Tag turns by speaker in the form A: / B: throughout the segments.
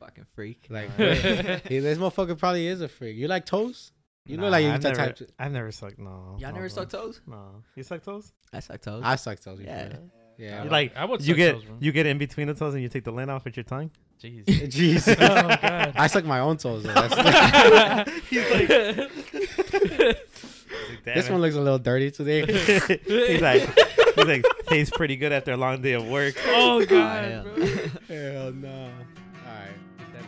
A: fucking freak.
B: Like hey, this motherfucker probably is a freak. You like toes? You look like you
C: I've
B: that
C: never,
B: type.
C: I've never sucked. No.
A: Y'all never suck toes?
C: No. You suck toes?
A: I suck toes.
B: I suck toes.
A: yeah.
B: Yeah, yeah.
C: You like
D: I would
C: you
D: suck
C: get
D: toes, bro.
C: you get in between the toes and you take the lint off with your tongue.
D: Jeez.
B: Jeez.
D: oh god.
B: I suck my own toes. Though.
D: Oh,
B: That's,
C: He's like,
B: this one looks a little dirty today.
C: he's like, he's like, tastes pretty good after a long day of work.
D: Oh
A: Oh,
D: god.
A: yeah.
D: bro.
B: Hell no. All right.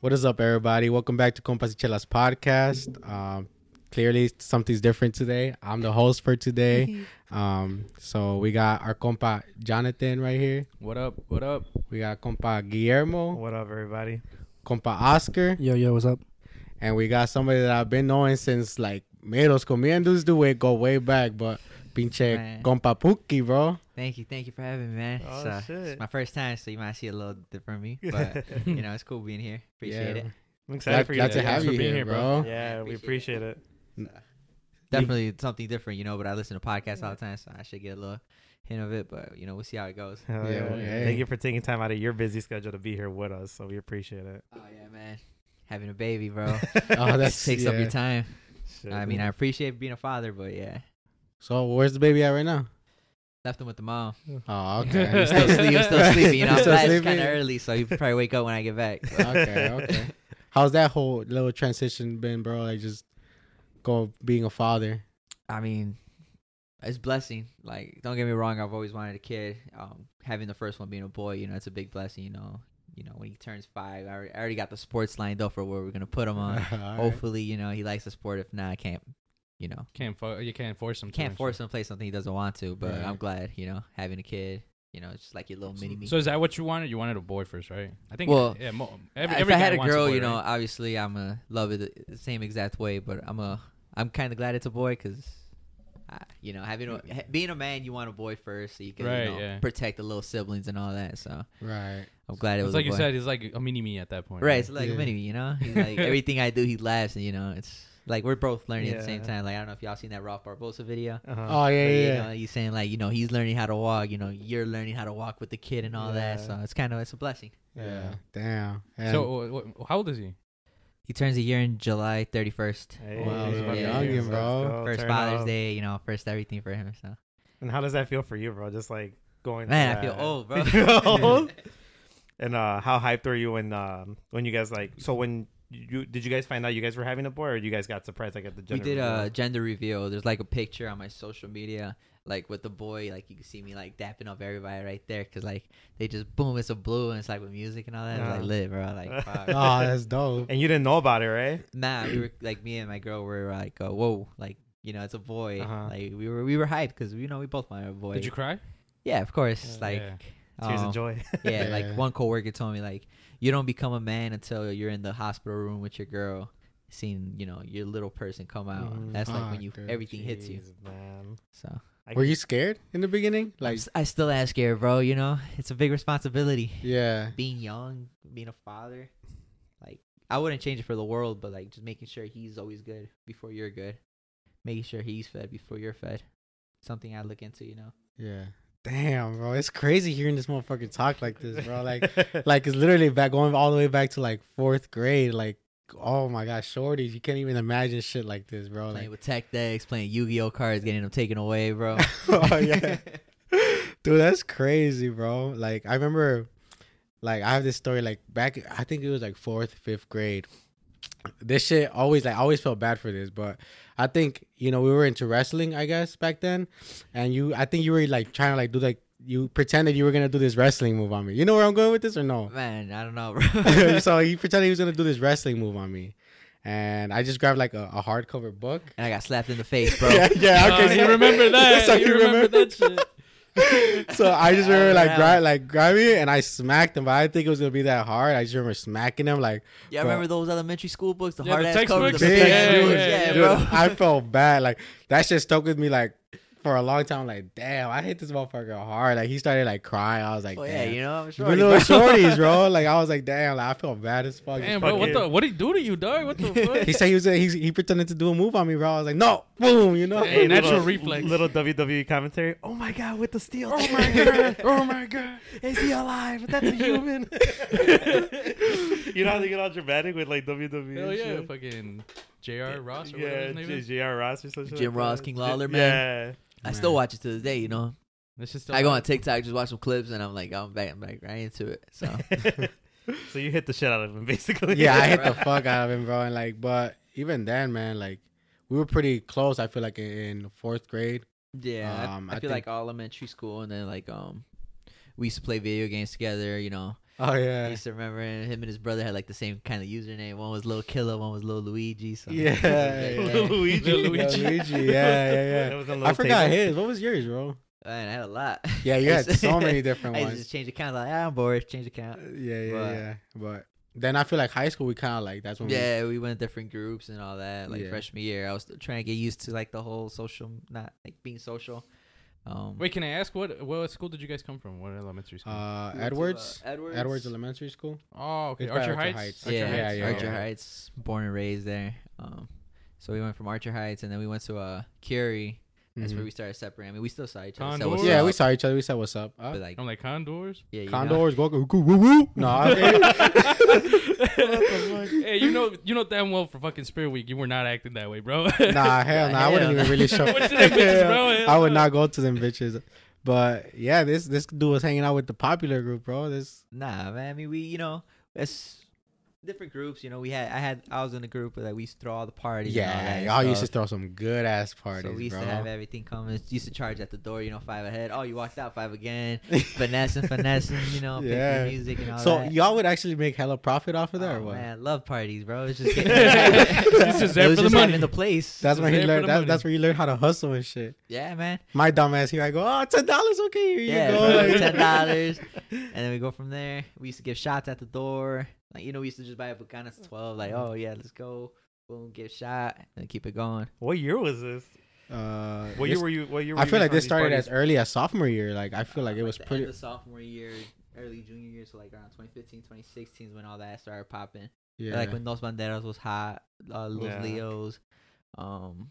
B: What is up, everybody? Welcome back to Compas y Chelas podcast. Um, clearly, something's different today. I'm the host for today. Um, so we got our compa Jonathan right here.
A: What up? What up?
B: We got compa Guillermo,
C: What up, everybody?
B: compa Oscar,
E: Yo, yo, what's up?
B: and we got somebody that I've been knowing since like middle school. Me and dudes do it go way back, but pinche
A: Man.
B: compa Puki, bro.
A: Thank you, thank you for having me, man.
C: Oh,
A: it's, uh,
C: shit.
A: it's my first time, so you might see a little different me, but you know it's cool being here. Appreciate
B: Yeah.
A: it.
C: I'm excited
B: Glad,
C: for
B: glad
C: you.
B: to
C: guys.
D: Thanks
B: have
D: for
B: you
D: being
B: here,
D: here,
B: bro.
D: bro.
C: Yeah, we appreciate it.
A: Definitely something different, you know. But I listen to podcasts all the time, so I should get a little hint of it. But you know, we'll see how it goes.
C: Hell
B: Yeah,
C: yeah.
B: well, hey.
C: Thank you for taking time out of your busy schedule to be here with us. So we appreciate it.
A: Oh yeah, man. Having a baby, bro,
B: Oh, that
A: that takes up your time.
C: Shit.
A: I mean, I appreciate being a father, but yeah,
B: So where's the baby at right now?
A: left him with the mom. Yeah,
B: Oh, okay.
A: he was still sleeping. He was still sleeping. You know,
B: He's still
A: it's
B: sleeping.
A: kind of early, so he probably wake up when I get back. so.
B: okay, okay. How's that whole little transition been, bro? Like just go being a father.
A: I mean, it's blessing. Like, don't get me wrong. I've always wanted a kid. Um, having the first one being a boy, you know, it's a big blessing. You know, you know when he turns five, I already, I already got the sports lined up for where we're gonna put him on.
B: All right.
A: Hopefully, you know, he likes the sport. If not, I can't. You know,
D: Can't fo- you can't force them.
A: you can't force him to play something he doesn't want to. But
B: Right.
A: I'm glad, you know, having a kid. You know, it's just like your little mini me.
D: So is that what you wanted? You wanted a boy first, right? I think.
A: Well,
D: yeah, mo- every,
A: if
D: every
A: I had
D: guy
A: a
D: wants
A: girl,
D: boy,
A: you know,
D: right?
A: obviously I'm gonna love it the same exact way. But I'm a, I'm kind of glad it's a boy because, you know, having a, ha- being a man, you want a boy first so you can you
D: Mm. Right,
A: know,
D: yeah.
A: protect the little siblings and all that. So
B: Right.
A: I'm glad it
D: it's
A: was
D: like
A: a
D: you
A: boy.
D: said. He's like a mini me at that point.
A: right? It's like
B: Yeah.
A: a mini, you know. He's like everything I do, he laughs, and you know, it's like we're both learning at the same
C: Yeah.
A: time. Like I don't know if y'all seen that Ralph Barbosa video.
C: Uh-huh.
B: Oh yeah,
A: But,
B: yeah.
A: You
B: yeah.
A: know, he's saying like you know he's learning how to walk. You know you're learning how to walk with the kid and all that.
C: Yeah.
A: So it's kind of it's a blessing.
B: Yeah. Damn. And-
D: So wh- wh- how old is he?
A: He turns a year in July 31st.
C: Hey,
B: Wow,
A: yeah,
C: fucking
A: youngin',
C: years. Let's
B: bro.
C: go.
A: first
C: Oh, Turn
A: Father's
C: up.
A: Day, you know, first everything for him. So
C: And how does that feel for you, bro? Just like going.
A: man, I
C: through
A: feel
C: that.
A: old, bro.
C: You feel old? and uh, how hyped were you when um, when you guys like? So when you did you guys find out you guys were having a boy, or you guys got surprised like at the
A: we
C: gender?
A: did uh, a
C: reveal?
A: gender reveal. There's like a picture on my social media, like with the boy. Like you can see me like dapping up everybody right there, cause like they just boom, it's a blue, and it's like with music and all that. It's
C: Uh-huh.
A: like lit, bro. Like
B: oh,
A: fuck.
B: that's dope.
C: and you didn't know about it, right?
A: nah, we were like me and my girl were like, uh whoa, like you know, it's a boy.
C: Uh-huh.
A: Like we were we were hyped because you know we both wanted a boy.
D: Did you cry?
A: yeah, of course.
C: Yeah.
A: like
D: Yeah.
C: Tears
A: um,
C: of joy.
A: yeah,
B: Yeah.
A: like one coworker told me like you don't become a man until you're in the hospital room with your girl seeing you know your little person come out
C: Mm,
A: that's like
B: fuck,
A: when you
B: dude.
A: everything hits you
C: Jeez, man.
A: so
C: I-
B: Were you scared in the beginning? Like,
A: s- i still ask here bro you know it's a big responsibility
B: yeah.
A: being young being a father like i wouldn't change it for the world but like just making sure he's always good before you're good making sure he's fed before you're fed something i look into you know
B: Yeah. Damn, bro. It's crazy hearing this motherfucker talk like this, bro. Like like it's literally back going all the way back to like fourth grade. Like, oh my gosh, shorties. You can't even imagine shit like this, bro.
A: playing
B: Like
A: with tech decks playing yu-gi-oh cards getting them taken away bro
B: Oh yeah. Dude, that's crazy, bro. Like I remember like I have this story like back I think it was like fourth, fifth grade. This shit always like I always felt bad for this, but I think, you know, we were into wrestling, I guess, back then. And you I think you were like trying to like do like you pretended you were gonna do this wrestling move on me. You know where I'm going with this or no?
A: man i don't know bro
B: so he pretended he was gonna do this wrestling move on me. And I just grabbed like a, a hardcover book.
A: and I got slapped in the face, bro.
B: Yeah, yeah, okay.
D: Oh,
B: so-
D: you remember that?
B: That's how
D: you remember that shit?
B: so I just remember like
A: Yeah.
B: grab like grabbing it and I smacked him, but I didn't think it was gonna be that hard. I just remember smacking him like
A: Yeah, I
B: Bro.
A: remember those elementary school books, the
D: Yeah, the
A: hard ass covers,
D: textbooks.
A: the
D: Yeah,
A: big
D: yeah,
A: books.
D: yeah,
A: yeah, bro.
B: dude, I felt bad. Like that shit stuck with me like for a long time. Like, damn, I hit this motherfucker hard. Like, he started like crying. I was like,
A: oh
B: damn.
A: yeah, you know, I'm sure.
B: we little shorties, bro. Like, I was like, damn, like, I feel bad as fuck.
D: Damn, bro,
C: fuck
D: what
C: you.
D: the? What did he do to you, dog? What the fuck?
B: He said he was he, he pretended to do a move on me, bro. I was like, no, boom, you know.
D: Hey, natural
C: little,
D: reflex.
C: Little WWE commentary. Oh my god, with the steel. Oh
D: oh my god!
C: Is he alive? That's a human. you know how they get all dramatic with like WWE.
D: Hell
C: and
D: yeah,
C: shit?
D: fucking J.R. Ross or whatever
C: yeah,
D: his name
C: J-
D: is.
C: J.R. Ross or something.
A: Jim Ross, King Lawler, man. I still watch it to this day. You know,
D: This is still
A: I go on
D: out.
A: TikTok, just watch some clips, and I'm like, I'm back, I'm like right into it. So
C: Yeah. so you hit the shit out of him, basically.
B: yeah, I hit the fuck out of him, bro. And like, but even then, man, like, we were pretty close. I feel like in- in fourth grade.
A: yeah, I-
B: Um,
A: I,
B: I
A: feel
B: think-
A: like elementary school, and then like um, we used to play video games together. You know,
B: Oh
A: I
B: yeah,
A: used to remember him and his brother had like the same kind of username. One was Lil Killer, one was Lil Luigi. So
B: Yeah,
A: yeah.
C: Luigi.
D: Little Luigi.
B: Yeah, Luigi. Yeah, yeah,
C: That
B: yeah.
C: was a little
B: I forgot
C: table.
B: his. What was yours, bro?
A: Man, I had a lot.
B: Yeah, you
A: I
B: had
A: used to-
B: so many different
A: I used to
B: ones.
A: just change account. Like, ah, I'm bored. Change account.
B: Yeah, yeah,
A: But-
B: yeah. But then I feel like high school, we kind of like that's when. we- uh,
A: Yeah, we went different groups and all that. Like
B: Yeah.
A: freshman year, I was still trying to get used to like the whole social, not like being social. Um,
D: Wait, can I ask what what school did you guys come from? What elementary school?
B: uh,
A: we went to, uh,
B: Edwards,
A: Edwards,
B: Edwards Elementary School.
D: oh, okay,
B: it's by
D: Archer,
B: Archer
D: Heights.
B: Heights.
A: yeah,
B: Heights, yeah,
A: Archer
B: yeah.
A: Heights, born and raised there. Um, so we went from Archer Heights, and then we went to uh, Curie. That's where
B: Mhm.
A: we started separating. I mean, we still saw each other. said
D: Condor.
A: what's
B: Mm-hmm. Yeah,
A: up,
B: we saw each other. We said, "What's up?" Uh,
A: But like,
D: I'm like condors.
A: yeah, you know.
B: Condors, go go go, woo woo. No, I-
D: hey, you know, you know damn well for fucking Spirit Week, you were not acting that way, bro.
B: nah, hell no. I wouldn't
A: Hell.
B: even really show.
D: Went to them bitches, bro, hell
B: I would
D: no.
B: not go to them bitches. But yeah, this this dude was hanging out with the popular group, bro. This
A: Nah, man. I mean, we, you know, it's different groups. You know, we had, I had, I was in a group where like we used to throw all the parties. and all
B: yeah,
A: that
B: y'all used to
A: stuff.
B: throw some good ass parties,
A: So we used
B: bro.
A: to have everything coming. It Used to charge at the door, you know, five ahead. Oh, you walked out five again, finessing, finessing, you know, picking
B: Yeah.
A: music and all
B: so
A: that.
B: y'all would actually make hella profit off of that,
A: oh,
B: or what?
A: man, love parties, bro. It's just getting,
D: It's just there
A: it was
D: for the
A: just
D: money.
A: having the place.
B: That's when
D: There
B: he
D: for
B: learned.
D: the
B: That,
D: money.
B: that's where you learn how to hustle and shit.
A: yeah, man.
B: My dumb ass here, I go, oh, ten dollars, okay, here you
A: Yeah,
B: go.
A: bro,
B: Like,
A: ten dollars, and then we go from there. We used to give shots at the door. Like you know, we used to just buy a Bucanas twelve. Like, oh yeah, let's go. Boom, get shot, and keep it going.
C: What year was this?
B: Uh,
C: What
B: this-
C: year were you? What year? Were
B: I
C: you
B: feel like
C: from
B: this
C: these
B: started
C: parties?
B: as early as sophomore year. Like I feel like it was
A: Oh, Uh, the
B: pretty.
A: end of sophomore year, early junior year, so like around 2015, 2016 is when all that started popping.
B: Yeah.
A: Like when Los Banderas was hot, uh, Los
C: Yeah.
A: Leos, um,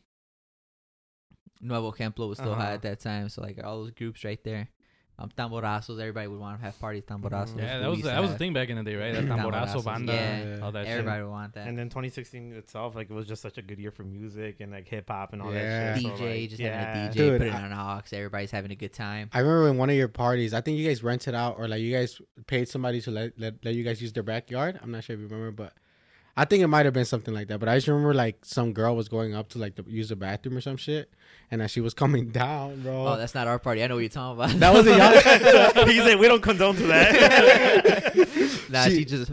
A: Nuevo Campo was still hot
C: Uh-huh.
A: at that time. So like all those groups right there, um, tamborazos. Everybody would want to have parties tamborazos.
D: yeah,
A: we
D: that was
A: used to
D: that was the
A: have.
D: thing back in the day, right? That
A: Yeah.
D: tamborazo
A: Tamborazos,
D: banda,
A: yeah.
D: all that
A: Everybody would want that.
C: And then 2016 itself, like it was just such a good year for music and like hip hop and all
B: Yeah.
C: that shit.
A: DJ,
C: So, like,
A: just
C: yeah.
A: having a DJ,
B: Dude,
A: putting
B: I-
A: on an aux. Everybody's having a good time.
B: I remember in one of your parties, I think you guys rented out or like you guys paid somebody to let let, let you guys use their backyard. I'm not sure if you remember, but I think it might have been something like that. But I just remember like some girl was going up to like the, use the bathroom or some shit, and then she was coming down, bro.
A: Oh, that's not our party. I know what you're talking about.
B: that wasn't y'all.
C: He's like, we don't condone to that.
A: nah,
B: She-
A: she, just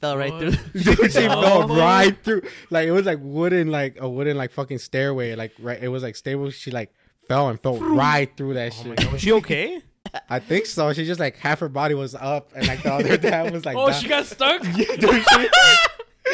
A: fell right
D: What?
A: through.
B: Dude, she fell
D: Oh.
B: right through. Like it was like wooden, like a wooden like fucking stairway. Like right, it was like stable. She like fell and fell right through that
C: oh my
B: shit.
C: God, was she okay?
B: I think so. She just like half her body was up, and like the other half was like.
D: Oh,
B: down.
D: she got stuck.
B: Dude, she-
D: oh,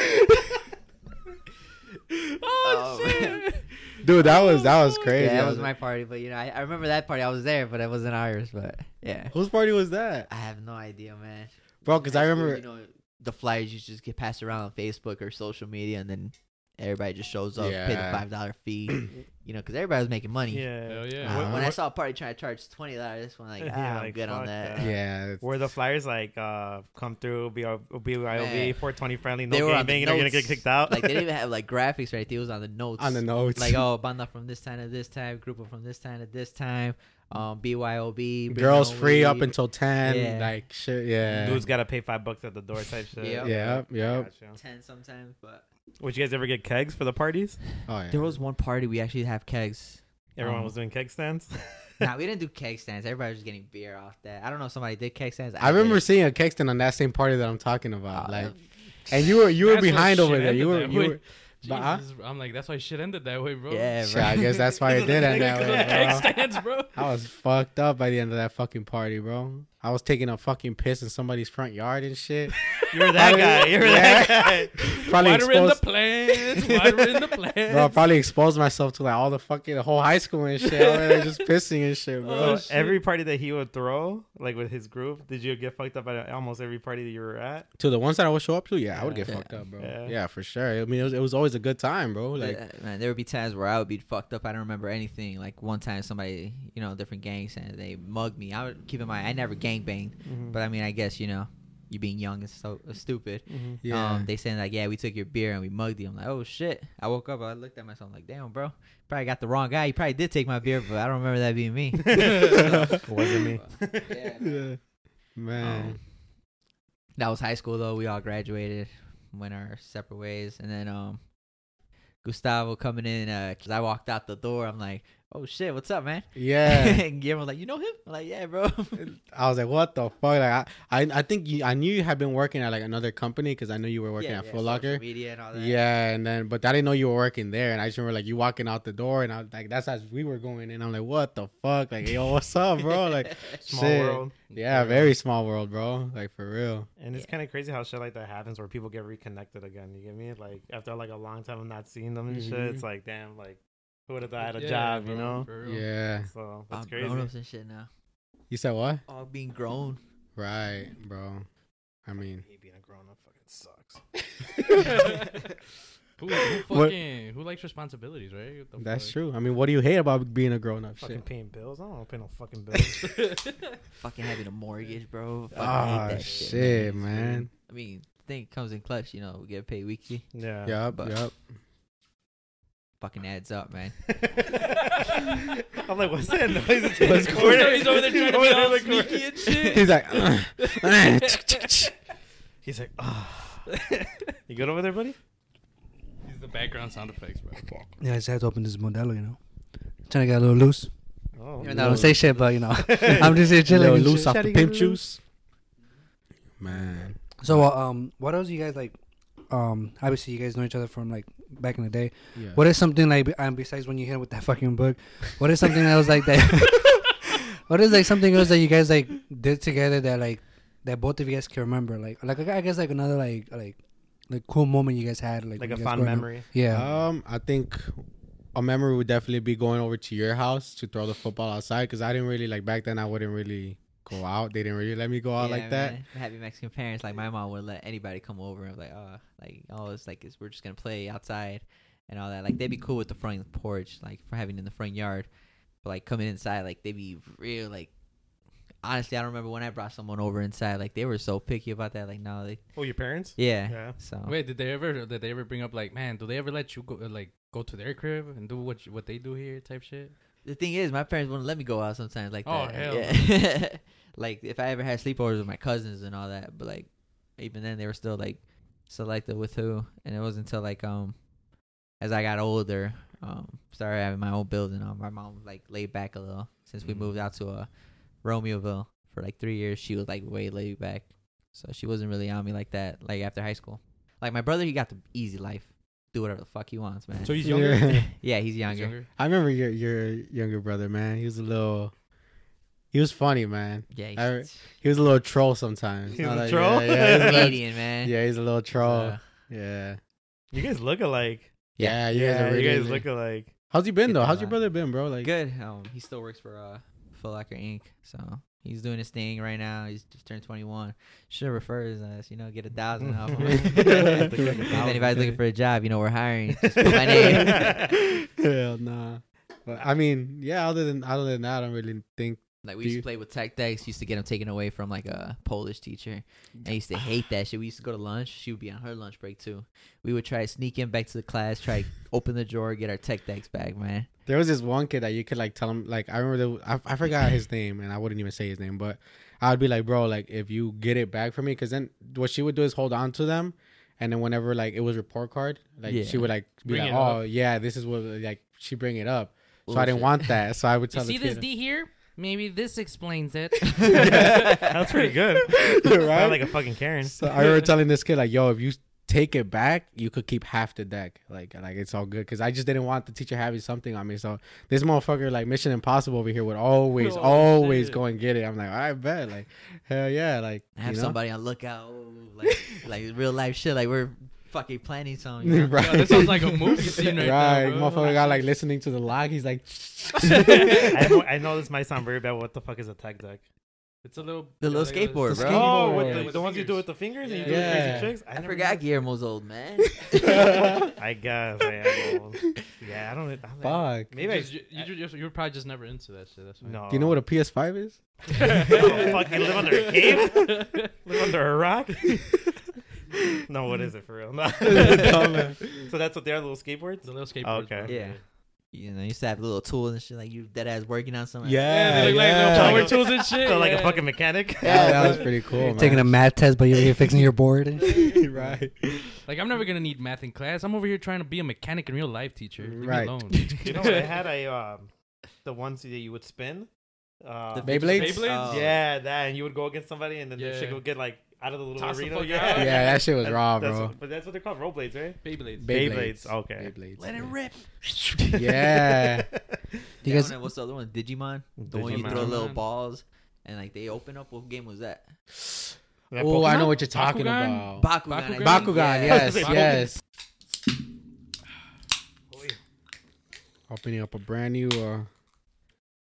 A: Oh,
D: shit.
B: Dude, that was that was crazy.
A: Yeah,
B: I
A: that was
B: was
A: my
B: like,
A: party, but you know, I, I remember that party. I was there, but it wasn't ours. But yeah,
B: Whose party was that,
A: I have no idea, man.
B: bro? Because I
A: That's
B: remember.
A: where, you know, the flyers used to just get passed around on Facebook or social media, and then everybody just shows up, pay the
B: Yeah.
A: five dollar fee, you know, because everybody was making money.
C: Yeah.
D: Hell yeah.
A: Uh,
B: What-
A: when I
C: what-
A: saw a party trying to charge twenty dollars, this one like, ah,
C: Yeah,
A: I'm
C: like,
A: good on
C: fuck
A: that.
C: that.
B: yeah, it's-
C: Were the flyers like uh, come through, BYOB,
A: Man.
C: 420 friendly, no
A: They were on the
C: gaming, and you're gonna
A: notes.
C: get kicked out?
A: Like they didn't even have like graphics right. there. It was on the notes.
B: on the notes.
A: Like oh, banda from this time to this time, group from this time to this time, um, BYOB,
B: girls
A: Bino
B: free up
A: Weed.
B: until ten.
A: Yeah.
B: Like shit. Yeah.
C: Dude's gotta pay five bucks at the door type shit.
A: Yep.
B: Yep, yep.
C: Gotcha.
A: ten sometimes, but
C: Would you guys ever get kegs for the parties?
B: oh yeah.
A: there was one party we actually have kegs.
C: Everyone
A: Um,
C: was doing keg stands.
A: nah, we didn't do keg stands. Everybody was just getting beer off that. I don't know if somebody did keg stands.
B: I remember
A: didn't.
B: seeing a Kexton on that same party that I'm talking about.
A: Uh,
B: like, and you were you were
D: That's why
B: behind over
D: shit
B: there. You were
D: ended
B: you
D: that
B: were.
D: way.
B: But I-
D: Jesus, I'm like, that's why shit ended that way, bro.
A: yeah,
B: Shit, I
A: right.
B: guess that's why it did end that
D: Egg
B: way,
D: stands, bro.
B: bro. I was fucked up by the end of that fucking party, bro. I was taking a fucking piss in somebody's front yard and shit.
C: You're that guy. You're that guy.
B: probably
D: water in the
B: exposed,
D: plants. Water in the plants.
B: bro. I Probably exposed myself to like all the fucking the whole high school and shit. I was just pissing and shit, bro.
D: Oh,
C: So
D: shit.
C: every party that he would throw, like with his group, did you get fucked up at almost every party that you were at?
B: to the ones that I would show up to, yeah, I would
A: Yeah.
B: get
A: Yeah.
B: fucked up, bro.
C: Yeah.
B: Yeah. for sure. I mean, it was, it was always a good time, bro. Like,
A: Yeah, man, there would be times where I would be fucked up. I don't remember anything. Like one time, somebody, you know, different gang saying they mugged me. I would keep in mind I never gang banged,
B: Mm-hmm.
A: but I mean, I guess you know, you being young and so uh, stupid.
B: yeah,
A: Um, they saying like, yeah, we took your beer and we mugged you. I'm like, oh shit. I woke up. I looked at myself I'm like, damn, bro, probably got the wrong guy. You probably did take my beer, but I don't remember that being me.
C: It wasn't me.
A: yeah,
B: Yeah. man.
A: Um, that was high school though. We all graduated, went our separate ways, and then um, Gustavo coming in because I walked out the door. I'm like, "Oh shit, what's up, man?"
B: yeah,
A: and Guillermo was like, "You know him?" I'm like, "Yeah, bro."
B: I was like, what the fuck? Like, I, I, I think you, I knew you had been working at like another company because I knew you were working
A: yeah,
B: at
A: yeah,
B: Foot
A: social
B: Locker.
A: media and all that.
B: Yeah, and then but I didn't know you were working there, and I just remember like you walking out the door, and I was like, that's as we were going, and I'm like, what the fuck? Like, yo, what's up, bro? Like,
C: Small
B: shit.
C: world.
B: Yeah, very small world, bro. Like for real.
C: And it's kind of crazy how shit like that happens where people get reconnected again. You get me? Like after like a long time of not seeing them and shit,
B: Mhm.
C: it's like damn, like who would have thought I had a
D: Mm-hmm. Yeah,
C: job?
D: bro,
C: You know?
D: for real.
B: Yeah.
C: So
A: all
C: that's crazy.
A: grown ups and shit now.
B: You said what?
A: All being grown.
B: Right, bro. I mean,
C: He being a grown up fucking sucks.
D: Who, who
B: What-
D: fucking who likes responsibilities, right? What the
B: that's
D: fuck?
B: true. I mean, what do you hate about being a grown up?
C: Fucking
B: Shit.
C: paying bills. I don't want to pay no fucking bills.
A: Fucking having a mortgage, bro. Fucking hate
B: Oh
A: that shit.
B: shit, man.
A: I mean, thing comes in clutch. You know, we get paid weekly.
C: yeah.
B: Yup,
A: But-
B: yup.
A: Fucking adds up, man.
C: I'm like, what's that noise? It's in
B: What's going
C: the
D: He's
C: corner.
D: over- he's over there trying to
C: Over
D: be
C: there in
D: all
C: the corner.
D: sneaky and shit.
B: He's like, "Ugh, ugh."
C: He's like, ah. you good over there, buddy?
D: He's the background sound effects, bro.
E: Yeah, I just had to open this Modelo, you know. Trying to get a little loose.
C: Oh,
A: You're
E: I
A: not-
E: don't say shit, but you know, I'm just here chilling.
B: Little
E: and
B: loose
E: shit.
B: off the pimp juice. Man,
E: So, uh, um, what else you guys like? Um, obviously you guys know each other from like back in the day.
B: yeah.
E: What is something like be- um, besides when you hit him with that fucking book? What is something else like that? what is like something else that you guys like did together that like that both of you guys can remember? Like, like I guess like another like like like cool moment you guys had like
C: like a
E: when you guys
C: fond
E: growing up.
C: memory.
E: Yeah.
B: Um, I think a memory would definitely be going over to your house to throw the football outside because I didn't really like back then. I wouldn't really go out. They didn't really let me go out
A: Yeah,
B: like that.
A: man. Having Mexican parents, like my mom would let anybody come over and be like, oh, like oh, it's like it's, we're just gonna play outside and all that. Like they'd be cool with the front porch, like for having in the front yard, but like coming inside, like they'd be real like. Honestly, I don't remember when I brought someone over inside. Like they were so picky about that. Like no, they
C: Oh, your parents?
A: yeah.
C: Yeah.
A: So
D: Wait, did they ever did they ever bring up like, man, do they ever let you go uh, like go to their crib and do what you, what they do here type shit?
A: the thing is, my parents wouldn't let me go out sometimes like
D: Oh,
A: that.
D: hell
A: Yeah. like if I ever had sleepovers with my cousins and all that, but like even then they were still like selective with who. And it wasn't until like um as I got older, um started having my own building. Um, my mom like laid back a little since we
D: Mm.
A: moved out to uh Romeoville for like three years. She was like way laid back, so she wasn't really on me like that. Like after high school, like my brother, he got the easy life. Do whatever the fuck he wants, man.
C: So he's
B: Yeah.
C: younger.
A: yeah, he's
D: He's
A: younger.
D: younger?
B: I remember your your younger brother, man. He was a little. He was funny, man.
A: Yeah, he's,
B: I- He was a little troll sometimes.
C: He was
B: Not
C: a
B: like-
C: troll?
B: Yeah, yeah, he's a little-
A: comedian, man.
B: yeah, he's a little troll.
A: Uh,
B: yeah.
C: You guys look alike.
B: Yeah, you guys
C: Yeah,
B: are really.
C: you guys look alike.
B: How's he been
A: Get
B: though?
A: that
B: How's your
A: line.
B: brother been, bro? Like,
A: good. Um, he still works for uh, Foot Locker Inc. So he's doing his thing right now. He's just turned 21. Should refer us, you know, get a thousand off. him. if anybody's looking for a job, you know, we're hiring. Just put my name.
B: Hell nah. But I mean, yeah. Other than other than that, I don't really think.
A: Like we
B: Do
A: used
B: you-
A: to play with tech decks. Used to get them taken away from like a Polish teacher. I used to hate that shit. We used to go to lunch. She would be on her lunch break too. We would try to sneak in back to the class. Try to open the drawer, get our tech decks back, man.
B: There was this one kid that you could like tell him like I remember the, I, I forgot his name and I wouldn't even say his name but I'd be like bro like if you get it back for me because then what she would do is hold on to them and then whenever like it was report card like
A: Yeah.
B: she would like be
D: Bring
B: like
D: it Oh,
B: oh yeah this is what like she bring it up so I didn't
A: Bullshit.
B: want that so I would
D: You
B: tell
D: see
B: the
D: this
B: kid
D: D here? Maybe this explains it.
C: That's pretty good. Sound
B: right
C: like a fucking Karen.
B: so I remember telling this kid like yo if you take it back, you could keep half the deck. Like like it's all good. Cause I just didn't want the teacher having something on me. So this motherfucker like Mission Impossible over here would always
C: Oh,
B: always
C: shit.
B: go and get it. I'm like I bet like hell yeah like
A: I have
B: you know?
A: somebody on lookout, like like real life shit. Like we're fucking planning something. You know?
B: right.
D: Yo, this sounds like a movie scene right,
B: Right,
D: now. Bro.
B: motherfucker got like listening to the log. He's like,
C: I, know, I know this might sound very bad. but What the fuck is a tech deck?
D: It's a little
A: The little
D: like a-
A: skateboard,
B: The bro.
C: Oh,
B: skateboard.
C: with
B: Yeah,
C: the,
D: with
C: the
D: the
C: ones you do
D: fingers.
C: with the fingers and you do
B: Yeah.
C: the crazy tricks.
A: I
C: never
A: forgot
C: knew-
A: Guillermo's old man.
C: I guess I am old. Yeah, I don't. I don't
B: "Fuck."
D: You
C: Maybe I,
D: just- you, you, just- you were probably just never into that shit. That's why.
C: no.
B: Do you know what a PS5 is?
C: no, fucking Oh, live under a cave? Live under a rock? no, what is it for real? No. so that's what they are, little skateboards?
D: The little skateboard.
C: Okay.
A: Yeah. you know, you used to have little tools and shit. Like you dead ass working on something.
B: Yeah,
D: Yeah, they look like
C: yeah.
D: little power tools and shit.
C: So like a
D: yeah.
C: fucking mechanic?
B: Yeah, that was pretty cool.
E: You're taking a math test, but you're here fixing your board. and-
B: a right.
D: Like I'm never gonna need math in class. I'm over here trying to be a mechanic in real life, teacher. Leave me
B: Right.
D: alone.
C: you know what? I had a, um, the ones that you would spin. Uh,
A: The fidget
B: Beyblades?
A: Beyblades?
D: Oh.
C: Yeah, that. And you would go against somebody and then the shit
D: Yeah.
C: would get like out of the little
D: Toss the
C: arena.
D: fuck
C: yeah.
D: out.
B: Yeah, that shit was
C: That's-
B: raw,
C: that's
B: bro.
C: what- but that's what they're called, roll blades, right?
D: Beyblades.
C: Beyblades, okay.
B: Beyblades.
A: Let it rip.
B: Yeah.
E: You
A: That
E: guys,
A: one, what's the other one? Digimon. The one you
C: Digimon.
A: throw little
D: Digimon.
A: balls and like they open up. What game was that?
C: That
B: oh, I
D: Pokemon?
B: know what you're talking about.
D: Bakugan?
A: Oh. Bakugan. I think.
D: Bakugan?
B: Bakugan. Yes.
D: Bakugan.
B: Yes. Opening up a brand new uh,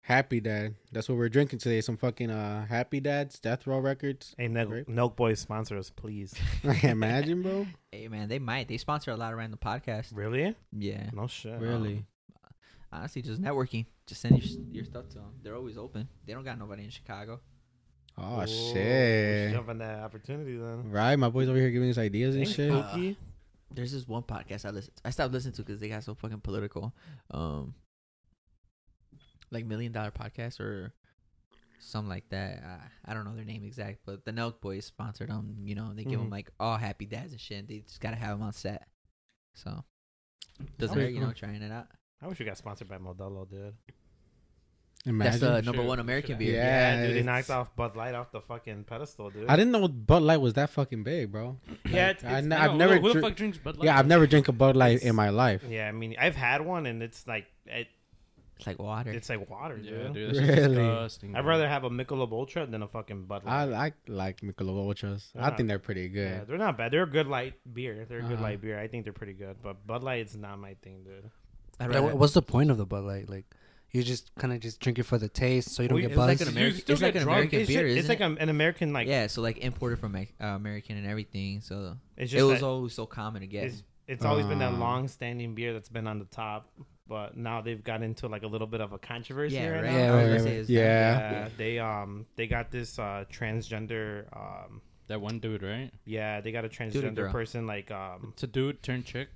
B: Happy Dad. That's what we're drinking today. Some fucking uh, Happy Dads, Death Row Records.
C: Hey, Milk, Milk Boy sponsor us, please.
B: Imagine, bro.
A: Hey man, they might. They sponsor a lot of random podcasts.
C: Really?
A: Yeah.
C: No shit.
B: Really.
A: Honestly, just networking. Just send your, your stuff to them. They're always open. They don't got nobody in Chicago.
B: Oh
C: Ooh,
B: shit.
C: Jump on that opportunity then.
B: Right, my boys over here giving us ideas and
C: Thanks,
B: shit.
A: fuck.
C: Pookie.
A: There's this one podcast I listen. I stopped listening to because they got so fucking political. Um, like million dollar podcast or something like that. I, I don't know their name exact, but the Nelk Boys sponsored them. You know, they give them
C: Mhm.
A: like all happy dads and shit. And they just gotta have them on set. So doesn't
B: That'd
A: hurt,
B: be
A: you know,
B: cool.
A: trying it out.
C: I wish we got sponsored by Modelo, dude.
B: Imagine.
A: That's uh, the number
D: Sure,
A: one
D: sure.
A: American beer.
B: Yeah.
C: dude, they
B: it's-
C: knocked off Bud Light off the fucking pedestal, dude.
B: I didn't know Bud Light was that fucking big, bro.
C: yeah, it's,
B: I
C: it's-
B: kn-
D: I
B: I've
D: know,
B: never
D: Who, who the
B: dri-
D: fuck drinks Bud Light?
B: Yeah, I've never drank a Bud Light in my life.
C: yeah. I mean, I've had one, and it's like it,
A: It's like water.
C: it's like water,
D: Yeah,
C: dude.
D: dude, that's just
B: Really?
D: disgusting.
C: I'd
D: bro.
C: rather have a Michelob Ultra than a fucking Bud
B: I
C: Light.
B: I like Michelob Ultras. I
C: Yeah.
B: think they're pretty
C: yeah,
B: good.
C: they're not bad. They're a good light beer. They're a good
B: Uh-huh.
C: light beer. I think they're pretty good. But Bud Light is not my thing, dude.
A: I'd
E: yeah,
A: rather-
E: wha- what's the point of the Bud Light? Like, you just kind of just drink it for the taste, so you don't
C: Well,
E: get
C: it's like
E: buzzed.
A: an
D: You
A: American-
D: still
A: it's like
D: get
A: an
D: drunk.
A: American
C: It's,
A: beer,
C: just, it's
A: isn't
C: like
A: it?
C: an, an American like.
A: yeah, so like imported from Mex- uh, American and everything. So
C: It's just
A: it was Uh.
C: that-
A: always so common to get.
C: It's, it's always been that
B: Ah.
C: long-standing beer that's been on the top, but now they've got into like a little bit of a controversy.
A: Yeah,
C: right
A: right.
C: now.
A: I
E: Yeah,
A: was
E: right,
A: gonna
E: right,
A: say
B: right.
A: it's
B: Yeah.
C: Yeah, they um they got this uh transgender um
D: That one dude, right?
C: yeah they got a
A: or
C: transgender
A: girl?
C: person like um
D: It's a dude turned chick.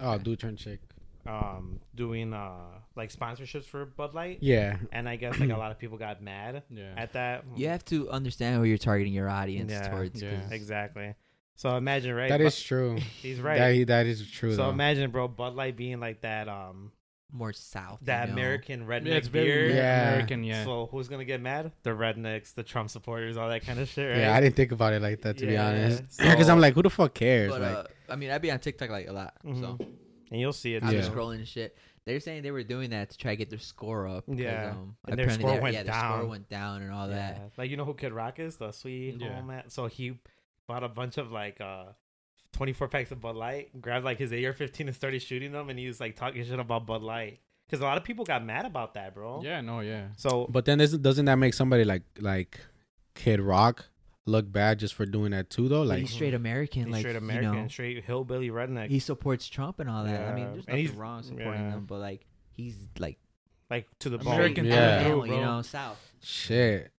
B: Oh, dude, turn chick.
C: um doing uh like sponsorships for Bud Light
B: Yeah,
C: and I guess like a lot of people got mad
D: Yeah.
C: at that Hmm.
A: You have to understand who you're targeting your audience
C: Yeah,
A: towards.
D: yeah.
A: 'cause-
C: exactly so imagine right
B: that
C: Bu-
B: is true.
C: he's
B: That
C: right
B: he- that is true.
C: so
B: though.
C: imagine bro Bud Light being like that um
A: more south.
C: that
A: you know?
C: American redneck
D: Yeah, it's
C: beer
D: very
B: Yeah.
D: American. Yeah.
C: so who's gonna get mad the rednecks the Trump supporters all that kind of shit right
B: yeah, I didn't think about it like that to be
C: Yeah,
B: honest.
C: so-
B: Because I'm like, who the fuck cares?
A: But
B: like,
A: uh, I mean, I'd be on TikTok like a lot, so
C: Mhm. and you'll see it
A: I'm
B: Yeah.
A: just scrolling and shit. They're saying they were doing that to try to get their score up. 'cause,
C: Yeah.
A: um,
C: And their
A: apparently
C: score
A: they-
C: went
A: yeah, Their
C: down.
A: score went down and all that.
C: Yeah. Like you know who Kid Rock is, the sweet
D: Yeah.
C: home at. So he bought a bunch of like uh, twenty four packs of Bud Light, grabbed like his AR fifteen and started shooting them, and he was like talking shit about Bud Light because a lot of people got mad about that, bro.
D: Yeah. No. Yeah.
C: So
B: but then isn't, doesn't that make somebody like like Kid Rock look bad just for doing that too? Though,
A: But
B: like,
A: he's straight American,
C: Mm-hmm. he's
A: like
C: straight American,
A: you know,
C: straight hillbilly redneck.
A: he supports Trump and all that. I mean,
C: Yeah.
A: there's
C: And he's-
A: nothing wrong supporting
C: yeah.
A: them, but like he's like
C: like to the bone.
D: American
B: through Yeah.
A: Alabama,
D: and through,
A: you
D: bro.
A: know, South.
B: shit,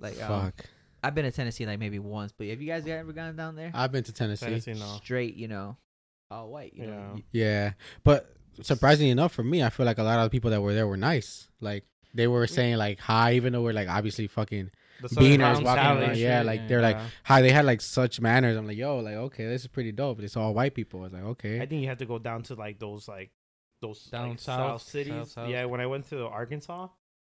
A: Like um,
B: fuck.
A: I've been to Tennessee like maybe once, but have you guys ever gone down there?
B: I've been to Tennessee.
C: Tennessee, no.
A: Straight, you know, all white. You know,
C: Yeah.
A: you-
B: Yeah, but surprisingly enough for me, I feel like a lot of the people that were there were nice. Like they were saying like hi, even though we're like obviously fucking
C: The Southern
B: beaners walking
C: Brown Sally
B: around.
C: shit.
B: Yeah, like they're like
C: Yeah.
B: hi. They had like such manners. I'm like yo, like okay, this is pretty dope. It's all white people. I was like
C: I
B: okay,
C: think you have to go down to like those like those
D: Down
C: like,
D: south,
C: cities.
D: south, south.
C: Yeah, when I went to Arkansas,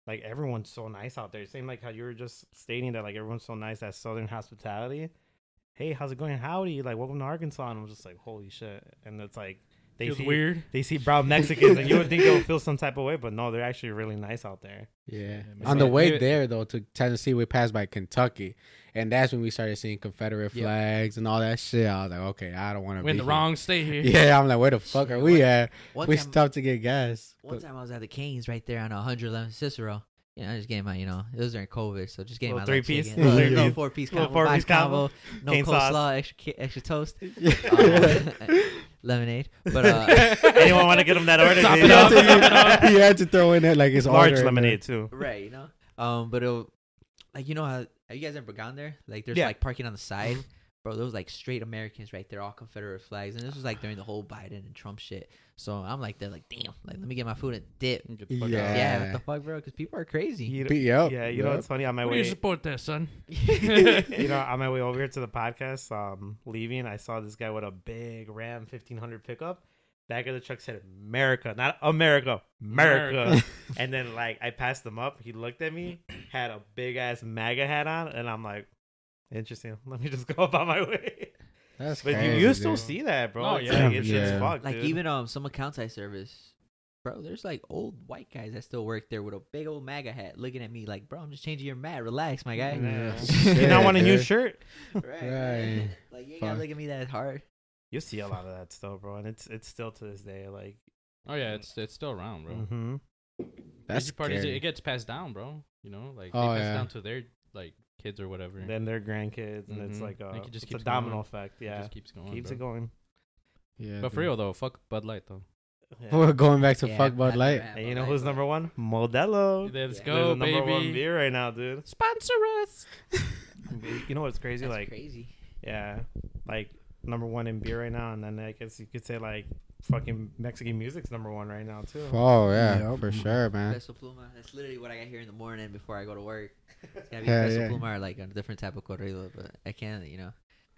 C: like everyone's so nice out there. Same like how you were just stating that like everyone's so nice that southern hospitality. hey, how's it going? Howdy, like welcome to Arkansas. And I'm just like, holy shit. And it's like they
D: Feels
C: see
D: weird.
C: they see brown Mexicans, and you would think they'll feel some type of way, but no, they're actually really nice out there.
B: Yeah.
D: maybe
B: On the
D: like-
B: way
D: maybe-
B: there though to Tennessee, we passed by Kentucky, and that's when we started seeing Confederate
A: Yeah.
B: flags and all that shit. I was like, okay, I don't want to.
D: We're in
B: be
D: the
B: here.
D: wrong state here.
B: Yeah, I'm like, where the fuck are we at?
A: One
B: we
A: time,
B: stopped to get gas.
A: one
B: But-
A: time I was at the Canes right there on 111 Cicero. You know, I just getting my, you know, it was during COVID, so just getting
C: Little
A: my like,
C: three-piece?
A: chicken, little,
B: Yeah.
A: little four piece
C: Little
A: combo,
C: four-piece
A: five combo, no
C: Cane
A: coleslaw,
C: sauce.
A: extra ki- extra toast, uh, lemonade. But uh,
C: Anyone want to get them that order?
D: Top
C: you
D: it
B: he,
C: know?
B: had to, he had to throw in that like it's
C: Large
B: order in
C: lemonade too.
A: right, you know, um, but it'll, like you know how have you guys ever gone there? Like there's
C: Yeah.
A: like parking on the side. Bro, there was like straight Americans right there, all Confederate flags, and this was like during the whole Biden and Trump shit. So I'm like, they're like, damn, like let me get my food and dip.
D: Get the fuck
B: Yeah.
D: out.
A: Yeah, what the fuck, bro? Because people are crazy.
C: You
B: Be- yep,
C: yeah, you know
B: yep.
C: what's funny on my
D: Who do
C: way.
D: you support there, son?
C: you know, on my way over here to the podcast, um, leaving, I saw this guy with a big Ram 1500 pickup. Back of the truck said America, not America, America.
D: America.
C: and then like I passed him up. He looked at me, had a big ass MAGA hat on, and I'm like, interesting. Let me just go about my way.
B: That's
C: But
B: crazy,
C: you, you still
B: dude.
C: see that, bro.
D: Oh,
C: it's
D: yeah.
C: like, it's just
B: Yeah.
C: fucked,
A: like
C: dude.
A: even um some accounts I service, bro. There's like old white guys that still work there with a big old MAGA hat, looking at me like, bro, I'm just changing your mat. Relax, my guy.
C: Yeah.
B: Yeah.
C: you not want a new
B: dude.
C: shirt?
A: right.
B: Mm-hmm. Right.
A: Like you ain't gotta
B: Fuck.
A: look at me that hard.
C: You see a lot of that still, bro, and it's it's still to this day. Like,
D: Oh yeah, it's it's still around, bro.
B: Mm-hmm.
C: hmm
B: That's
D: These parties,
B: scary.
D: it gets passed down, bro. You know, like
B: Oh,
D: they pass
B: yeah.
D: it down to their like kids or whatever.
C: then their grandkids, and it's
D: Mhm.
C: like a,
D: Like, it
C: it's
D: just
C: a
D: keeps going.
C: domino effect.
D: It
C: Yeah,
D: just keeps going.
C: keeps
D: bro.
C: it going.
B: Yeah,
D: But for
B: dude.
D: real though, fuck Bud Light though.
C: Yeah.
B: We're going back to
A: Yeah,
B: fuck Bud
A: I'd
B: Light.
A: rather have
C: And you
A: Bud
C: know
A: Light,
C: who's
A: but-
C: number one? Modelo.
D: Let's
A: Yeah.
C: They're
D: go,
C: the number one
D: baby.
C: beer right now, dude.
D: Sponsor us.
C: You know what's crazy?
A: That's
C: like,
A: crazy.
C: yeah, like number one in beer right now, and then I guess you could say like fucking Mexican music's number one right now too.
B: Oh yeah,
E: Yep.
B: for sure, man.
A: Peso pluma. That's literally what I got here in the morning before I go to work. It's gotta be
B: Yeah,
A: peso
B: yeah.
A: pluma or like a different type of corrido, but I can't. You know,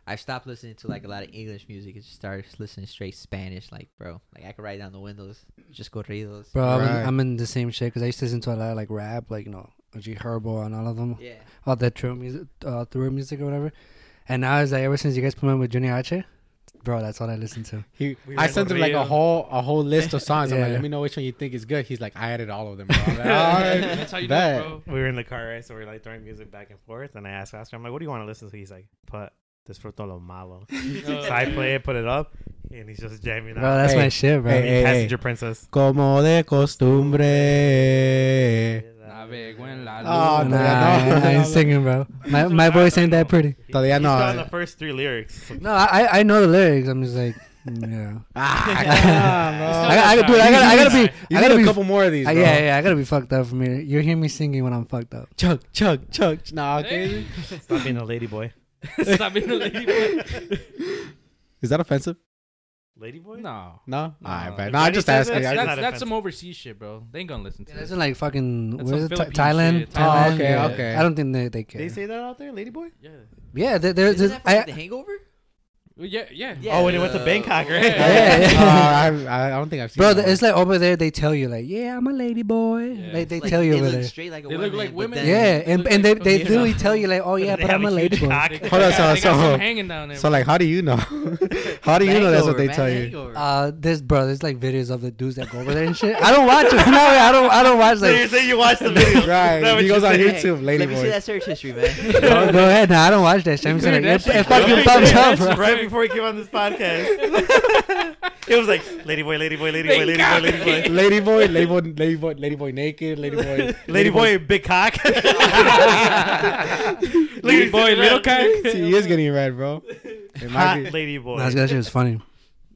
A: I've stopped listening to like a lot of English music and just started listening straight Spanish. Like, bro, like I could write down the windows, just corridos.
E: Bro, I'm,
B: Right.
E: in, I'm in the same shit because I used to listen to a lot of like rap, like you know, G Herbo and all of them,
A: Yeah.
E: all that true music, uh, through music or whatever. And now it's like ever since you guys put me with Junior H, bro, that's all I listen to.
B: He,
C: We
B: I
C: went
B: sent him like a
C: real-
B: whole a whole list of songs. I'm like,
E: Yeah.
B: let me know which one you think is good. He's like, I added all of them. Bro. I'm like, "Alright,
D: That's how you
B: bet."
D: do, it, bro.
C: We were in the car, right? So we are like throwing music back and forth, and I asked Oscar, I'm like, "What do you want to listen to?" He's like, "Put Disfruto lo malo." so I play it, put it up, and he's just jamming
E: Bro,
C: out.
E: that's
B: Hey,
E: my shit, bro.
B: hey, hey.
C: Passenger Princess.
B: Como de costumbre.
D: Navego en la
B: Oh,
E: nah,
B: no,
D: luna.
B: no,
E: I, I ain't
B: no.
E: singing, bro. My
C: Just
E: my
C: rap,
E: voice ain't
C: though.
E: that pretty.
C: He-
B: Todavía
C: he's
B: no.
C: still on the first three lyrics.
E: No, I I- I know the lyrics. I'm just like, yeah. I,
B: Ah,
E: I, dude, I gotta, I gotta be,
B: you need
E: I gotta
B: a
E: be,
B: couple more of these.
E: I,
B: Bro.
E: yeah, yeah, I gotta be fucked up for me. to- You hear me singing when I'm fucked up.
B: Chug, chug, chug. Nah, okay.
D: Hey.
C: Stop being a lady boy.
D: Stop being a lady. boy.
B: Is that offensive?
C: Lady boy?
D: No.
B: No. Alright, bet.
C: If
B: No, I'm just
C: Brady says
B: asking.
C: it,
B: I-
C: not
D: That's, that's
C: offensive.
D: some overseas shit, bro. They ain't gonna listen to
E: Yeah, that's
D: this.
E: in like fucking
D: That's
E: where's
D: some
E: it? Tha-
D: Philippine
E: Thailand.
D: shit.
E: Thailand.
B: Oh, okay,
E: yeah.
B: okay.
E: I don't think they they care.
C: They say that out there, lady boy?
D: Yeah.
E: yeah, there,
A: Isn't
E: there's. there's-
A: that from
E: I,
A: the Hangover?
D: Well, yeah, yeah.
C: Oh, when he went to
A: uh,
C: Bangkok, right?
D: yeah.
E: Yeah, yeah.
B: Uh, I, I don't think I've seen.
E: bro,
B: that
E: th-
B: one.
E: it's like over there. They tell you like, yeah, I'm a lady boy.
D: Yeah.
E: Like they
A: Like,
E: tell you
A: they
E: over
A: look
E: there.
A: straight like a
D: They
A: woman,
D: look like
A: but
D: women.
A: then-
E: yeah, and
D: look
E: and they
D: like
E: they
D: fucking-
E: literally tell you like, oh
C: They
E: yeah, but
C: have
E: I'm a
C: a
E: lady
C: huge
E: boy.
C: cock.
D: They-
B: Hold on,
D: they
B: so-
D: got- they got
B: so-
D: some hanging down there.
B: So like, how do you know? how do you know that's what
A: Hangover,
B: they
A: man,
B: tell you?
A: Hangover.
E: Uh, there's bro, there's like videos of the dudes that go over there and shit. I don't watch it. No, I don't. I don't watch
C: So you're
E: like.
C: saying you watched the video. Is that
B: right.
C: what
B: He
C: you
B: goes on
C: said?
A: Hey,
B: YouTube, lady
A: Let me see
B: boy.
A: that search history, man.
E: Go, go ahead. No, I don't watch that shit. I'm just like,
D: Dude, that
E: it, it
D: shit-
E: fucking
D: Right,
E: pops
D: that
E: up, bro.
D: shit-
C: Right before he came on this podcast. it was like, lady boy, lady boy, lady boy, lady boy, lady boy.
B: Lady boy, lady boy, lady boy, lady boy naked, lady boy,
C: Lady boy, big cock.
D: Lady boy, little cock.
B: See, he is getting red, bro. It might
C: Hot
B: be-
C: lady boy.
E: That's that shit was funny.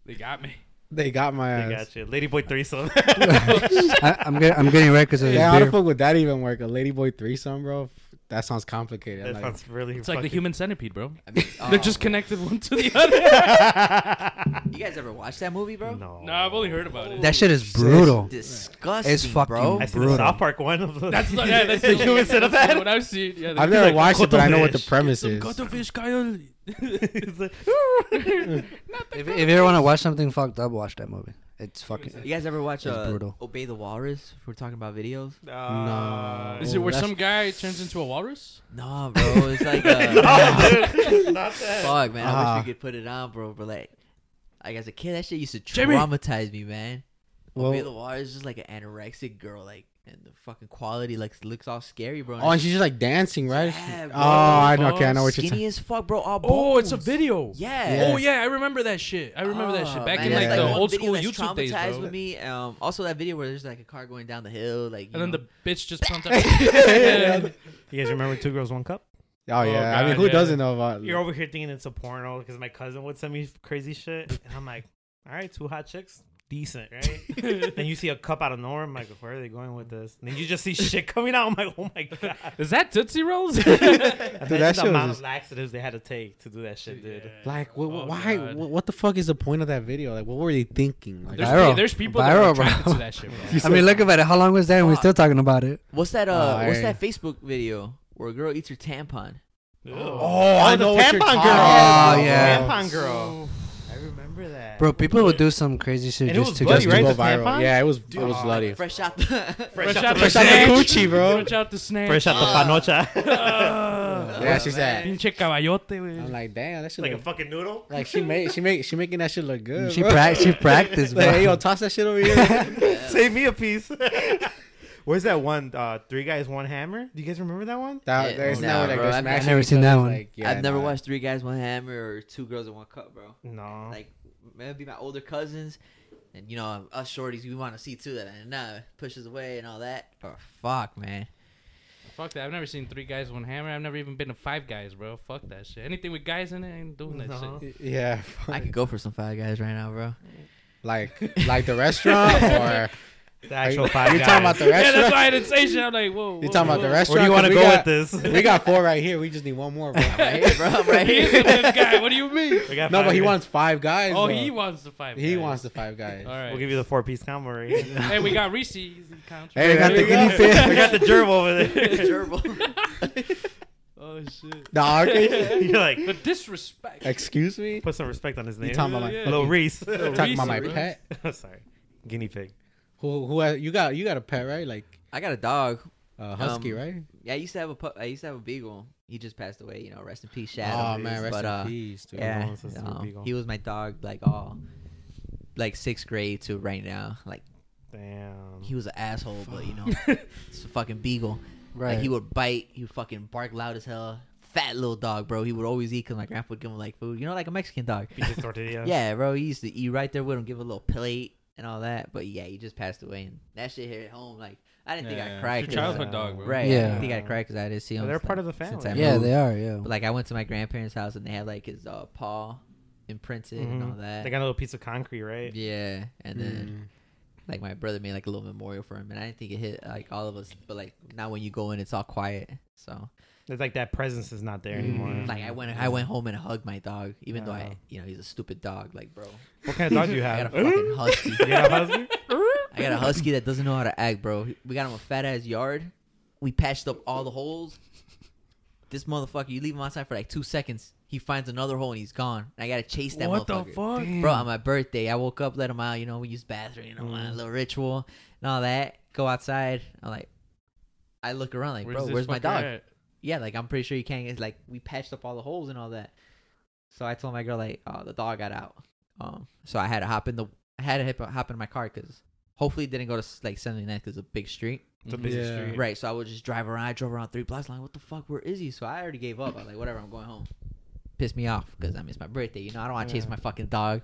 D: They got me.
B: they got my
C: They
B: ass.
C: got you. Lady boy threesome.
E: I, I'm getting I'm getting records of this
B: Yeah, how the
E: beer.
B: fuck would that even work? A lady boy threesome, bro? F- That sounds complicated.
C: that
B: like,
C: sounds really
D: It's like the
C: fucking-
D: human centipede, bro.
A: I mean,
D: They're
A: um,
D: just connected one to the other.
A: You guys ever watched that movie, bro?
C: No.
D: no, I've only heard about it.
E: That shit is brutal.
A: Disgusting.
E: It's fucking
A: bro.
C: I see the
E: brutal.
C: South Park one.
D: that's the, yeah, that's
C: the human
D: That's
C: centipede.
D: what I've seen. Yeah,
B: I've never
C: like
B: watched it, but I know what the
C: cuttlefish.
B: premise
D: Some
B: is.
D: cuttlefish, Kyle.
C: It's like-
E: If, if you ever want to watch something fucked up, watch that movie. It's fucking.
A: You guys ever watch
E: It's
A: uh,
E: brutal.
A: Obey the Walrus? If we're talking about videos.
C: Uh,
D: Is
B: Oh,
D: it where
B: that's-
D: some guy turns into a walrus?
A: No, bro. It's like uh,
C: dude, not that.
A: fuck, man. I
B: Ah.
A: wish we could put it on, bro. But like, like as a kid, that shit used to
D: Jimmy!
A: traumatize me, man. Obey the
B: Well,
A: Walrus is just like an anorexic girl, like, and the fucking quality like looks all scary, bro.
B: oh, and she's just like dancing, right?
A: Yeah, bro.
B: oh, I know. Okay, I know what you're
A: skinny
B: saying.
A: as fuck, bro. All
D: Oh, it's a
A: bones.
D: video.
A: Yeah.
D: Oh yeah, I remember that shit. I remember that shit
A: Oh,
D: back
A: man,
D: in
A: that's
B: like
D: like the
A: one
D: old
A: video
D: school
A: that's
D: YouTube days,
A: traumatized
D: bro.
A: With me. Um, also, that video where there's like a car going down the hill, like, you
D: And then
A: know.
D: the bitch just pumped up.
C: You guys remember Two Girls One Cup?
B: Oh yeah, I
D: God,
B: mean, who
D: yeah.
B: doesn't know about?
C: You're over here thinking it's a porno because my cousin would send me crazy shit, and I'm like, all right, two hot chicks, decent, right? then you see a cup out of nowhere, I'm like, where are they going with this? And then you just see shit coming out. I'm like, oh my god.
D: Is that Tootsie Rolls?
C: Imagine
B: that
C: the
B: shit was
C: amount
B: just-
C: of laxatives they had to take to do that shit, dude.
B: Like, wh- wh-
D: Oh,
B: why?
D: God.
B: wh- what the fuck is the point of that video? Like, what were they thinking? Like,
D: There's,
E: Viral.
D: there's people
E: Viral,
D: that are attracted
E: bro.
D: to that shit, bro.
B: You
E: I mean, look about it. How long was that? And we're
A: Fuck.
E: still talking about it.
A: What's that? Uh,
B: Oh,
A: what's
B: I-
A: that Facebook video where a girl eats her tampon?
B: oh, I
C: the
B: know what you're
C: tampon
B: talking
C: girl.
B: about.
E: Oh, yeah.
C: Tampon girl. I remember that.
E: Bro, people would do some crazy shit
C: And it
E: just
C: was
E: to
C: bloody,
E: get
C: right?
B: Go
C: The
B: viral.
C: tampon?
B: Yeah, it was. It was
C: Dude.
B: bloody.
A: Fresh out the.
C: fresh, out,
B: Fresh
C: the,
B: out the
C: snatch.
B: coochie, bro.
D: Fresh out the snatch.
C: Fresh out the panocha.
B: Yeah, she's that.
D: Pinche caballote, güey.
B: I'm like, damn, that shit.
C: like a
B: look-
C: fucking noodle.
B: like she made, she make, she making that shit look good.
E: She
B: bro.
E: prac she practiced,
B: Like, hey, yo,
E: bro.
B: toss that shit over here.
C: Save me a piece. Where's that one? Uh, three guys, one hammer. Do you guys remember that one?
B: That,
A: Yeah,
B: there's
A: nah,
B: no way, like,
A: bro,
B: they're
A: I've- I've
B: smashing
E: never
B: each
E: seen that
B: other's,
E: one.
B: Like, yeah,
A: I've never
B: nah.
A: watched Three Guys One Hammer or Two Girls in One Cup, bro.
C: No.
A: Like maybe my older cousins, and you know us shorties, we want to see too that and uh, pushes away and all that. Oh fuck, man.
D: Fuck that. I've never seen three guys, one hammer. I've never even been to five guys, bro. Fuck that shit. Anything with guys in it, I ain't doing that
C: No.
D: shit.
B: Yeah,
A: I could go for some Five Guys right now, bro.
B: like, like the restaurant, or
C: the
B: are you,
C: actual
B: you
C: five
B: talking about the
D: Yeah, that's
B: restaurant?
D: why I didn't say shit. I'm like, whoa.
B: You talking about the restaurant?
C: Where do you want to
B: We
C: go
B: got-
C: with this?
B: We got four right here. We just need one more. Bro.
A: Right here, bro. I'm right
D: He is the
A: here.
D: fifth guy. What do you mean?
C: We got
B: No,
C: five
B: but he
C: guys.
B: wants five guys.
D: Oh,
B: though.
D: he wants the five.
B: He
D: guys.
B: wants the five guys.
D: All right.
C: We'll give you the four piece combo right here.
D: Hey, we got Reese's. He counts.
B: Hey, we got the
D: There you
B: guinea
D: go.
B: pig.
C: we got the gerbil over there.
A: Gerbil.
D: Oh shit.
B: Nah, okay.
C: You're like,
D: The disrespect.
B: Excuse me.
C: put some respect on his name.
B: talking about my
D: Yeah.
C: Little Reese.
B: Talking about my
D: Reese.
B: pet.
C: Sorry. Guinea pig.
B: Who? Who? has- You got? You got a pet, right? Like
A: I got a dog.
B: uh, husky,
A: Um,
B: right?
A: Yeah, I used to have a pup. I used to have a beagle. He just passed away. You know, rest in peace,
B: Oh
A: Shadow.
B: man, rest
A: but,
B: in
A: uh,
B: peace, dude.
A: Yeah,
C: Condolences to the
A: um,
C: beagle.
A: he was my dog. Like all, like sixth grade to right now. Like
C: Damn.
A: he was an asshole, but you know, it's a fucking beagle. Like
E: Right.
A: he would bite. He would fucking bark loud as hell. Fat little dog, bro. He would always eat because my grandpa would give him like food. You know, like a Mexican dog.
C: He just tortillas.
A: Yeah, bro. He used to eat right there with him, give a little plate and all that. But yeah, he just passed away, and that shit hit home. Like I didn't think I
D: Yeah.
A: cried.
D: It's
A: 'cause,
D: your childhood
C: uh,
D: dog, bro.
A: Right. I
E: Yeah.
A: didn't think I cried because I didn't see
C: Well,
A: him.
C: they're
A: since-
C: part of the
A: since
C: family.
A: I
E: Yeah,
A: moved.
E: they are. Yeah.
A: But like I went to my grandparents' house and they had like his uh, paw imprinted and all
C: Mhm.
A: that.
C: They got a little piece of concrete, right?
A: yeah, and
B: Mm.
A: then like my brother made like a little memorial for him, and I didn't think it hit like all of us. But like now when you go in, it's all quiet. So
C: It's like that presence is not
B: Mm.
C: there anymore.
A: like I went, I went home and hugged my dog, even though
C: Mm. Yeah.
A: I, you know, he's a stupid dog. Like bro,
C: what kind of dog do you
A: I
C: have?
A: got a fucking husky.
C: You got a husband?
A: I got a husky that doesn't know how to act, bro. We got him a fat ass yard. We patched up all the holes. This motherfucker, you leave him outside for like two seconds. He finds another hole and he's gone. And I gotta chase that
D: What the
A: motherfucker.
D: fuck?
A: Bro, on my birthday, I woke up, let him out. You know, we use bathroom, you know, my
D: Mm.
A: little ritual and all that. Go outside. I'm like, I look around, like, bro,
D: this
A: where's my
D: fucker
A: dog?
D: at?
A: Yeah, like I'm pretty sure you can't. It's like we patched up all the holes and all that. So I told my girl like, oh, the dog got out. Um, so I had to hop in the, I had to hip- hop in my car because hopefully it didn't go to like 79 because it's a big street.
C: It's a busy
B: Yeah.
C: street.
A: Right. So I would just drive around. I drove around three blocks. Like, what the fuck? Where is he? So I already gave up. I was like, whatever. I'm going home. Pissed me off because I missed my birthday. You know, I don't want to chase
C: Yeah.
A: my fucking dog.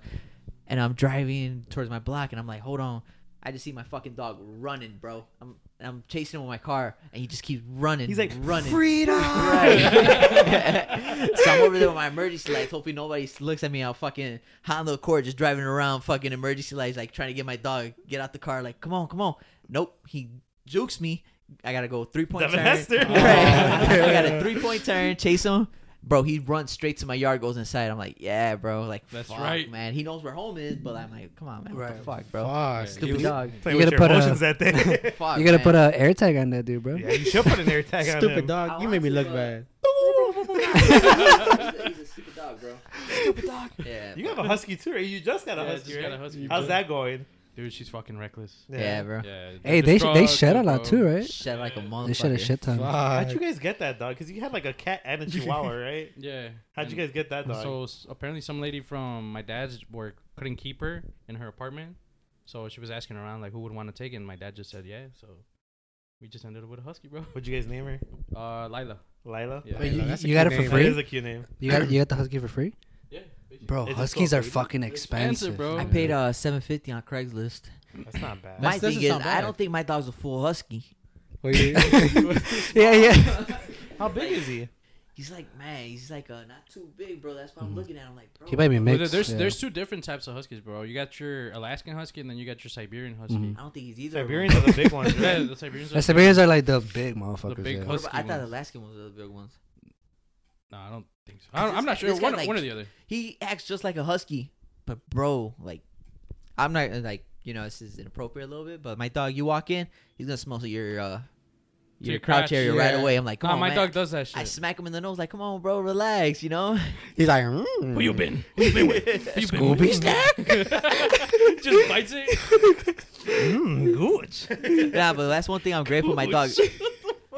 A: And I'm driving towards my block, and I'm like, hold on. I just see my fucking dog running, bro. I'm and I'm chasing him with my car, and he just keeps running.
C: He's like,
A: running.
C: freedom!
A: Right. so I'm over there with my emergency lights. Hopefully nobody looks at me. I'm fucking Honda Accord just driving around, fucking emergency lights, like trying to get my dog get out the car. Like, come on, come on. Nope. He jukes me. I gotta go three point
C: The
A: turn.
C: master.
A: Right. I got a three point turn. Chase him. Bro, he runs straight to my yard, goes inside. I'm like, yeah, bro. Like,
D: That's
A: fuck,
D: right.
A: man. He knows where home is, but I'm like, come on, man. What the
E: Right.
A: fuck, bro?
B: Fuck.
A: Stupid
B: dude.
A: dog.
C: Play
E: You
C: with
E: gotta
C: your
E: put a-
C: emotions that day.
A: Fuck,
E: You gotta
A: man.
E: put a air tag on that dude, bro.
C: yeah, you should put an air tag on
B: Stupid
C: him.
A: I
B: dog. You made
A: want
B: me look
A: to,
B: bad.
A: He's a stupid dog, bro. Stupid dog. Yeah.
C: You have a husky too, right? You just got a
D: Yeah,
C: husky,
D: just got
C: right?
D: a husky,
C: How's
D: bro.
C: that going?
D: Dude, she's fucking reckless.
A: Yeah, bro.
D: Yeah.
E: Hey, they sh- they shed a lot too, right?
A: Shed like a
D: Yeah.
A: month.
E: They shed a shit ton.
C: How'd you
B: Fuck.
C: guys get that dog? Because you had like a cat and a chihuahua, right?
D: Yeah.
C: How'd you
D: And-
C: guys get that dog?
D: So s- apparently, some lady from my dad's work couldn't keep her in her apartment, so she was asking around like who would want to take it. And my dad just said yeah, so we just ended up with a husky, bro.
C: What'd you guys name her?
D: Uh, Lila.
C: Lila.
D: Yeah.
E: Wait,
B: Yeah,
E: you,
B: that's a
E: you got
B: good
E: it for
B: name.
C: That is
E: free?
C: a cute name.
E: You got you got the husky for free,
D: yeah. bitch.
E: bro?
C: Is it
E: Huskies
C: so
E: are
C: free?
E: fucking
D: Expensive,
E: expensive.
D: bro.
E: bro.
D: I
A: I paid uh seven fifty on Craigslist.
C: That's not bad.
A: My thing
B: That's- doesn't
A: is,
B: sound
A: I
B: bad.
A: don't think my dog's a full husky.
B: What do you-
E: yeah, yeah.
C: How big is he?
A: He's like, man, he's like uh not too big, bro. That's why I'm looking at him like, bro.
E: Mm-hmm. He might be
D: Well,
E: mixed.
D: there's
E: yeah.
D: there's two different types of huskies, bro. You got your Alaskan husky, and then you got your Siberian husky.
E: Mhm.
A: I don't think he's either. of them.
C: Siberians are the big ones.
D: yeah,
C: Right?
D: Mm-hmm. the Siberians.
E: the Siberians are like the big motherfuckers.
D: big
E: yeah.
A: What about-
D: husky
A: I thought
D: ones.
A: Alaskan was the big ones.
D: No, I don't think so. I don't,
A: This
D: I'm not
A: guy-
D: sure.
A: this
D: One,
A: guy's like-
D: one or the other.
A: He acts just like a husky, but bro, like, I'm not uh, like you know this is inappropriate a little bit, but my dog, you walk in, he's gonna smell your uh your,
D: your
A: crotch,
D: crotch,
A: area right
D: yeah.
A: away. I'm like, come
D: Nah,
A: on,
D: my
A: man.
D: dog does that shit.
A: I smack him in the nose, like, come on, bro, relax, you know.
B: He's like, mm.
D: Who you been? Who you been with? Who you been with?
E: Scooby snack.
D: just bites it.
C: Mm, gooch.
A: yeah, but that's one thing I'm grateful. My dog,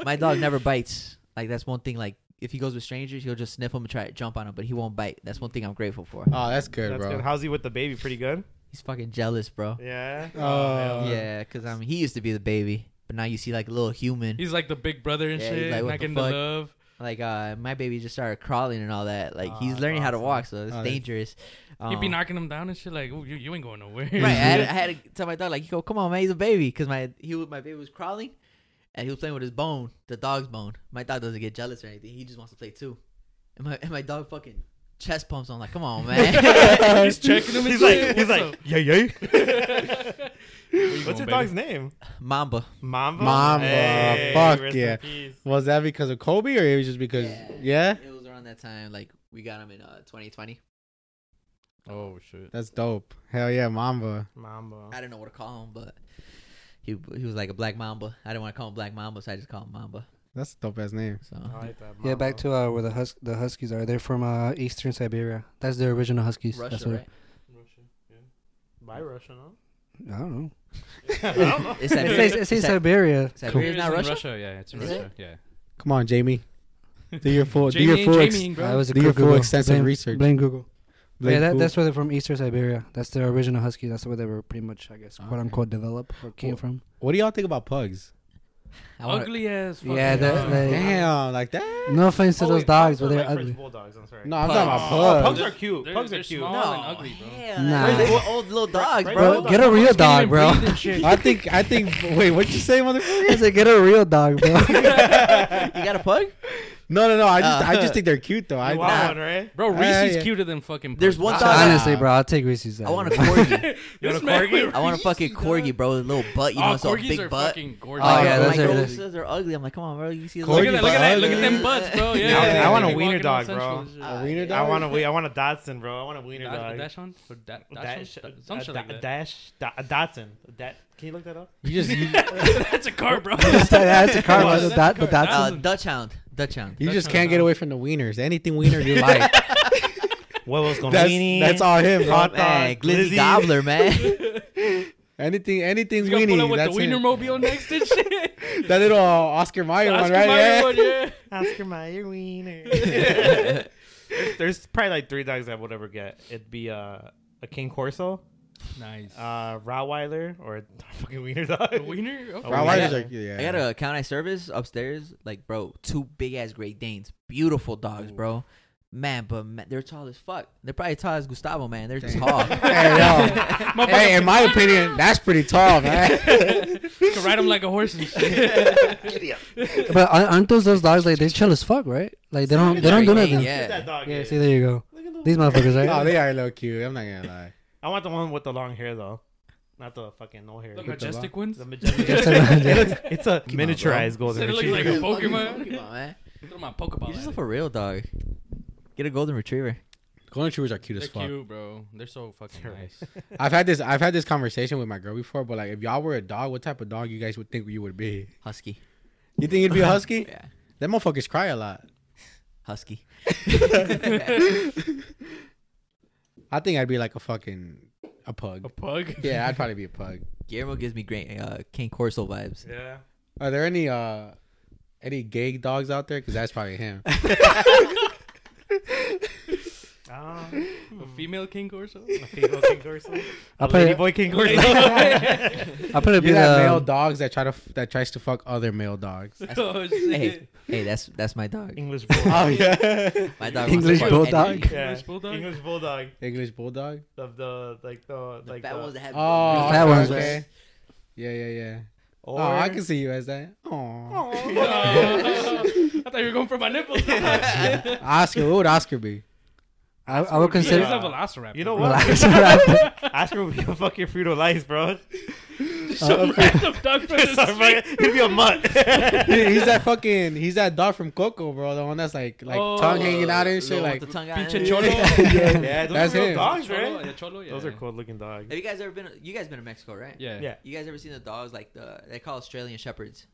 A: my dog never bites. Like that's one thing. Like if he goes with strangers, he'll just sniff him and try to jump on him, but he won't bite. That's one thing I'm grateful for.
B: Oh, that's good,
C: That's
B: bro.
C: good. How's he with the baby? Pretty good.
A: He's fucking jealous, bro.
C: Yeah.
B: Oh.
C: hell.
A: Yeah, because I mean, he used to be the baby, but now you see like a little human.
D: He's like the big brother and
A: Yeah, he's
D: shit,
A: like, what the
D: not getting the
A: fuck?
D: love.
A: Like uh, my baby just started crawling and all that. Like
C: Aw,
A: he's
C: that's
A: learning how to
C: awesome.
A: walk, so it's
B: Oh, that's-
A: dangerous.
D: He'd be
A: Um,
D: knocking him down and shit, like, Ooh, you, you ain't going nowhere.
A: Right, I had, I had to tell my dog like, "Yo, come on, man, he's a baby," because my he was my baby was crawling, and he was playing with his bone, the dog's bone. My dog doesn't get jealous or anything; he just wants to play too. And my and my dog fucking chest pumps. I'm like, "Come on, man."
D: he's checking him. and
C: He's like,
D: shit.
C: he's
D: What's
C: like, yeah, yeah.
D: up?
C: What's your
D: Going,
C: dog's
D: baby.
C: name?
A: Mamba.
C: Mamba.
B: Mamba, fuck
C: rest
B: yeah.
C: in peace.
B: Was that because of Kobe or it was just because? Yeah,
A: It was around that time, like we got him in uh 2020.
D: Oh shit.
B: that's dope. Hell yeah, Mamba.
A: I
C: Mamba.
A: didn't know what to call him, but he he was like a black mamba. I didn't want to call him black mamba, so I just called him Mamba.
B: That's a dope ass name.
A: So
C: I like that,
E: Yeah, back
C: Mamba.
E: to uh, where the hus- the Huskies are. They're from uh, Eastern Siberia. That's their original Huskies. That's
A: Russia,
E: where,
A: right?
C: By Russian, huh?
E: I don't know.
C: I don't know.
A: It's
E: It says,
A: Siberia.
E: it
A: It's
E: says Siberia.
A: Siberia
D: It's
A: is not
D: in
A: Russia.
D: Yeah, it's in
A: Is it?
D: Russia. Yeah.
B: Come on, Jamie. Do your full. do your
D: Jamie-
B: full. Ex-
D: Jamie, bro.
E: I was a
B: Do
E: quick
B: your full
E: Google.
B: extensive
E: blame,
B: research.
E: Blame Google.
B: Blake
E: yeah, that,
B: Poole.
E: that's where they're from, Eastern Siberia. That's their original husky. That's where they were pretty much, I guess, quote
B: Ah, Okay.
E: unquote, developed or came
B: Well,
E: from.
B: What do y'all think about pugs?
A: I wanna-
D: Ugly as. Fuck
E: Yeah, they're-
D: dog.
E: they-
B: Damn, like that.
E: No offense to
C: Oh,
E: those
C: wait,
E: dogs,
C: pugs
E: but
C: are
E: they're
C: like French
E: ugly.
C: bulldogs. I'm sorry.
B: No, I'm talking
C: Oh,
B: about
C: pugs
B: pugs.
C: are cute.
D: They're-
C: Pugs are
D: they're
C: cute.
D: small.
A: No,
D: and ugly, bro.
A: hell
E: Nah.
A: no. They were old little dogs,
C: Right,
E: Bro,
C: Hold
A: bro.
C: on,
E: get a real
D: Can't
E: dog,
D: even
E: bro.
D: breathe and shit.
B: I think. I think. Wait, what you say, motherfucker?
E: I said, get a real dog, bro.
A: You got a pug?
B: No, no, no. I just.
A: Uh,
B: I just think they're cute though. I,
C: You want
A: Nah.
C: one, right?
D: Bro,
B: Yeah,
D: Reese's
B: yeah.
D: cuter than fucking.
A: There's
D: Pug.
A: one
E: So
A: dog.
E: honestly, bro, I'll take Reese's. uh,
A: I want a
E: to.
A: corgi.
D: This
C: want a
D: man
C: corgi?
D: with
A: I want a
D: Reese's,
A: fucking
D: dog.
A: corgi, bro. With a little butt, you know,
D: uh, oh,
A: so a
D: corgis
A: big
D: are
A: butt.
D: fucking gorgeous.
E: Oh,
A: Like,
E: yeah,
A: I'm
E: those
A: like,
E: are-
A: oh,
E: those-
A: so they're ugly. I'm like, come on, bro. You see,
B: Corgi
A: those
D: Look at
A: big
D: that! Look at that! Look at
A: butt.
D: them butts, bro. Yeah,
C: Yeah,
D: they-
C: I want
D: they
C: a
D: be
C: wiener
D: walking
C: dog,
D: on
C: bro.
D: Sunshine.
B: A wiener
C: I
B: dog?
C: want a we- I want a Datsun, bro. I want a wiener
D: Da-
C: dog.
D: Dash on? Or da-
C: Dash,
D: dash on? Some
C: a,
D: shit
C: da-
D: like
C: a
D: that.
C: dash, da- a Datsun. A dat- can you look that up?
B: You just. You,
D: That's a car, bro.
E: That's a car.
D: That's
E: bro.
D: a
E: That-
D: car.
E: that's-
A: Uh, Dutch hound, Dutch hound.
B: you
D: That's
B: just
D: not
B: can't get
D: bad.
B: away from the wieners. Anything wiener you like.
C: Huevos con
B: that's
C: weenie.
B: that's all him. Bro.
C: Hot dog,
A: Man, Glizzy
C: glizzy.
A: Gobbler, man.
B: Anything.
D: He's
B: Anything's
D: gonna pull
B: weenie.
D: up with
B: that's
D: the wiener
B: him.
D: mobile next and shit.
B: That little uh, Oscar Mayer one,
D: Oscar
B: right?
D: Mayer
B: yeah.
D: one, yeah.
C: Oscar Mayer wiener. there's, there's probably like three dogs I would ever get. It'd be uh, a King Corso,
D: Nice.
C: uh, Rottweiler, or a fucking wiener
D: The
C: dog.
D: wiener? Okay.
B: Rottweilers
C: Rottweiler.
A: Yeah.
B: are cute, yeah.
A: I got a account I service upstairs. Like, bro, two big ass Great Danes, beautiful dogs, bro. Man, but man, they're tall as fuck. They're probably tall as Gustavo, man. They're tall.
B: Hey, yo. hey, in my opinion, that's pretty tall, man.
D: Can ride him like a horse and shit.
E: But aren't aren't those those dogs like they chill as fuck, right? Like they don't they don't do
A: Great
E: nothing.
A: Dane,
C: Look at that
A: Yeah.
C: dog.
E: Yeah.
C: is.
E: See, there you go.
C: Look at the-
E: These motherfuckers, right?
B: no, Oh, they are a little cute. I'm not gonna lie.
C: I want the one with the long hair though, not the fucking no hair.
D: The
C: The,
D: majestic ones?
C: majestic.
E: Just a-
C: it looks, it's a miniaturized golden
D: Said it looks like
C: retriever.
D: a Pokemon.
A: Pokemon, man.
D: Throw my
A: You
D: Pokeball
A: just
D: at
A: look
D: it.
A: for real dog. Get a golden retriever.
B: Golden retrievers are cute
D: They're
B: as fuck.
D: cute, bro. They're so fucking nice.
B: I've had this. I've had this conversation with my girl before, but like, if y'all were a dog, what type of dog you guys would think you would be?
A: Husky.
B: You think you'd be a husky?
A: Yeah.
B: Them motherfuckers cry a lot.
A: Husky.
B: I think I'd be like a fucking a pug.
D: A pug?
B: Yeah, I'd probably be a pug.
A: Guillermo gives me great uh, King Corso vibes.
C: Yeah.
B: Are there any uh any gay dogs out there? Because that's probably him.
C: Um,
D: A female king Corso?
C: a female King Corso. A
E: I'll
C: lady
E: probably,
C: boy King Corso.
E: I'll probably be
B: You have male
E: the.
B: dogs that try to f- that tries to fuck other male dogs.
D: oh, shit.
A: Hey, hey, that's that's my dog.
C: English bulldog.
B: yeah,
A: My dog wants
E: English
A: to fuck
E: bulldog?
A: anybody.
C: Yeah.
D: English bulldog?
C: English bulldog.
B: English bulldog.
C: Of the like the
A: The
C: like
A: fat
C: the,
A: ones that have
B: Oh,
E: Fat
B: okay,
E: ones.
B: okay. Yeah, yeah, yeah.
C: or,
B: oh, I can see you as that. Oh,
D: No. I thought you were going for my nipples. yeah,
B: Oscar. What would Oscar be?
E: I, I would
D: he's
E: consider.
D: a velociraptor.
C: You know what?
E: Velociraptor.
C: Oscar would be a fucking Frito Lice, bro.
D: Some random dog from the
C: Sorry,
D: street.
C: bro. He'd be a mutt.
B: He- he's that fucking. He's that dog from Coco, bro. The one that's like like
D: Oh,
B: tongue hanging out and
A: the
B: shit.
A: one
B: Like
A: with the tongue out.
D: Pinche cholo.
C: yeah, those
B: That's
C: are real
B: him.
C: dogs,
D: Cholo,
C: right?
D: yeah, cholo, yeah.
C: Those are cool looking dogs.
A: Have you guys ever been? You guys been to Mexico, right?
D: Yeah.
C: Yeah.
A: You guys ever seen the dogs like the they call Australian shepherds?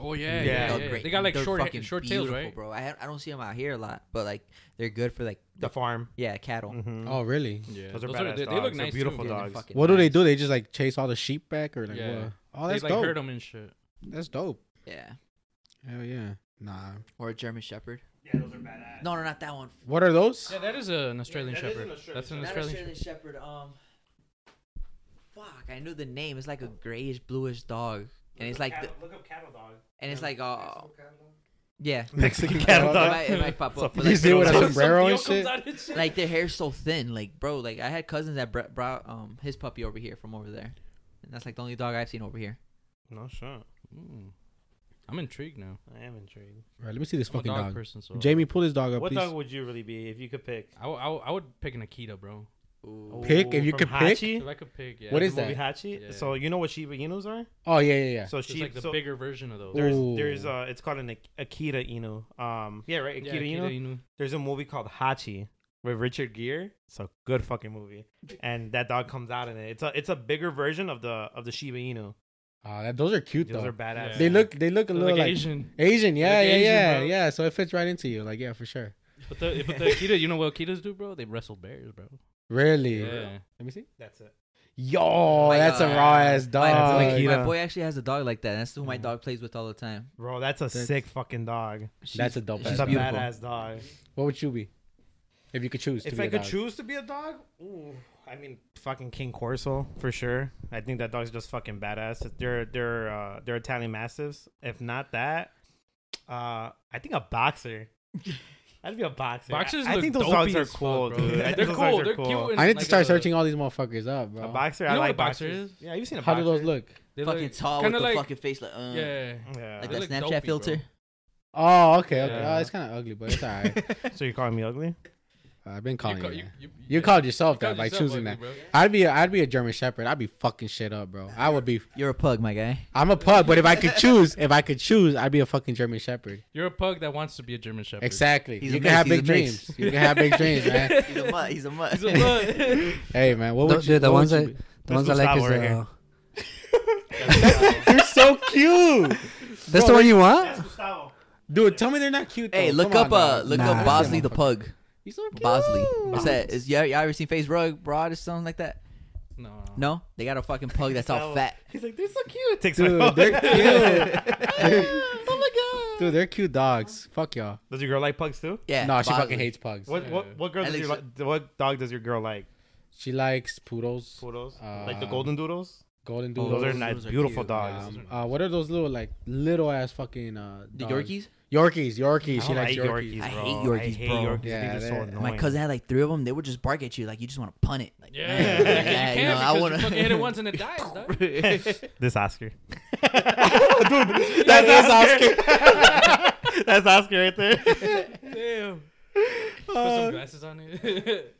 D: Oh yeah,
C: Yeah.
D: yeah.
A: They're
D: yeah, yeah.
A: great.
D: They got like
A: They're
D: short,
A: fucking
D: short tails,
A: beautiful,
D: right?
A: Bro, I, I don't see them out here a lot, but like they're good for like
C: The farm.
A: yeah cattle.
C: Mm-hmm.
B: oh, really?
D: Yeah,
C: Those are badass
D: they, they
C: dogs.
D: look
C: They're
D: nice.
C: beautiful
D: too.
A: Yeah, they're
C: dogs.
A: fucking
B: What do they
A: nice.
B: do? They just like chase all the sheep back or like
D: Yeah.
B: what? Oh,
D: They
B: that's
D: like
B: dope.
D: herd them and shit.
B: That's dope.
A: Yeah.
B: Hell yeah. Nah.
A: Or a German shepherd.
C: Yeah, those are badass.
A: No, no, not that one.
B: What are those?
D: Yeah, that is a- an Australian
C: that is
D: shepherd.
C: an Australian
D: That's an
A: Not
D: Australian.
A: Australian shepherd. Um. Fuck, I knew the name. It's like a grayish, bluish dog, and it's like the,
C: look up cattle dog.
A: and it's like uh yeah.
B: Mexican
C: cattle
A: It
C: dog.
A: might, it might pop
C: So
A: up. but,
B: You
A: like,
B: see what
A: they're
B: a
A: all-
D: Some
B: sombrero and
D: Theo
B: shit.
D: comes out and shit.
A: like their hair's so thin like bro like i had cousins that br- brought um his puppy over here from over there and that's like the only dog i've seen over here
C: No, sure.
D: Mm. I'm intrigued now.
C: I am intrigued.
B: Right, let me see this
D: I'm a
B: fucking
D: dog,
B: dog.
D: person, so
B: Jamie, pull this dog up,
C: what
B: please.
C: dog would you really be if you could pick?
D: I, w- I, w- I would pick an Akita, bro.
B: Pick? If you
C: from
B: could pick?
D: If
C: Hachi?
D: I could pick, yeah.
B: What
D: the
B: is
C: The
B: that?
C: movie
D: movie-
C: Hachi.
D: Yeah.
C: So you know what Shiba Inus are?
B: Oh yeah, yeah, yeah.
C: So
D: It's
C: she
D: like the
C: so
D: bigger version of those.
C: there's
B: Ooh.
C: there's uh it's called an Ak- Akita Inu. Um yeah right
D: Yeah,
C: Akita Inu.
D: Inu.
C: There's a movie called Hachi with Richard Gere. It's a good fucking movie. And that dog comes out in it. It's a it's a bigger version of the of the Shiba Inu.
B: Ah, that, those are cute
C: Those
B: though.
C: are badass.
D: Yeah.
B: They look, they look a
D: They're
B: little
D: like
B: like Asian.
D: Asian.
B: yeah,
D: Like
B: yeah,
D: Asian,
B: yeah,
D: bro.
B: yeah. So it fits right into you. Like, yeah, for sure.
D: But the, but the Akita, you know what Akitas do, bro? They wrestle bears, bro.
B: Really?
D: Yeah.
B: Let me see.
C: That's it.
B: Yo,
A: My
B: Oh, that's
A: God.
B: a raw ass
A: my,
B: dog. Mm.
A: my- my
C: Akita.
A: boy actually has a dog like that that's who my
C: Mhm.
A: dog plays with all the time
C: Bro, that's a
B: That's-
C: sick fucking dog.
B: That's a dope
A: she's
B: ass
C: She's a
B: dog.
A: beautiful.
C: badass dog.
B: What would you be if you could choose? to
C: If
B: be
C: I
B: a
C: could
B: dog?
C: choose to be a dog, ooh, I mean, fucking King Corso for sure. I think that dog's just fucking badass. They're they're uh, they're Italian mastiffs. If not that, uh, I think a boxer. I'd be a boxer.
D: Boxers
C: I, I
D: look
C: think those
D: dopey
C: dogs are
D: as fuck,
C: cool,
D: bro.
C: dude. I think
D: They're
C: those
D: cool.
C: dogs are
D: They're cute. and
B: I need to
D: like uh,
B: start
D: a-
B: searching all these motherfuckers up, bro.
C: A boxer.
D: You
C: I
D: know what
C: like
D: a boxer
C: boxers.
D: is?
C: Yeah, you've seen a
B: How
C: boxer.
B: do those look?
D: They look
A: fucking tall with
D: kinda
A: the
D: like-
A: fucking face like uh,
D: Yeah.
C: Yeah.
A: like
D: They
A: that
D: look
A: snapchat
D: dopey, bro.
A: filter
B: Oh, okay, okay.
D: Yeah.
B: Oh, it's kind of ugly, but it's alright.
C: so you're calling me ugly?
B: I've been calling you.
D: ca-
B: that. You,
D: you-
B: called yourself that
D: called
B: by
D: yourself
B: choosing
D: ugly,
B: that.
D: bro.
B: I'd be a, I'd be a German Shepherd. I'd be fucking shit up, bro. I would be.
A: you're a pug my guy
B: I'm a pug, but if I could choose, if I could choose, I'd be a fucking German Shepherd.
D: You're a pug that wants to be a German Shepherd.
B: Exactly.
A: He's
B: you
A: a
B: can
A: mix,
B: have
A: he's
B: big
A: a mix.
B: dreams. You can have big dreams, man.
A: he's a mutt he's a mutt
D: He's a pug.
B: Hey, man. What
E: The-
B: would you?
E: dude, the
B: what
E: ones
B: would
E: that
B: you
E: the ones I
C: That's
E: like is
C: Gustavo right
E: uh,
B: be? You're so cute,
E: that's the one you want.
C: Gustavo.
B: dude. Tell me they're not cute.
A: hey
B: though.
A: look
B: Oh,
A: up
B: Come on,
A: uh
B: dog.
A: look
E: Nah.
A: up bosley the pug
B: He's so cute.
A: bosley is that is y'all, y'all ever seen face rug broad or something like that
D: no.
A: no they got a fucking pug that's all fat
C: He's like, they're so cute. Takes
B: Dude,
C: my phone.
B: they're cute.
A: oh my
B: Dude, they're cute dogs. Fuck y'all.
C: Does your girl like pugs too?
A: yeah
B: no, she
A: Bosley.
B: fucking hates pugs.
C: What what what girl
A: At
C: does your,
A: least-
C: li- what dog does your girl like?
B: She likes poodles,
C: Poodles? like the
B: Um,
C: golden doodles?
B: golden
A: Oh,
B: doodles.
C: those are
A: those
C: nice,
A: are
C: beautiful
A: cute.
C: dogs.
B: Um, uh, what are those little like little ass fucking uh
A: the
B: dogs?
A: yorkies
B: Yorkies,
C: I
B: Yorkies. She
C: don't
B: likes
C: like
B: Yorkies.
C: Yorkies,
A: I
C: bro.
A: hate Yorkies,
C: I hate
A: bro.
C: Yorkies.
B: Yeah,
C: Yeah, they're so
B: they're-
A: My
C: annoying.
A: cousin had like three of them. They would just bark at you, like you just want to punt it. Like,
D: Yeah.
A: man,
D: yeah,
A: yeah,
D: you can
A: you know,
D: because
A: I
D: you
A: wanna-
D: fucking hit it once and it dies, dog.
C: This Oscar.
B: That is Oscar.
C: That's Oscar right there.
D: Damn. Put some glasses on it.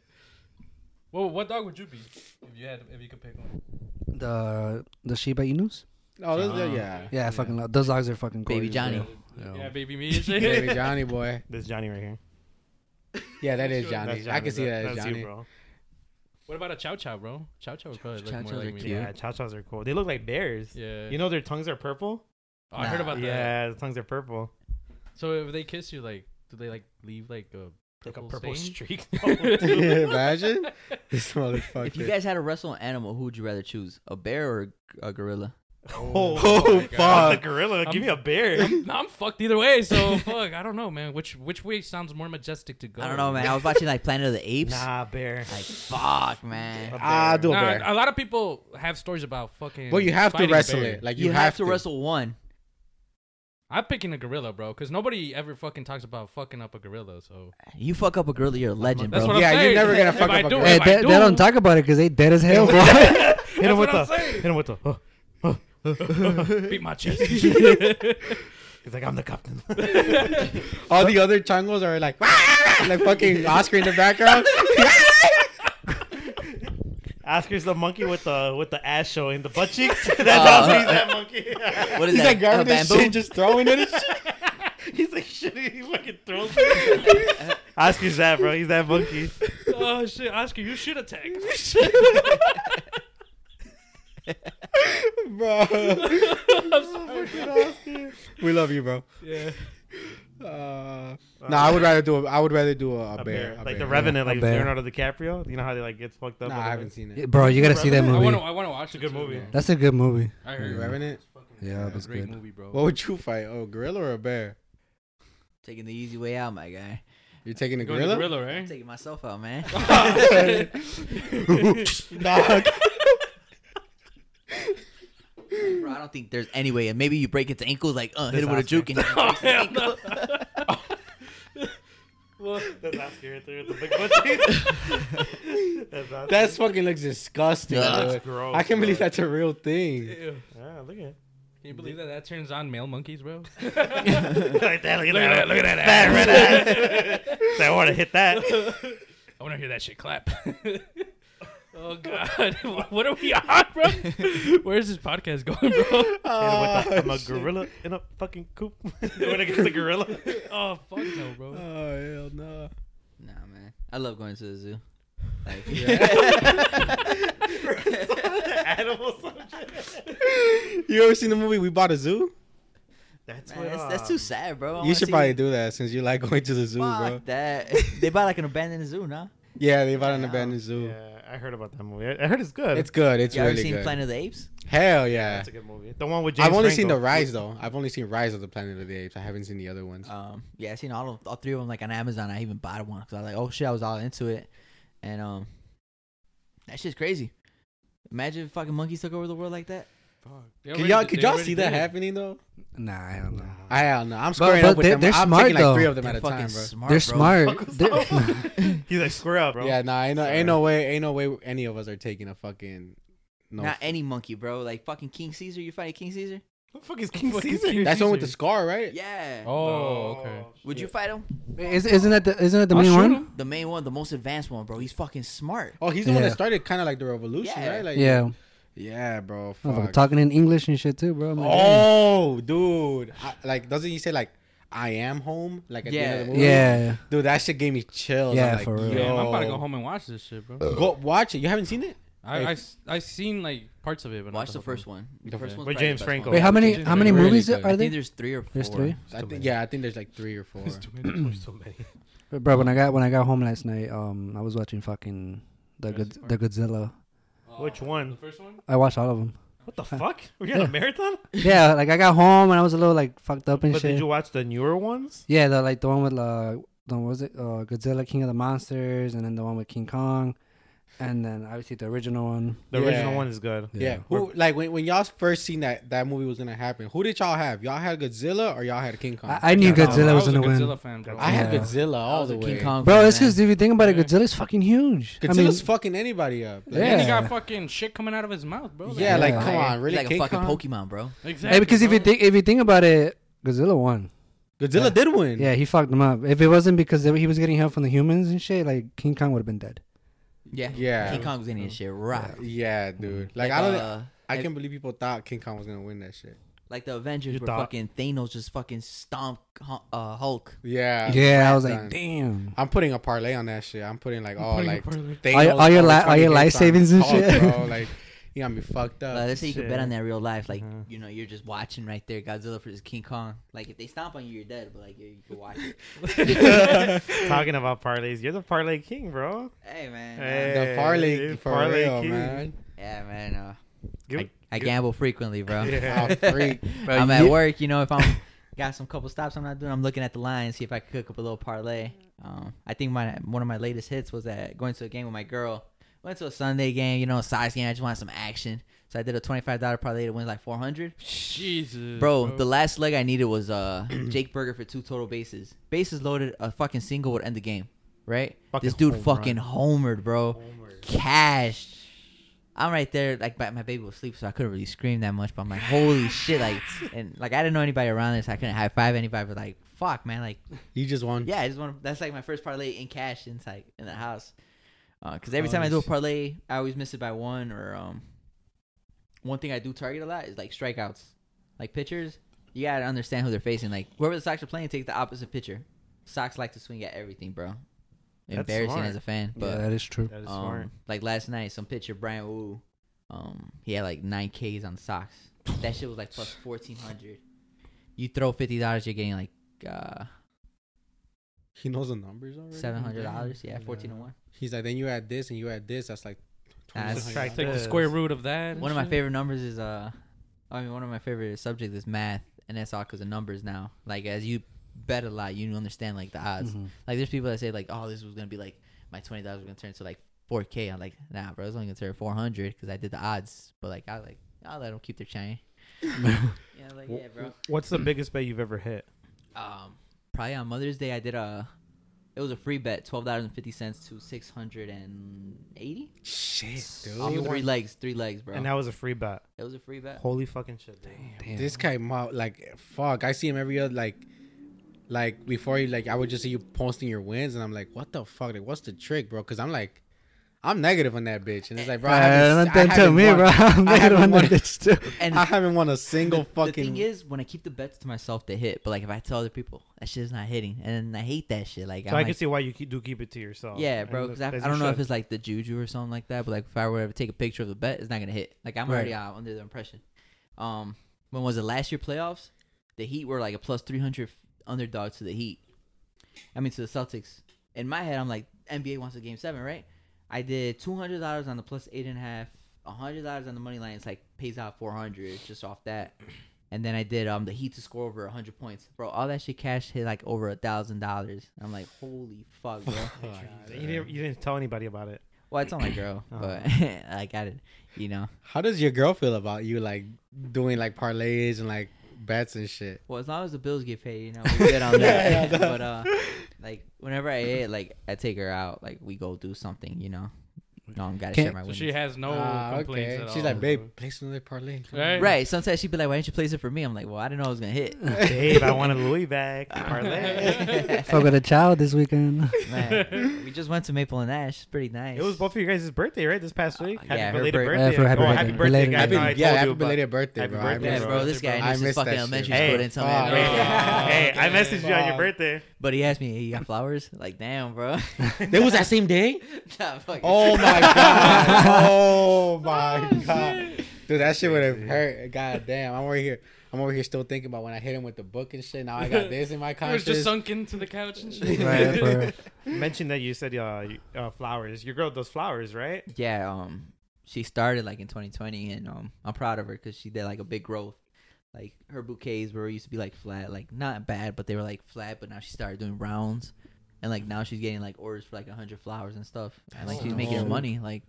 D: well, what dog would you be if you had if you could pick one?
E: The the Shiba Inus.
B: Oh, those are, yeah.
E: Yeah, I fucking love those dogs are fucking
A: Baby
E: gorgeous,
A: Johnny.
E: bro. Yeah.
D: Yeah, baby me and shit.
B: Baby Johnny boy.
C: This Johnny right here.
B: Yeah, that is
D: That's
B: Johnny.
C: That's
B: I can see that as
C: that's you,
B: Johnny.
C: bro.
D: What about a chow chow, bro? Chow chow would probably
A: Chow
D: look more
A: chows are
D: like me.
A: cute.
D: Yeah.
C: Yeah, chow chows are cool. They look like bears.
D: yeah.
C: You know their tongues are purple.
D: oh, I heard
A: Nah.
D: about that.
C: yeah, the tongues are purple.
D: So if they kiss you, like, do they like leave like a
C: like a
D: Purple
C: purple
D: stain?
C: streak.
B: Imagine this motherfucker.
A: If you guys had to wrestle an animal, who would you rather choose? A bear or a gorilla?
C: oh,
B: oh
C: fuck. the
B: fuck!
C: gorilla.
D: I'm-
C: Give me a bear.
D: no, I'm fucked either way. So fuck, I don't know, man. Which which way sounds more majestic to go?
A: I don't know, man. I was watching like Planet of the Apes.
C: nah, bear.
A: Like fuck, man.
B: Ah,
C: bear.
B: do a
D: Nah,
B: bear.
D: a lot of people have stories about fucking.
B: But you have to
D: fighting
B: wrestle
D: bears.
B: it. Like
A: You, have, to, wrestle one.
D: I'm picking a gorilla, bro, because nobody ever fucking talks about fucking up a gorilla. So
A: You fuck up a gorilla, you're a legend,
D: that's
A: bro.
D: what I'm
B: Yeah, you're
D: saying.
B: never gonna
D: If
B: fuck
D: I
B: up a
D: do,
B: gorilla.
D: if
E: Hey,
D: I
E: they, they don't talk about it because they dead as hell, bro.
C: Hit him with
D: what
C: the.
D: I'm saying.
C: Hit him with the. oh, "Huh, huh,
D: beat my chest.
C: He's like, I'm the captain.
B: All the other changos are like, like fucking Oscar in the background.
C: Oscar's the monkey with the with the ass showing the butt cheeks. That's
A: Uh,
D: Uh-huh.
C: Oscar's that monkey.
A: What is
B: He's
A: that?
B: like grabbing
A: a
B: this
A: bamboo?
B: shit, just throwing it. and shit.
C: He's like shit. He fucking throws. it. Oscar's that bro. He's that monkey.
D: oh shit, Oscar, you should attack.
B: bro. we love you, bro.
D: yeah.
B: Uh, no, I would rather do. A, I would rather do a, a bear,
C: A bear.
B: a
C: like
B: bear,
C: the Revenant,
E: A
C: like
E: bear.
C: Leonardo DiCaprio. You know how they like gets fucked
B: Yeah.
C: up.
B: Nah,
C: with
B: I
C: it?
B: haven't seen it.
E: bro, you gotta see that
D: I want to.
E: movie.
D: I want to watch.
C: It's a good
D: it,
C: movie.
D: man.
E: That's a good movie.
D: I heard it.
B: Revenant.
E: Yeah,
D: It's
E: that's
D: a great
E: good.
D: movie, bro.
B: What would you fight? Oh, gorilla or a bear?
A: Taking the easy way out, my guy.
B: You're taking a
D: Going to
B: gorilla?
D: gorilla,
A: I'm
D: right?
A: taking myself out, man.
B: Nah.
A: Bro, I don't think there's any way. And maybe you break its ankles, like, uh, hit
C: That's
A: it with a
C: Oscar.
A: juke. And
D: Oh,
A: breaks the ankle.
C: That's Oscar right there with the big butt cheeks. That's Oscar.
B: That fucking looks disgusting.
A: Yeah.
B: dude.
C: That's gross,
B: I can't believe
C: bro.
B: that's a real thing.
D: Ew.
C: Yeah, look at it.
D: Can you believe that that turns on male monkeys, bro?
C: like that. Look at
D: Look at that!
C: that.
D: Look at that!
C: Fat
D: ass.
C: red ass. Say, I want to hit that.
D: I want to hear that shit clap. oh god, what are we on, bro? Where is this podcast going, bro?
C: And with the, I'm
B: Oh,
C: a
B: shit.
C: gorilla in a fucking coop. when it gets a gorilla.
D: Oh fuck no, bro.
B: Oh hell no.
A: Nah, man. I love going to the zoo. Like,
C: Animal subject.
B: You ever seen the movie We Bought a Zoo?
C: That's
A: man,
C: what,
A: that's,
C: uh,
A: that's too sad, bro. I
B: you
A: wanna
B: should
A: see-
B: probably do that since you like going to the zoo,
A: Fuck
B: bro.
A: that. they buy like an abandoned zoo, nah?
B: Yeah, they bought an
A: Yeah.
B: abandoned zoo.
C: Yeah, I heard about that movie. I I heard it's good.
B: It's good. It's
A: you ever
B: really
A: seen
B: good.
A: Planet of the Apes?
B: Hell yeah.
C: That's a good movie. The one with James
B: I've only seen the
C: Franco.
B: Rise though. I've only seen Rise of the Planet of the Apes. I haven't seen the other ones.
D: Uh,
A: Um, yeah, I seen all of all three of them like on Amazon. I even bought one because I was like, oh shit, I was all into it, and um, that shit's crazy. Imagine if fucking monkeys took over the world like that.
D: They
B: Could
D: already-
B: y'all could
D: they
B: y'all
D: already
B: see that
D: did.
B: happening though?
E: Nah, I don't know.
B: I don't know. I'm squaring
E: but
B: up with
E: they-
B: them.
E: they're
B: I'm
E: smart,
B: taking like three
E: though.
B: of them at a time, bro.
A: smart.
E: They're
A: bro.
E: smart. They're-
C: He's like, square up, bro.
B: Yeah, nah, ain't no,
C: Sorry.
B: ain't no way, ain't no way any of us are taking a fucking. No,
A: Not any monkey, bro. Like fucking King Caesar. You fighting King Caesar?
C: Who the fuck is King
D: Fuck is
C: Caesar?
D: King
B: that's the one with the scar, right?
A: Yeah.
D: Oh, okay.
A: Would you fight him?
E: Is, isn't that the isn't that the
D: I'll
E: main
D: shoot
E: one?
D: him.
A: The main one, the most advanced one, bro. He's fucking smart.
B: Oh, he's the one that
E: Yeah.
B: started kind of like the revolution,
A: Yeah.
B: right? Like,
E: Yeah,
B: yeah, bro.
E: Motherfucker
B: Fuck.
E: talking in English and shit too, bro. I'm like, damn.
B: Oh, dude, I, like doesn't he say like I am home? Like at the end of the
A: Yeah.
B: movie,
E: yeah.
B: dude, that shit gave me chills.
E: Yeah,
B: I'm like,
E: for real.
B: Yo,
D: Damn, I'm about to go home and watch this shit, bro.
B: Go watch it. You haven't seen it?
D: I, I s- I seen like parts of it, but not
A: Watch the first one. The
D: Okay.
A: first one's probably
C: With
A: the
C: James
A: best
C: Franco.
A: one.
E: Wait, how many
D: James
E: how many
B: Franco.
E: movies
B: Really good.
E: are
A: I think
E: there?
A: there's three or four.
E: There's three.
B: I
D: Too
B: think
D: many.
B: yeah, I think there's like three or four.
D: so many.
E: But bro, when I got when I got home last night, um, I was watching fucking the
D: Jurassic
E: good the Godzilla.
C: Which one?
D: The first one?
E: I watched all of them.
C: What the fuck? Were you on a
E: Yeah.
C: marathon?
E: yeah, like I got home and I was a little like fucked up and
C: But
E: shit.
C: did you watch the newer ones?
E: Yeah, the like the one with uh, the what was it uh, Godzilla King of the Monsters, and then the one with King Kong, and then obviously the original one.
C: The
B: Yeah.
C: original one is good.
B: Yeah. Who like when, when y'all first seen that that movie was gonna happen? Who did y'all have? Y'all had Godzilla or y'all had King Kong?
E: I, I knew
D: No,
E: Godzilla
D: I
E: was
D: a
E: gonna win,
D: Godzilla fan, bro.
B: I had
E: Yeah.
B: Godzilla all Oh, the way.
A: King Kong.
E: bro.
A: fan,
E: It's
A: man.
E: because if you think about it,
D: Yeah.
E: Godzilla's fucking huge.
B: Godzilla's
E: I mean,
B: fucking anybody up. Like,
D: And he
E: Yeah.
D: got fucking shit coming out of his mouth, bro.
B: Yeah, like
E: Yeah.
B: come on,
A: He's
B: really?
A: like a
B: King
A: fucking
B: Kong?
A: Pokemon, bro.
D: exactly.
E: hey, eh, because if you
D: bro.
E: think if you think about it, Godzilla won.
B: Godzilla
E: Yeah.
B: did win.
E: Yeah, he fucked them up. If it wasn't because they- he was getting help from the humans and shit, like King Kong would have been dead.
A: Yeah.
B: Yeah.
A: King Kong was in his shit right.
B: Yeah,
E: Mm.
B: dude. Like, I don't.
A: uh,
B: I
A: like-
B: can't believe people thought King Kong was gonna win that shit.
A: like the Avengers
C: You
A: where
C: thought-
A: fucking Thanos just fucking stomped Hu- uh, Hulk.
B: Yeah.
E: yeah, I was
B: done.
E: like, damn.
B: I'm putting a parlay on that shit. I'm putting like all
D: putting a
B: like
D: parlay.
B: Thanos
E: All your- all your
B: over
E: li- all
B: 20
E: your life
B: hits on
E: savings and
B: Hulk,
E: shit.
B: bro. Like You got me fucked up.
A: But let's say you could bet
C: shit.
A: on that real life, like
C: Uh-huh.
A: you know, you're just watching right there, Godzilla versus King Kong. Like if they stomp on you, you're dead. But like you, you could watch it.
C: Talking about parlays, you're the parlay king, bro.
A: Hey man,
C: Hey.
A: uh,
B: the parlay
C: Hey,
B: for
C: parlay
B: real,
C: king.
B: man.
A: yeah man. Uh,
C: Give,
A: I, I
C: give-
A: gamble frequently, bro.
C: Yeah.
B: Oh, freak.
E: Bro,
A: I'm at
E: you-
A: work, you know. If I'm got some couple stops, I'm not doing. I'm looking at the line, see if I could cook up a little parlay. Um, I think my one of my latest hits was that going to a game with my girl. Went to a Sunday game, you know, a size game. I just wanted some action, so I did a twenty five dollar parlay to win like four hundred.
D: Jesus,
A: Bro, the last leg I needed was uh Jake Berger for two total bases. Bases loaded, a fucking single would end the game, right?
C: Fucking
A: this dude
C: home
A: fucking homered, bro.
C: Homer.
A: Cash. I'm right there, like my, my baby was asleep, so I couldn't really scream that much. But I'm like, holy shit, like, and like I didn't know anybody around this, I couldn't high five anybody. But like, fuck, man, like,
B: You just won.
A: yeah, I just want. to That's like my first parlay in cash inside in the house. Because every
B: Oh,
A: time I do a
B: nice.
A: parlay, I always miss it by one or um. One thing I do target a lot is like strikeouts, like pitchers. You gotta understand who they're facing. Like whoever the Sox are playing, take the opposite pitcher. Sox like to swing at everything, bro.
C: That's
A: Embarrassing
C: smart.
A: as a fan,
E: yeah,
A: but
E: that is true.
D: that is
A: um,
D: smart.
A: like last night, some pitcher Brian Wu, um, he had like nine Ks on Sox. That shit was like plus fourteen hundred. You throw fifty dollars, you're getting like uh,
B: He knows the numbers already.
A: Seven hundred dollars, yeah, fourteen to one.
B: He's like, then you add this and you add this. That's like
A: Nah,
B: twenty.
A: it's
C: like
D: Take the
C: this.
D: square root of that. and
A: One of my
D: shit.
A: favorite numbers is uh, I mean, one of my favorite subjects is math, and that's all because of numbers now. Like as you bet a lot, you understand like the odds.
E: Mhm.
A: Like there's people that say like, oh, this was gonna be like my twenty dollars was gonna turn to like four k. I'm like, nah, bro, it's only gonna turn four hundred because I did the odds. But like I like, I'll let them keep their chain. yeah, like yeah, bro.
C: What's the biggest bet you've ever hit?
A: Um, probably on Mother's Day I did a. It was a free bet, twelve dollars and fifty cents to six hundred and eighty.
B: Shit,
A: Off
B: dude.
A: three legs, three legs, bro.
C: And that was a free bet.
A: it was a free bet.
C: Holy fucking shit! Dude.
E: Damn.
B: This guy, mo- like, fuck. I see him every other, like, like before you, like, I would just see you posting your wins, and I'm like, what the fuck? Like, what's the trick, bro? Because I'm like, I'm negative on that bitch, and it's like, bro, I
E: Uh,
B: haven't,
E: don't
B: I
E: don't tell
B: haven't
E: me,
B: won,
E: bro. I'm
B: I
E: not gonna
B: haven't
E: win
B: won-
E: that bitch too.
A: And
B: I haven't won a single
A: The
B: fucking.
A: thing is, when I keep the bets to myself, they hit. But like if I tell other people, that shit is not hitting, and I hate that shit. Like
C: So
A: I'm
C: I
A: like,
C: can see why you keep, do keep it to yourself.
A: yeah,
C: And
A: bro.
C: look,
A: Because I,
C: as
A: I
C: you
A: don't know if
C: should.
A: it's like the juju or something like that. But like if I were to take a picture of the bet, it's not gonna hit. Like I'm already uh, under the impression. Um, when was it last year playoffs? The Heat were like a plus three hundred underdog to the Heat. I mean to the Celtics. In my head, I'm like NBA wants a game seven, right? I did two hundred dollars on the plus eight and a half, hundred dollars on the money line. It's like pays out four hundred just off that. And then I did um the Heat to score over hundred points, bro. All that shit cash hit like over a thousand dollars. I'm like, holy fuck, bro.
B: Fuck.
C: You didn't, you didn't tell anybody about it.
A: Well, it's on my girl,
C: Oh.
A: but I got it. You know,
B: How does your girl feel about you, like, doing like parlays and like bets and shit?
A: well, as long as the bills get paid, you know, we're good on that.
B: Yeah, yeah, no.
A: but uh, like whenever I hit, like I take her out, like we go do something, you know. No, I'm gotta
E: Can't-
A: share my
D: So
A: winnings.
D: she has no
B: Ah,
D: complaints at all.
B: She's like, babe, place another parlay.
D: Right?
A: right? Sometimes she'd be like, "Why didn't you place it for me?" I'm like, "Well, I didn't know I was gonna hit."
C: Babe, I want a Louis back. Parlay.
E: Fuck with a child this weekend.
A: Man, we just went to Maple and Ash. It's pretty nice.
C: It was both of you guys' birthday, right? This past week.
A: Uh,
C: Happy
A: yeah, her
C: belated
A: bir-
C: birthday.
E: Yeah, for happy
C: oh, happy
E: birthday.
C: birthday,
E: Belated.
C: guys.
B: Happy,
C: No, I
B: yeah,
C: told
B: happy
C: you about-
B: belated birthday,
C: Happy
B: bro.
C: birthday,
B: I
A: Yeah,
B: missed-
A: bro, this guy
B: I
A: knows his
B: missed
A: fucking
B: that
A: elementary
B: shit.
A: school.
C: Hey,
A: didn't tell me.
B: fuck.
A: nothing.
C: Hey, I messaged you on your
B: Fuck.
C: birthday.
A: But he asked me, hey, "You got flowers?" Like, damn, bro.
B: It was that same day.
A: Nah, fuck it.
B: Oh my god. Oh my god. Dude, that shit would have hurt. God damn. I'm over here. I'm over here still thinking about when I hit him with the book and shit. Now I got this in my
D: I was
B: conscience.
D: just sunk into the couch and shit.
E: right, for,
C: Mentioned that you said uh, you- uh, flowers. Your girl does flowers, right?
A: yeah, um, she started like in 2020, and um, I'm proud of her because she did like a big growth. Like her bouquets were used to be like flat, like not bad, but they were like flat. But now she started doing rounds, and like now she's getting like orders for like 100 flowers and stuff, and like
B: That's
A: she's making her
B: dope.
A: money. Like,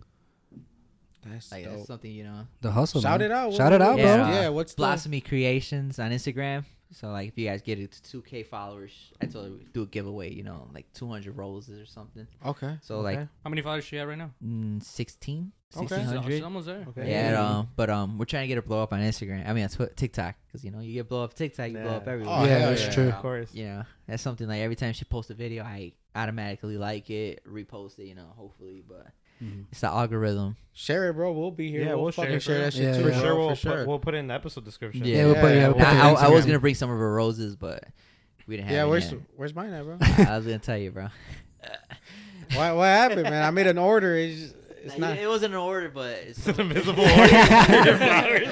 B: That's
A: like that's
B: dope.
A: something you know.
E: the hustle.
B: Shout
E: man.
B: it out.
E: Shout it out,
A: Yeah.
E: bro.
B: Yeah, what's the
A: Blossomy Creations on Instagram. So like, if you guys get it to 2K followers, I told her we'd do a giveaway. You know, like 200 roses or something.
B: Okay.
A: So like
C: Okay.
D: How many followers she at right now?
A: mm, 16,
B: Okay.
D: She's al-
A: 1600.
D: She's almost there.
C: Okay.
A: Yeah, um, but um, we're trying to get her blow up on Instagram. I mean, on Twi- TikTok, because you know you get blow up TikTok, you blow
C: Yeah.
A: up everywhere.
B: Oh, Yeah, hell
E: that's yeah. true.
C: Of course.
A: You know, that's something like every time she posts a video, I automatically like it, repost it. You know, hopefully, but
E: Mhm.
A: it's the algorithm.
B: Share it, bro. We'll be here.
C: Yeah,
B: we'll,
C: we'll share
B: fucking
D: it,
B: share
D: bro.
B: that shit
E: Yeah,
B: too.
C: For
E: yeah.
B: bro,
C: sure, we'll,
B: for sure.
C: Put, we'll put it in the episode description.
A: Yeah.
E: Yeah, we'll put, yeah, we'll put
A: I,
E: the
A: I- I was
E: Instagram.
A: gonna bring some of her roses, but we didn't have.
B: yeah,
A: any
B: where's
A: yet.
B: where's mine at, bro?
A: I was gonna tell you, bro.
B: what what happened, man? I made an order. It's just, it's
A: Like,
B: not.
A: It wasn't an order, but it's
C: It's an invisible
E: order.
C: order.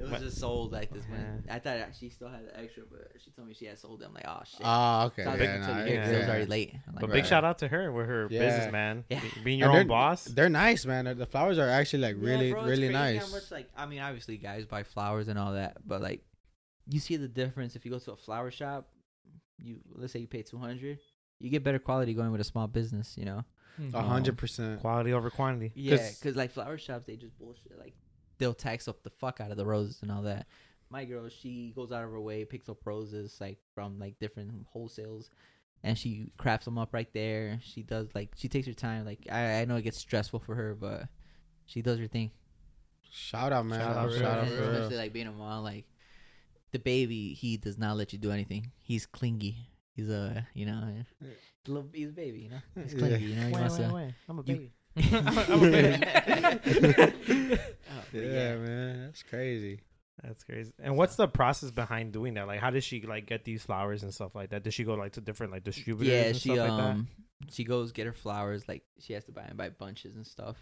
A: It was
C: But-
A: just sold like this man. I thought she still had the extra, but she told me she had sold it. I'm like, oh shit.
B: Oh, okay.
A: So I was
B: yeah,
A: waiting
B: nah,
A: till
B: I-
A: the year 'cause it was
B: yeah.
A: already late. I'm like,
C: But
B: Right.
C: big shout out to her with her
B: Yeah.
C: businessman.
A: Yeah.
C: Be- Being your
B: And
C: own boss.
B: They're nice, man. The flowers are actually like
A: Yeah,
B: really,
A: bro, it's
B: really
A: crazy how
B: nice.
A: much, like, I mean, obviously guys buy flowers and all that, but like, you see the difference if you go to a flower shop. You let's say you pay two hundred, you get better quality going with a small business. You know.
B: A
A: Um,
B: hundred percent.
C: Quality over quantity.
A: Yeah,
B: 'Cause-
A: because like flower shops, they just bullshit. Like they'll tax up the fuck out of the roses and all that. My girl, she goes out of her way, picks up roses like from like different wholesales, and she crafts them up right there. She does like she takes her time. Like I, I know it gets stressful for her, but she does her thing.
B: Shout out, man.
C: Shout out,
B: Shout out
A: And
B: for real.
A: especially like being a mom, like the baby, he does not let you do anything. He's clingy. He's a you know, little, he's a baby. You know, he's
B: Yeah.
A: clingy. You know, he wants to.
C: I'm a
A: you-
C: baby.
D: Hmm.
A: Oh, but
B: Yeah,
A: yeah.
B: man. That's crazy.
C: That's crazy. And what's the process behind doing that? Like, how did she like get these flowers and stuff like that? Did she go like to different like distributors?
A: yeah
C: and
A: she
C: stuff like
A: um she goes get her flowers like she has to buy them by bunches and stuff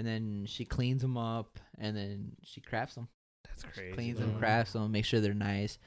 A: and then she cleans them up and then she crafts them
C: that? That's crazy.
A: cleans them
D: Mhm.
A: crafts them make sure they're nice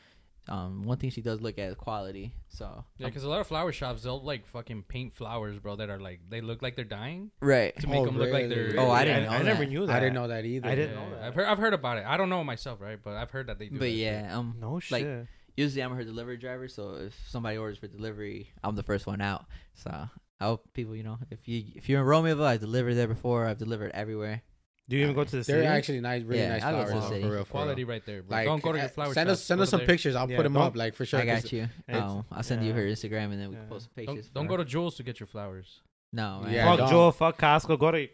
A: um one thing she does look at is quality so
D: Yeah, because a lot of flower shops they'll like fucking paint flowers, bro. That are like they look like they're dying
A: right
D: to make
B: Oh,
D: them look like
B: really?
D: they're.
A: Oh, I
C: Yeah,
A: didn't
C: I,
A: know
C: never
A: that.
C: knew that.
B: I didn't know that either.
C: I
D: Yeah,
C: didn't know that.
D: I've heard, I've heard about it. I don't know myself, right? But I've heard that they do. that
A: but
D: shit.
A: yeah um
C: No
A: like,
C: shit.
A: usually i'm her delivery driver so if somebody orders for delivery i'm the first one out so i hope people you know if you if you're in romeoville i've delivered there before i've delivered everywhere
C: Do you even go to the
B: They're
C: city?
B: actually nice, really
A: Yeah,
B: nice
A: I love
B: flowers.
A: the
B: though,
A: city.
B: For real, for
D: quality
B: real.
D: right there, bro.
B: Like,
D: don't go to your
B: uh,
D: flower
B: send
D: shop.
B: us, send
D: Go
B: us
D: to
B: some
D: their-
B: pictures. I'll
C: Yeah,
B: put them
C: don't-
B: up, like for sure.
A: i
B: 'cause-
A: got you
C: it's-
A: um i'll send you her
C: yeah.
A: instagram and then we can
C: Yeah.
A: post pictures
D: Don't, don't
A: for
D: go
A: her.
D: to Jules to get your flowers.
A: no man.
B: Yeah,
C: Fuck
B: don't.
C: Jewel, fuck Costco. Go to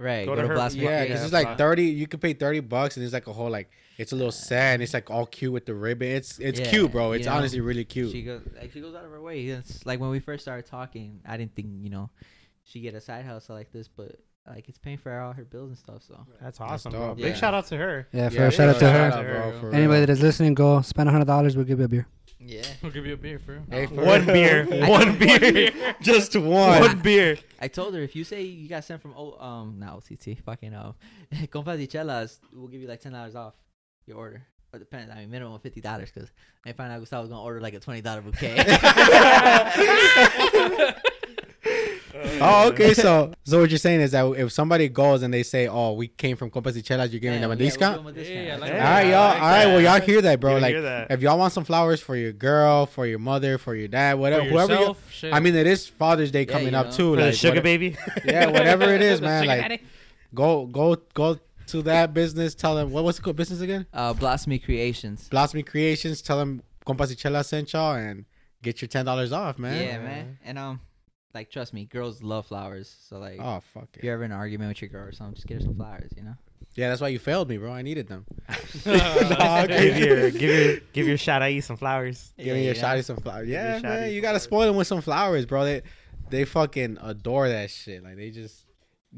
A: Right.
C: Go to her-
A: Blast
B: Yeah,
A: Mart-
B: because
C: Yeah,
B: it's like
C: fine.
B: thirty. You could pay thirty bucks, and it's like a whole like it's a little sad. And it's like all cute with the ribbon. It's it's
A: Yeah,
B: cute, bro. It's
A: you know?
B: honestly really cute.
A: She goes like she goes out of her way. It's like when we first started talking, I didn't think, you know, she get a side hustle like this, but like it's paying for all her bills and stuff, so
C: That's awesome, bro.
B: dope.
A: Yeah.
C: Big shout out to her.
E: Yeah, for
B: Yeah,
E: real, shout out to
B: shout
E: her.
B: out, bro, for real.
E: Anybody that is listening, go spend a hundred dollars. We'll give you a beer.
A: Yeah.
D: We'll give you a beer, bro.
B: Hey, for
C: One
B: real.
C: beer. One beer.
B: just one.
C: One beer.
A: I told her if you say you got sent from o- um not OTT, fucking um Compas y Chelas, we'll give you like ten dollars off your order. But depends, I mean minimum of fifty dollars because I found out Gustavo was gonna order like a twenty dollar bouquet.
B: Oh, okay. So, so what you're saying is that if somebody goes and they say, "Oh, we came from Compas y Chelas," you're giving
A: Yeah,
B: them a
A: yeah, we'll
B: discount.
A: give them a
D: Yeah,
A: discount.
D: I like
B: all
D: that.
B: right,
D: Yeah,
B: y'all.
D: I like
B: all right, well, y'all hear that, bro.
C: You
B: like,
C: hear that.
B: if y'all want some flowers for your girl, for your mother, for your dad, whatever, whoever. you-
D: shit.
B: I mean, it is Father's Day
A: Yeah,
B: coming
A: you
B: up
A: know.
B: too.
C: For the
B: like,
C: sugar
B: what-
C: baby.
B: Yeah, whatever it is,
D: The
B: man.
D: sugar
B: Like,
D: daddy.
B: go, go, go to that business. Tell them what what's the business again?
A: Uh Blossomy Creations.
B: Blossomy Creations. Tell them Compas y Chelas sent y'all and get your ten dollars off, man.
A: Yeah, man. And um like trust me, girls love flowers. So like
B: Oh fuck
A: If
B: it.
A: you're ever in an argument with your girl or something, just get her some flowers, you know?
B: Yeah, that's why you failed me, bro. I needed them.
D: Uh,
C: give your give your give your shout out some flowers.
B: Give me
A: Yeah,
B: your
A: you
B: shotty some flowers.
C: your
B: Yeah,
C: shotty
B: man. You
C: some
B: gotta
C: flowers.
B: spoil them with some flowers, bro. They they fucking adore that shit. Like they just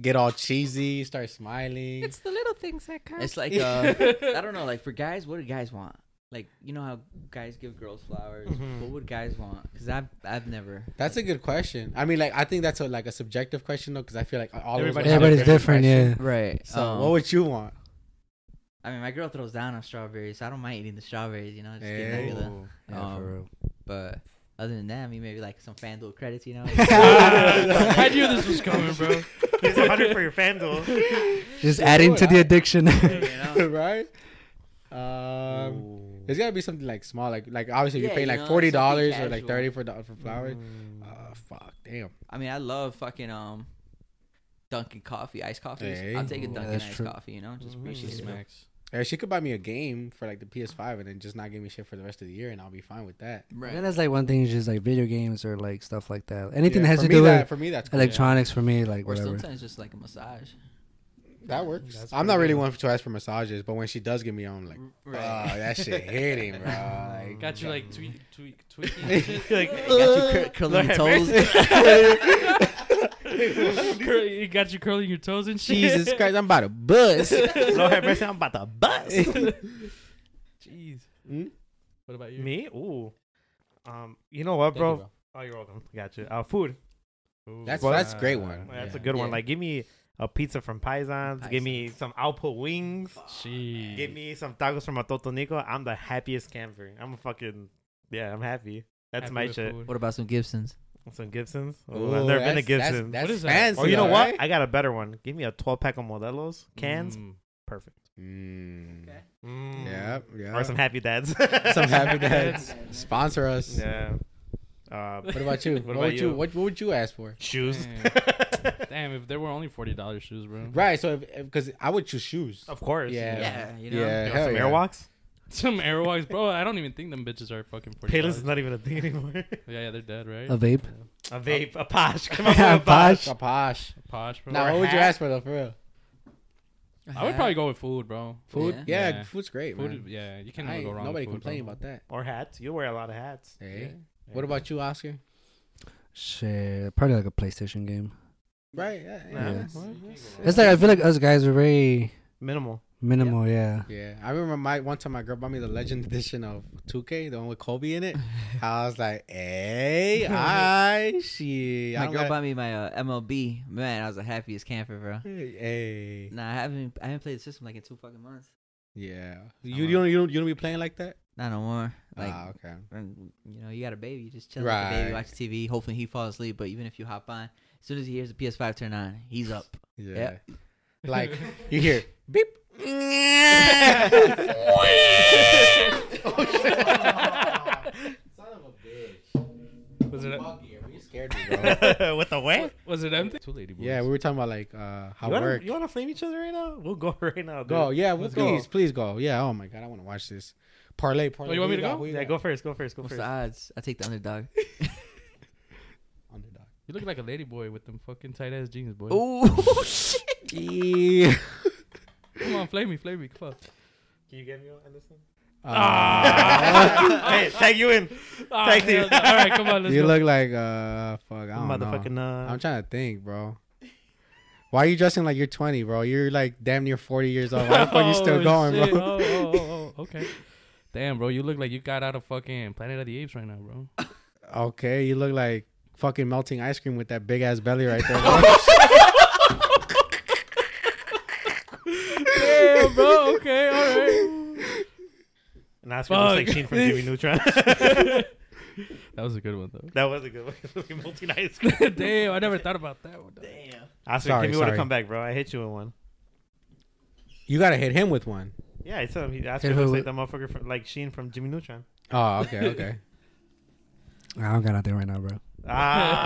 B: get all cheesy, start smiling.
D: the little things that count.
A: It's like, uh, I don't know, like for guys, what do guys want? Like, you know how guys give girls flowers?
C: Mhm.
A: What would guys want? Because I've, I've never.
B: Mm-hmm. that's a good question. I mean, like I think that's a, like a subjective question though, because I feel like all of us
D: Everybody-
B: have
E: Everybody's different.
B: impression.
E: Yeah.
A: Right. um,
B: So what would you want?
A: I mean, my girl throws down on strawberries, so I don't mind eating the strawberries, you know? Just get
B: Hey.
A: regular.
D: Ooh.
E: Yeah, for
A: Um,
E: real.
A: But other than that, I mean, maybe like some FanDuel credits, you know?
D: I knew this was coming, bro.
C: Here's a hundred for your FanDuel.
E: Just adding to the addiction.
A: you know?
B: right? Um, there's gotta be something like small, like like obviously
A: Yeah,
B: you pay
A: you
B: like
A: know,
B: forty dollars or
A: something
B: like
A: casual.
B: thirty for do- for flowers. Uh, fuck, damn.
A: I mean, I love fucking um, Dunkin' coffee, iced coffee.
B: Hey.
A: I'll take a
E: Ooh,
A: Dunkin'
E: that's
A: iced
E: true.
A: coffee, you know? Just
D: Mm-hmm.
C: Mm.
A: appreciate it.
D: Smacks.
B: Or she could buy me a game for like the PS5 and then just not give me shit for the rest of the year, and I'll be fine with that.
A: Right.
E: And then that's like one thing is just like video games or like stuff like that. Anything
B: Yeah,
E: that has
B: for
E: to
B: me
E: do
B: that,
E: with
B: for me that's cool.
E: electronics for me, like
A: Or
E: whatever.
A: sometimes just like a massage.
B: that works.
C: That's
B: I'm not
C: pretty
B: really
C: good.
B: one to ask for massages, but when she does give me, I'm like, oh, that shit hitting, bro. Like,
D: Got you like tweak, tweak, tweaking.
C: Like,
A: Got you cur- curling your toes.
D: Curl- you got you curling your toes and shit.
B: Jesus Christ, I'm about to bust.
C: Lord have mercy, I'm about to bust.
D: Jeez.
B: Mm?
D: What about you?
C: Me? Ooh. Um, you know what,
B: Thank you,
C: bro? Oh, you're welcome. Got you. Uh, food.
D: Ooh.
B: That's- Well, that's a great one.
C: Like, that's a
A: Yeah.
C: good one.
A: Yeah.
C: Like, give me a pizza from Paisans. Give me some output wings.
D: She.
C: Give me some tacos from a Totonico. I'm the happiest camper. I'm fucking yeah. I'm happy. That's
D: Happy
C: my
D: with
C: shit.
D: food.
A: What about some Gibsons?
C: Some Gibsons.
B: Ooh,
C: Oh, I've never been to
B: that's- that's-
C: Gibson.
B: That's,
D: What is that?
B: fancy.
C: oh, you know
B: all
C: what?
B: right?
C: I got a better one. Give me a 12 pack of Modelo's cans.
D: Mm.
C: Perfect.
B: Mm.
A: Okay.
C: Mm.
B: Yeah, yeah.
C: Or some happy dads.
B: Some happy dads. Sponsor us.
C: Yeah. Uh,
B: What about you? What,
C: about
B: would you?
C: you?
B: What, what would you ask for?
C: shoes.
D: Damn, if there were only forty dollars shoes, bro.
B: Right. So, because I would choose shoes.
C: of course.
B: Yeah.
A: Yeah, you know.
B: Yeah.
C: You want
B: hell
C: some
B: yeah.
C: Airwalks.
D: Some Airwalks, bro. I don't even think them bitches are fucking forty.
C: Payless
D: dollars
C: is not even a thing anymore.
D: Yeah, yeah, they're dead, right?
E: A vape.
B: Oh.
C: A vape, a posh. Come on, a posh.
E: Posh.
B: Kaposh.
D: Posh, bro.
B: Now,
C: a
B: what would you
C: hat.
B: ask for though? For real?
D: I would probably go with food, bro.
B: Food?
A: Yeah.
B: Yeah,
D: Yeah.
B: food's great,
D: Food,
B: man.
D: yeah, you
B: I
D: can never
B: ain't-
D: go wrong.
B: nobody
D: with food,
B: complain
D: bro.
B: about that.
C: Or hats. You wear a lot of hats.
B: Hey.
C: Yeah.
B: What about you, Oscar?
E: Shit, probably like a PlayStation game.
B: Right? Yeah.
C: Nah,
B: yeah.
C: what?
E: It's like I feel like us guys are very
C: Minimal.
E: minimal. Yeah.
B: Yeah, I remember my one time my girl bought me the Legend Edition of 2K, the one with Kobe in it. I was like, "Hey, I she,
A: My girl bought me my uh, MLB. Man, I was the happiest camper, bro.
B: Hey,
A: Nah, I haven't I haven't played the system like in two fucking months.
B: yeah, you, you don't you don't you don't be playing like that.
A: Not no more. Like
B: ah, okay.
A: and, you know, you got a baby, you just chill with the baby,
B: Right.
A: watch TV. Hopefully he falls asleep. But even if you hop on, as soon as he hears the PS5 turn on, he's up.
B: Yeah,
A: Yep.
B: like you hear beep.
D: Was it?
C: With the way?
D: Was it empty? Two lady boys.
B: Yeah, we were talking about like uh how
C: You
B: work.
C: want to flame each other right now? We'll go right now. Dude.
B: Go, yeah, well,
C: Let's go.
B: please, please go. Yeah, oh my god, I want to watch this. Parlay, parlay.
D: Oh, you want
B: Who
D: me to
B: got?
D: go?
B: Who you
C: Yeah,
B: got?
C: go first. Go first. Go
A: What's
C: first.
A: the odds? I take the underdog.
B: Underdog.
D: you look like a lady boy with them fucking tight ass jeans, boy.
A: oh shit!
B: Yeah.
D: Come on, flame me, flame me, come on.
C: Can you get me on this one?
B: Ah.
C: hey, tag you in.
D: Ah,
C: Thank you.
D: hell no. All right, come on, let's
B: you
D: go.
B: look like uh fuck. I don't know.
C: Motherfucking. Uh,
B: I'm trying to think, bro. Why are you dressing like you're 20, bro? You're like damn near 40 years old. Why the fuck you still
D: Oh,
B: going,
D: shit.
B: bro?
D: Oh, oh, oh, oh, okay. Damn, bro, you look like you got out of fucking Planet of the Apes right now, bro.
B: Okay, you look like fucking melting ice cream with that big ass belly right there. Bro.
D: Damn, bro. Okay, all right.
C: and that's what looks
D: Fuck.
C: like Sheen from Jimmy Neutron.
D: That was a good one though.
C: that was a good one. Multi ice cream.
D: Damn, I never thought about that one.
C: Oscar,
B: Sorry,
C: give me one to
B: sorry.
C: come back, bro. I hit you in one.
B: you gotta hit him with one.
C: Yeah, I tell him. He, Oscar
E: Hit
C: looks
E: who
C: like that motherfucker from, like Sheen from Jimmy Neutron.
B: Oh, okay, okay.
E: I don't got nothing right now, bro.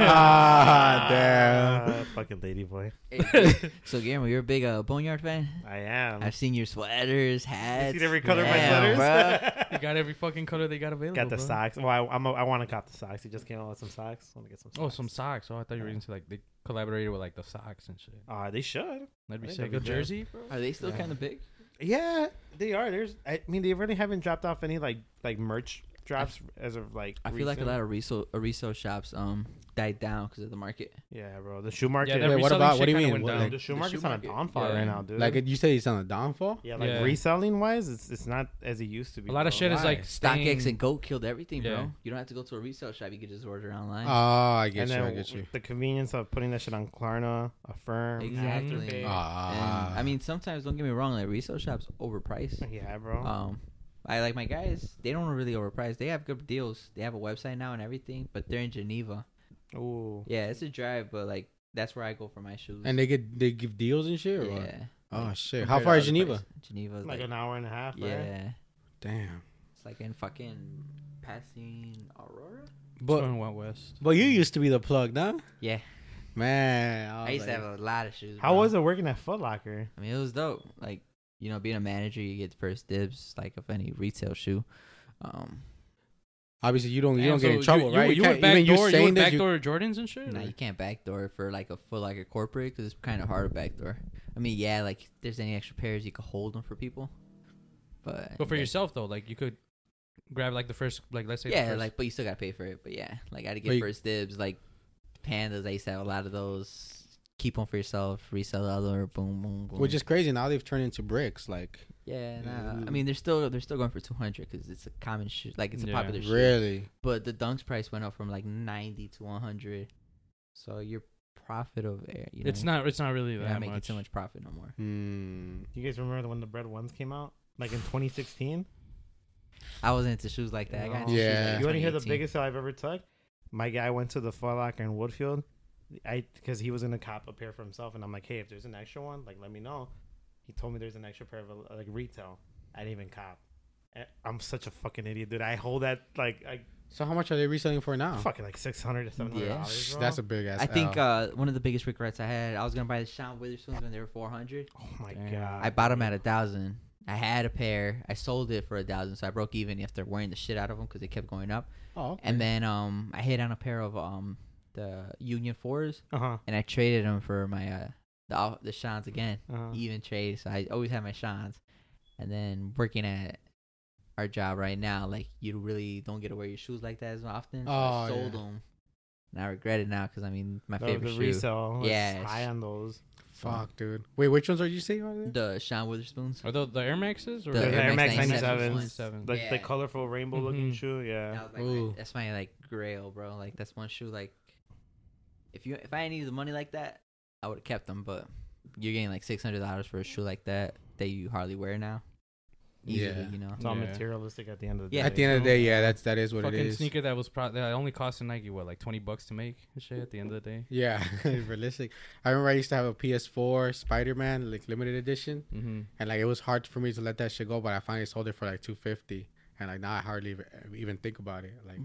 B: Ah,
C: Ah, Fucking lady boy.
A: Hey, so Guillermo, you're a big uh, Boneyard fan.
C: I am.
A: I've seen your sweaters, hats.
C: You see every color of my
A: Damn,
C: sweaters?
D: They got every fucking color they got available.
C: Got the
D: bro.
C: socks. Well, I, I'm a, I want to cop the socks. He just came out with some socks. Let me get some. Socks.
D: Oh, some socks. Oh, I thought you were into like they collaborated with like the socks and shit.
C: Uh, they should.
D: That'd be
C: That'd
D: sick.
C: be
D: A
C: dope.
D: jersey, bro.
A: bro. Are they still kind of big?
C: Yeah, they are. There's. I mean, they really haven't dropped off any like like merch drops as of like.
A: I feel like a lot of resale uh, resale shops um died down because of the market.
C: Yeah, bro. The shoe market.
D: that
B: Wait, what
D: reselling
B: about- what
D: shit
B: do you
D: kinda
B: mean?
D: went
B: What,
D: down.
B: like-
C: Um, the shoe
A: The
C: market's
A: shoe
C: on
A: market?
C: a downfall
D: Yeah.
C: right now, dude.
B: Like you said, he's on a downfall.
C: yeah, like
D: Yeah.
C: reselling wise, it's it's not as it used to be.
D: A lot of
C: bro.
D: shit is
B: Why?
D: like
A: StockX
D: staying-
A: and Go killed everything,
D: Yeah.
A: bro. You don't have to go to a resale shop; you can just order online.
B: Oh, I get
C: And
B: you.
C: then
B: I get you.
C: the convenience of putting that shit on Klarna, Affirm,
A: Exactly.
C: Afterpay.
B: Ah,
A: And, I mean, sometimes don't get me wrong; like resale shops overpriced.
C: Yeah, bro.
A: Um, I like my guys; they don't really overprice. They have good deals. They have a website now and everything, but they're in Geneva.
C: Ooh.
A: Yeah, it's a drive, but like that's where I go for my shoes.
B: and they get they give deals and shit. Or what?
A: yeah.
B: Oh shit!
A: Compared
B: How
A: to
B: far is
A: other
B: Geneva?
A: places. Geneva is
C: Like
A: like,
C: an hour and a half.
A: yeah,
C: Right?
B: Damn.
A: it's like in fucking passing Aurora.
D: But
B: But
D: going went west.
B: but you used to be the plug, nah?
A: Yeah,
B: Man,
A: I,
B: I,
A: used to have a lot of shoes.
C: How
A: bro.
C: was it working at Foot Locker?
A: I mean, it was dope. Like, you know, being a manager, you get first dibs, like of any retail shoe. Um,
B: Obviously, you don't you
D: Damn,
B: don't
D: so
B: get in trouble,
D: you,
B: right?
D: You, you
B: can't-
D: would backdoor, you,
B: saying
D: would
B: this,
D: backdoor Jordans and
C: Hmm.
D: shit.
A: now
D: or-
A: you can't backdoor for like a full like a corporate because it's kind of hard to backdoor. I mean, yeah, like if there's any extra pairs, you could hold them for people. But
D: But for
A: like,
D: yourself though, like you could grab like the first, like let's say the
A: yeah,
D: first-
A: like but you still gotta pay for it. But yeah, like I had to
B: But
A: get
B: you-
A: first dibs. Like pandas, I used to have a lot of those. Keep them for yourself, resell the other. Boom, boom, boom.
B: Which is crazy. Now they've turned into bricks. Like
A: yeah. Nah,
B: Ooh.
A: I mean, they're still they're still going for two hundred because it's a common shoe. Like it's a
D: Yeah.
A: popular shoe.
B: really.
A: but the dunks price went up from like 90 to 100 so you're profit of it. You know?
D: it's not. It's not really
A: You're
D: that
A: not making
D: much.
A: too much profit no more.
B: Hmm.
C: You guys remember when the bread ones came out? Like in 2016?
A: I wasn't into shoes like that. I got into
B: Yeah.
A: shoes like
C: You want to hear the
A: 2018.
C: biggest sale I've ever took? My guy went to the Foot Locker in Woodfield. I because he was gonna cop a pair for himself, and I'm like, hey, if there's an extra one, like let me know. He told me there's an extra pair of uh, like retail. I didn't even cop. I- I'm such a fucking idiot, dude. I hold that like I
B: So how much are they reselling for now?
C: fucking like six hundred to seven hundred
A: Yeah.
C: dollars. bro.
B: That's a big ass.
A: I think
B: L.
A: uh, one of the biggest regrets I had, I was gonna buy the Sean Witherspoons when they were four hundred.
C: oh my
D: Damn.
C: god.
A: I bought them at a thousand. I had a pair. I sold it for a thousand, so I broke even after wearing the shit out of them because they kept going up.
B: oh, okay.
A: And then um, I hit on a pair of um the Union Fours,
C: Uh huh.
A: and I traded them for my uh the Al- the Sean's again,
C: Uh-huh.
A: even trade. So I always had my Sean's, and then working at our job right now, like you really don't get to wear your shoes like that as often. So I
B: Oh,
A: sold
B: yeah.
A: them, and I regret it now because I mean my
C: The,
A: favorite
C: the
A: shoe,
C: resale. Yeah.
A: Yes.
C: High on those.
B: fuck, dude. Wait, which ones are you saying? are there?
A: the Sean Witherspoons.
D: Are those the Air Maxes or
A: The
C: The,
A: Air
C: Air
A: Max 97s.
C: Max 97s. The,
A: Yeah. Mm-hmm.
C: the colorful rainbow looking
D: Mhm.
C: shoe. Yeah.
A: That was like
B: Ooh.
A: my, that's my like grail, bro. Like that's one shoe. Like if you if I needed the money like that, I would have kept them. But you're getting like six hundred dollars for a shoe like that that you hardly wear now. Easily,
B: Yeah.
A: you know.
C: It's all
D: Yeah.
C: materialistic at the end of the
A: Yeah.
C: day.
B: At the end of the day, yeah, that's that is what it
D: fucking
B: is.
D: sneaker that was pro- that only cost a Nike what like twenty bucks to make and shit at the end of the day.
B: Yeah, realistic. I remember I used to have a PS4 Spider Man like limited edition,
D: Mm-hmm.
B: and like it was hard for me to let that shit go. But I finally sold it for like two fifty, and like now I hardly ev- even think about it. Like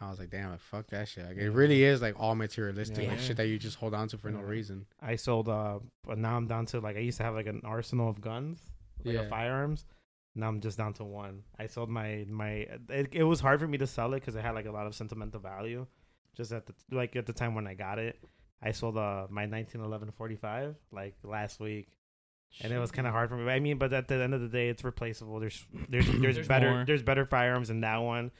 B: I was like, damn, like, fuck that shit. Like it really is like all materialistic, like
D: Yeah.
B: shit that you just hold on to for no
D: Yeah.
B: reason.
C: I sold uh but now I'm down to like I used to have like an arsenal of guns, like of
B: Yeah.
C: firearms. Now I'm just down to one. I sold my my it, it was hard for me to sell it cuz it had like a lot of sentimental value just at the like at the time when I got it. I sold uh my 1911 45 like last week. And it was kind of hard for me. But I mean, but at the end of the day, it's replaceable. There's there's there's,
D: There's
C: better
D: more.
C: there's better firearms than that one.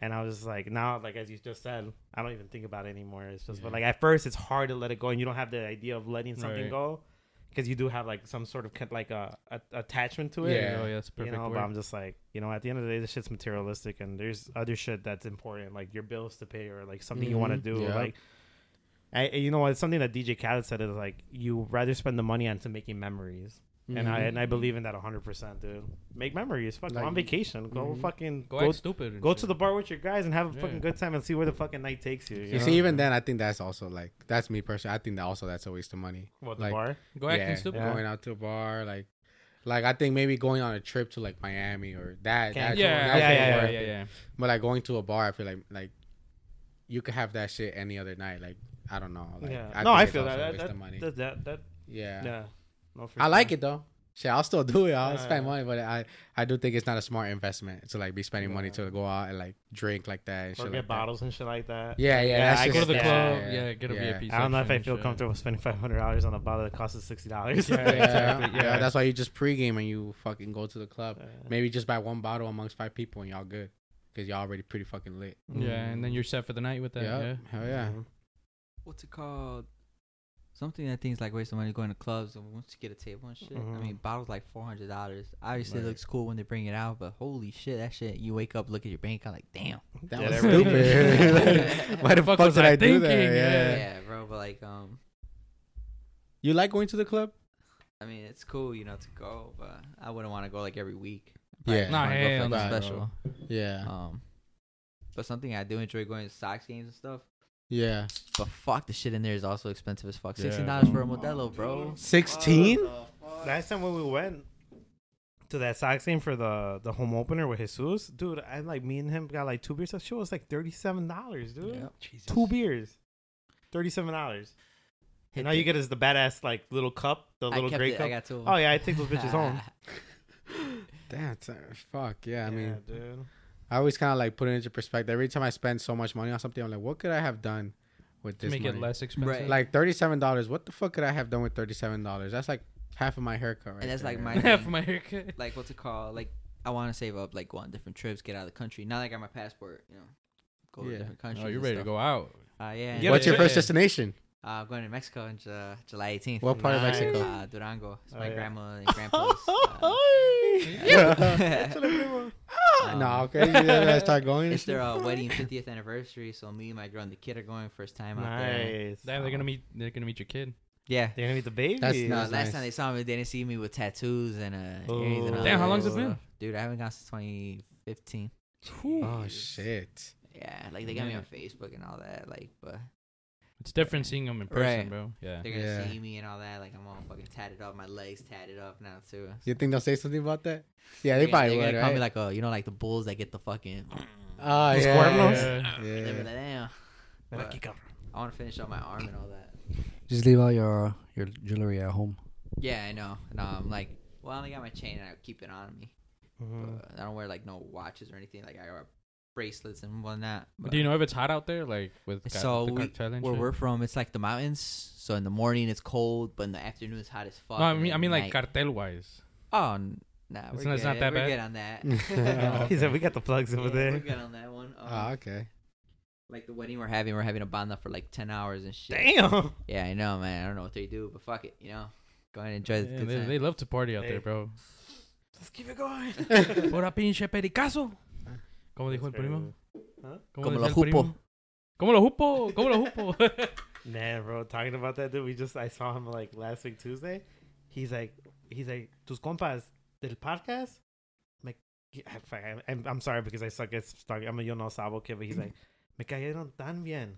C: And I was just like, now, like as you just said, I don't even think about it anymore. It's just, but
B: Yeah.
C: like at first, it's hard to let it go, and you don't have the idea of letting something
D: Right.
C: go because you do have like some sort of kind- like a, a attachment to it.
B: Yeah.
D: Oh yeah, that's a
C: You
D: perfect
C: know,
D: word.
C: but I'm just like, you know, at the end of the day, this shit's materialistic, and there's other shit that's important, like your bills to pay or like something you want to
B: Mhm.
C: do,
B: Yeah.
C: like. I, you know, it's something that DJ Khaled said is like you rather spend the money on to making memories, and I and I believe in that hundred percent, dude. Make memories. Fuck, go
B: Mm-hmm. Like,
C: on vacation. Go
B: mhm.
C: fucking
D: go,
C: go.
D: act
C: Go,
D: stupid. and
C: to
D: shit.
C: the bar with your guys and have a
D: Yeah.
C: fucking good time and see where the fucking night takes you. You,
B: You
C: know?
B: see, even then, I think that's also like that's me personally. I think that also that's a waste of money.
C: What, the
B: like,
C: bar?
D: go acting
B: yeah,
D: stupid.
C: Yeah.
B: going out to a bar, like, like I think maybe going on a trip to like Miami or that.
C: Yeah,
D: Yeah,
B: that
D: yeah,
B: that
D: yeah,
B: could
D: yeah,
B: work.
D: yeah, yeah.
B: But like going to a bar, I feel like like you could have that shit any other night. Like I don't know. Like,
C: yeah. no,
B: think
C: I
B: it's
C: feel
B: also
C: that.
B: a
C: That
B: waste of
C: that,
B: money.
C: that that that
B: yeah.
C: yeah. No, for
B: I
C: sure.
B: like it though. Shit, I'll still do it. I'll
C: Yeah.
B: spend money, but I I do think it's not a smart investment to like be spending money
C: Yeah.
B: to go out and like drink like that and
C: Or
B: shit
C: get
B: like that.
C: bottles and shit like that.
B: Yeah, yeah.
C: Yeah,
B: that's
C: I
B: just-
D: Go to the
C: Yeah.
D: club. Yeah, get a
B: yeah.
D: VIP.
C: I don't know if
D: section
C: I
D: and
C: feel
D: shit.
C: comfortable spending five hundred dollars on a bottle that costs us sixty dollars.
D: Yeah, exactly,
B: Yeah,
D: yeah.
B: that's why you just pregame and you fucking go to the club. Maybe just buy one bottle amongst five people and y'all good. Because y'all already pretty fucking lit.
C: Mm.
D: Yeah, and then you're set for the night with that.
B: yeah.
D: Yeah.
B: Hell Oh, yeah.
C: Mm-hmm.
A: What's it called? Something that things like waste of money going to clubs and once you get a table and shit. I
C: Mhm.
A: mean, bottles like four hundred dollars. Obviously,
D: Right.
A: it looks cool when they bring it out, but holy shit, that shit! You wake up, look at your bank, I'm like, damn.
B: That
C: Yeah,
B: was
C: that really-
B: stupid. Like, why the fuck,
D: was
B: did
D: I
B: I, do that?
D: thinking?
B: Yeah.
A: Yeah, bro. But like, um,
B: You like going to the club?
A: I mean, it's cool, you know, to go, but I wouldn't want to go like every week. I
B: Yeah.
A: just
D: Nah,
A: wanna go for
D: hell
A: something
B: nah, bro.
A: special.
B: Yeah.
A: Um, but something I do enjoy going to Sox games and stuff.
B: yeah.
C: Uh,
A: But fuck, the shit in there is also expensive as fuck.
D: Yeah,
A: Sixteen dollars for a
D: bro.
A: Modelo, bro.
B: 16?
C: uh, Last time when we went to that Sox game for the the home opener with Jesus, dude, I like me and him got like two beers. That shit was like thirty seven dollars, dude.
A: Yep.
C: Two beers, thirty seven dollars.
A: Hit
C: And all you
A: the-
C: get is the badass like little cup, the little
A: I kept
C: gray
A: it,
C: cup.
A: I got two. of
C: oh
A: 'em.
C: yeah, I take those bitches home.
B: That's uh, fuck. Yeah. I mean,
C: dude.
B: I always kind of like put it into perspective. Every time I spend so much money on something, I'm like, what could I have done with
D: To
B: this
D: make
B: money?
D: it less expensive.
A: Right.
B: Like $37. What the fuck could I have done with $37? That's like half of my haircut right
A: And that's, like,
B: there.
A: my
D: Half my haircut.
A: like what's it called? Like I want to save up, like go on different trips, get out of the country. Now that I got my passport, you know, go
B: Yeah.
A: to different countries.
D: Oh, you're
A: and
D: ready to
A: stuff.
D: go out.
A: Uh, yeah. and,
D: Get
B: What's your
D: Yeah.
B: first destination?
A: uh, I'm going to Mexico on Ju- July 18th.
B: What part of
C: Nice.
B: Mexico?
A: Uh, Durango. It's
C: Oh,
A: my
C: yeah.
A: grandma and grandpa's. uh,
B: Yeah.
A: Yeah. Um,
B: no, I'm crazy. Then I start going. and
A: It's
B: shit.
A: their uh, wedding 50th anniversary, so me, my girl, and the kid are going first time out there.
C: Nice.
D: Damn, they're gonna meet. They're gonna meet your kid.
A: Yeah.
C: They're gonna meet the baby.
B: That's
A: No,
B: not-
A: last
B: That's nice.
A: time they saw me, they didn't see me with tattoos and uh, earrings and all
D: Damn, how
A: that
D: long's it
A: stuff.
D: been?
A: Dude, I haven't gone since 2015.
B: Oh shit.
A: Yeah, like they got me on Facebook and all that. Like, but
D: It's different seeing them in person,
A: Right.
D: bro. Yeah.
A: they're gonna
B: Yeah.
A: see me and all that. Like, I'm all fucking tatted up, my legs tatted up now too.
B: You think they'll say something about that? Yeah,
A: They're
B: they
A: gonna-
B: probably
A: they're
B: would,
A: gonna call me
B: right?
A: like a, you know, like the bulls that get the fucking.
B: Oh
C: Those
B: yeah.
D: Yeah.
B: yeah.
A: They'll be
B: yeah.
A: like, "Damn."
C: Ven
A: But
C: aquí, cabrón.
A: I want to finish up my arm and all that.
E: Just leave all your your jewelry at home.
A: Yeah, I know. No, I'm like, well, I only got my chain and I keep it on me.
C: Mhm.
A: But I don't wear like no watches or anything. Like I wear bracelets and whatnot. But
D: Do you know if it's hot out there, like with ca-
A: So
D: the
A: we-
D: cocktail and
A: where
D: shit?
A: we're from? It's like the mountains. So in the morning it's cold, but in the afternoon it's hot as fuck.
D: No, I
A: and
D: mean,
A: then
D: I mean,
A: at
D: like
A: night-
D: cartel wise.
A: oh, n- nah, we're
D: It's not-
A: good.
D: it's not that
A: we're
D: bad. Oh,
A: good on that.
B: Oh,
C: He said we got the plugs
A: Yeah,
C: over
A: We're
C: there. Ah,
A: good on that one. Um,
B: Oh, okay.
A: like the wedding we're having, we're having a banda for like ten hours and shit.
C: Damn.
A: Yeah, I know, man. I don't know what they do, but fuck it, you know. Go ahead and enjoy the
D: Yeah,
A: good
D: they,
A: time.
D: they love to party out
C: Hey.
D: there, bro.
C: Let's keep it going.
D: Pura pinche pericazo. Como dijo el primo?
A: Como
D: dijo
A: lo
D: el
A: jupo.
D: primo? Como lo jupo. Como lo jupo.
C: Nah, bro. Talking about that dude, we just I saw him like last week Tuesday. He's like, he's like, tus compas del podcast. I'm like, yeah, I- fuck, I'm, I'm, I'm sorry because I suck at talking. I'm a yo no sabo kid, but he's like, me cayeron tan bien.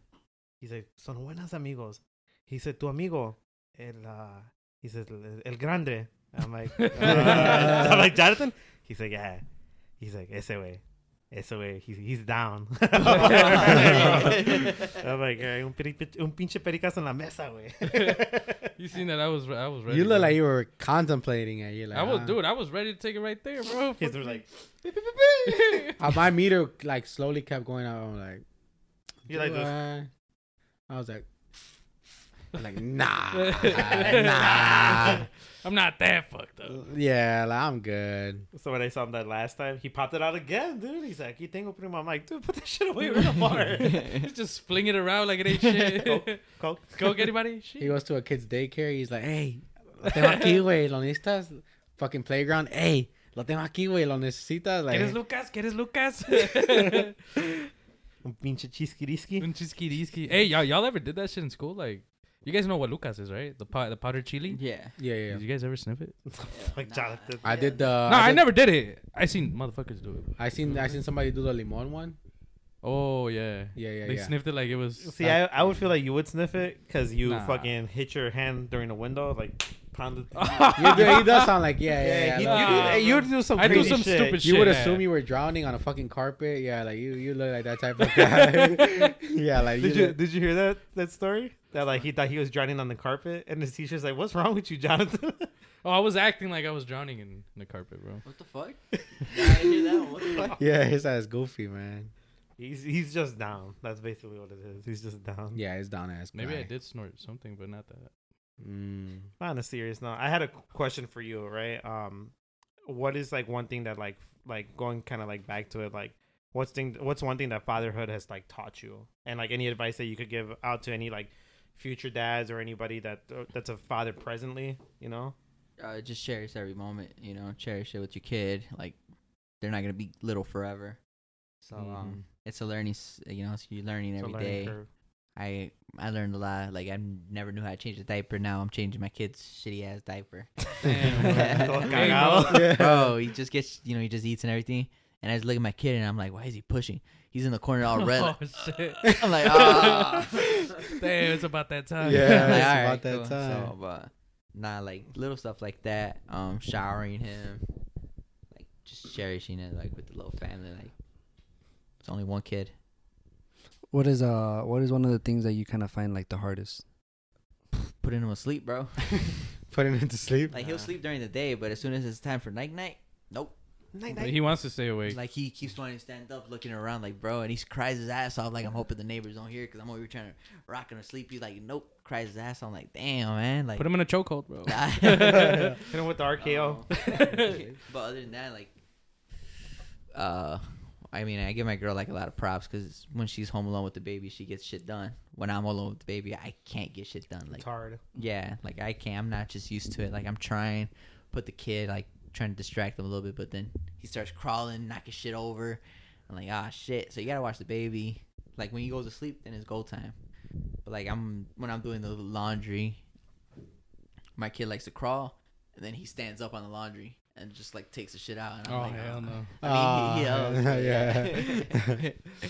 C: He's like, son buenos amigos. He said, tu amigo, el, uh, he says, el, el grande. I'm like, uh, I'm like Jonathan. He's like, yeah. He's like, ese way. Ese way. He's he's down. I'm like, "Ay, Oh un, peri- un pinche pericazo en la mesa, güey.
D: you seen that? I was, re- I was ready.
B: You
D: bro.
B: look like you were contemplating it. You're like, uh,
D: I was,
B: huh?
D: dude. I was ready to take it right there, bro.
C: Kids were like,
B: Uh, my meter like slowly kept going out. I'm like,
C: you like
B: do
C: this?
B: I? I was like, I'm like nah, nah.
D: I'm not that fucked up.
B: Yeah, like, I'm good.
C: So when I saw him that last time, he popped it out again, dude. He's like, you tengo primo. I'm like, dude, put that shit away. We're in the bar.
D: He's just fling it around like it ain't shit.
C: Coke.
D: Go get anybody?
B: He
D: Shit.
B: goes to a kid's daycare. He's like, hey, lo tengo aquí, güey. Lo necesitas? Fucking playground. Hey, lo tengo aquí, güey. Lo necesitas? Like,
D: ¿Quieres Lucas? ¿Quieres Lucas?
C: Un pinche chisquirisqui.
D: Un chisquirisqui. Hey, y'all, y'all ever did that shit in school? Like, you guys know what Lucas is, right? The pot, the powdered chili.
A: yeah.
B: yeah, yeah.
D: Did you guys ever sniff it?
C: Like
A: nah.
C: Jonathan.
B: I did the.
D: no,
B: I,
D: I
B: did-
D: never did it. I seen motherfuckers do it.
B: I seen I seen somebody do the limon one.
D: Oh yeah.
B: Yeah, yeah,
D: They
B: yeah.
D: sniffed it like it was.
C: See, I, I would feel like you would sniff it because you
D: Nah.
C: fucking hit your hand during the window, like pounded.
B: You do, he does sound like yeah, yeah. yeah,
C: yeah, you,
B: like-
D: Nah,
C: you, do, you do some.
D: I do
C: crazy
D: some
C: shit.
D: stupid shit.
B: you would
D: yeah.
B: assume you were drowning on a fucking carpet. Yeah, like you, you look like that type of guy. yeah, like
C: Did
B: you,
C: you did you hear that that story? That like he thought he was drowning on the carpet, and his teacher's like, "What's wrong with you, Jonathan?"
D: Oh, I was acting like I was drowning in, in the carpet, bro.
A: What the fuck? I didn't hear that one. What the fuck?
B: Yeah, his ass goofy, man.
C: he's he's just down. That's basically what it is. He's just down.
B: Yeah, his down ass.
D: Maybe I
B: guy.
D: did snort something, but not that.
B: Mm.
C: On a serious note, I had a qu- question for you, right? Um, what is like one thing that like like going kind of like back to it, like what's thing what's one thing that fatherhood has like taught you, and like any advice that you could give out to any like future dads or anybody that uh, that's a father presently, you know?
A: uh, just cherish every moment, you know, cherish it with your kid. Like, they're not gonna be little forever. So
B: Mm-hmm.
A: um, it's a learning, s- you know, so you're learning
C: It's a
A: every
C: learning
A: day.
C: curve.
A: I I learned a lot. Like I never knew how to change a diaper. Now I'm changing my kid's shitty ass diaper.
B: Mm.
D: Damn,
C: Todo
D: Hey,
C: cagado.
A: Bro, he just gets, you know, he just eats and everything. And I just look at my kid and I'm like, why is he pushing? He's in the corner all red.
D: Oh
A: like-
D: shit!
A: I'm like, ah.
D: Damn, it's about that time.
B: Yeah,
A: I'm like,
B: it's
A: "All
B: about that time."
A: So, but nah, like little stuff like that. Um, showering him, like just cherishing it, like with the little family. Like it's only one kid.
E: What is uh what is one of the things that you kind of find like the hardest?
A: Putting him asleep, bro.
B: Putting him to sleep.
A: Like he'll sleep during the day, but as soon as it's time for night night, nope.
C: Night,
D: But
C: night.
D: he wants to stay awake.
A: Like he keeps wanting to stand up, looking around, like bro, and he cries his ass off. Like I'm hoping the neighbors don't hear because I'm over here trying to rock him to sleep. He's like, nope, cries his ass. off. I'm like, damn, man, like.
D: Put him in a chokehold, bro.
C: Hit him with the RKO.
A: Um, but other than that, like, uh, I mean, I give my girl like a lot of props because when she's home alone with the baby, she gets shit done. When I'm alone with the baby, I can't get shit done. Like,
C: it's hard.
A: yeah, like I can't. I'm not just used to it. Like I'm trying, put the kid like trying to distract him a little bit, but then he starts crawling, knocking shit over. I'm like, ah, shit. So you gotta watch the baby. Like when he goes to sleep, then it's go time. But like I'm when I'm doing the laundry, my kid likes to crawl, and then he stands up on the laundry and just like takes the shit out. And I'm
D: Oh
A: like,
D: hell
A: "Ah."
D: no!
A: I mean,
B: Ah,
A: he- he yells,
B: yeah.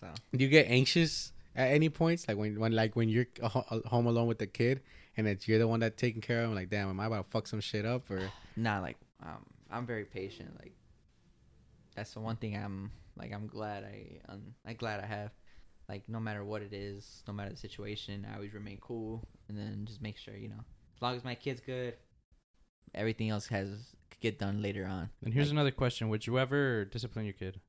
A: so
B: Do you get anxious at any points, like when, when like when you're a ho- a home alone with the kid, and it's you're the one that's taking care of him? Like, damn, am I about to fuck some shit up? Or
A: nah, like um, I'm very patient. Like that's the one thing I'm like I'm glad I I'm, I'm glad I have. Like no matter what it is, no matter the situation, I always remain cool and then just make sure you know as long as my kid's good, everything else has could get done later on.
D: And here's another question: Would you ever discipline your kid?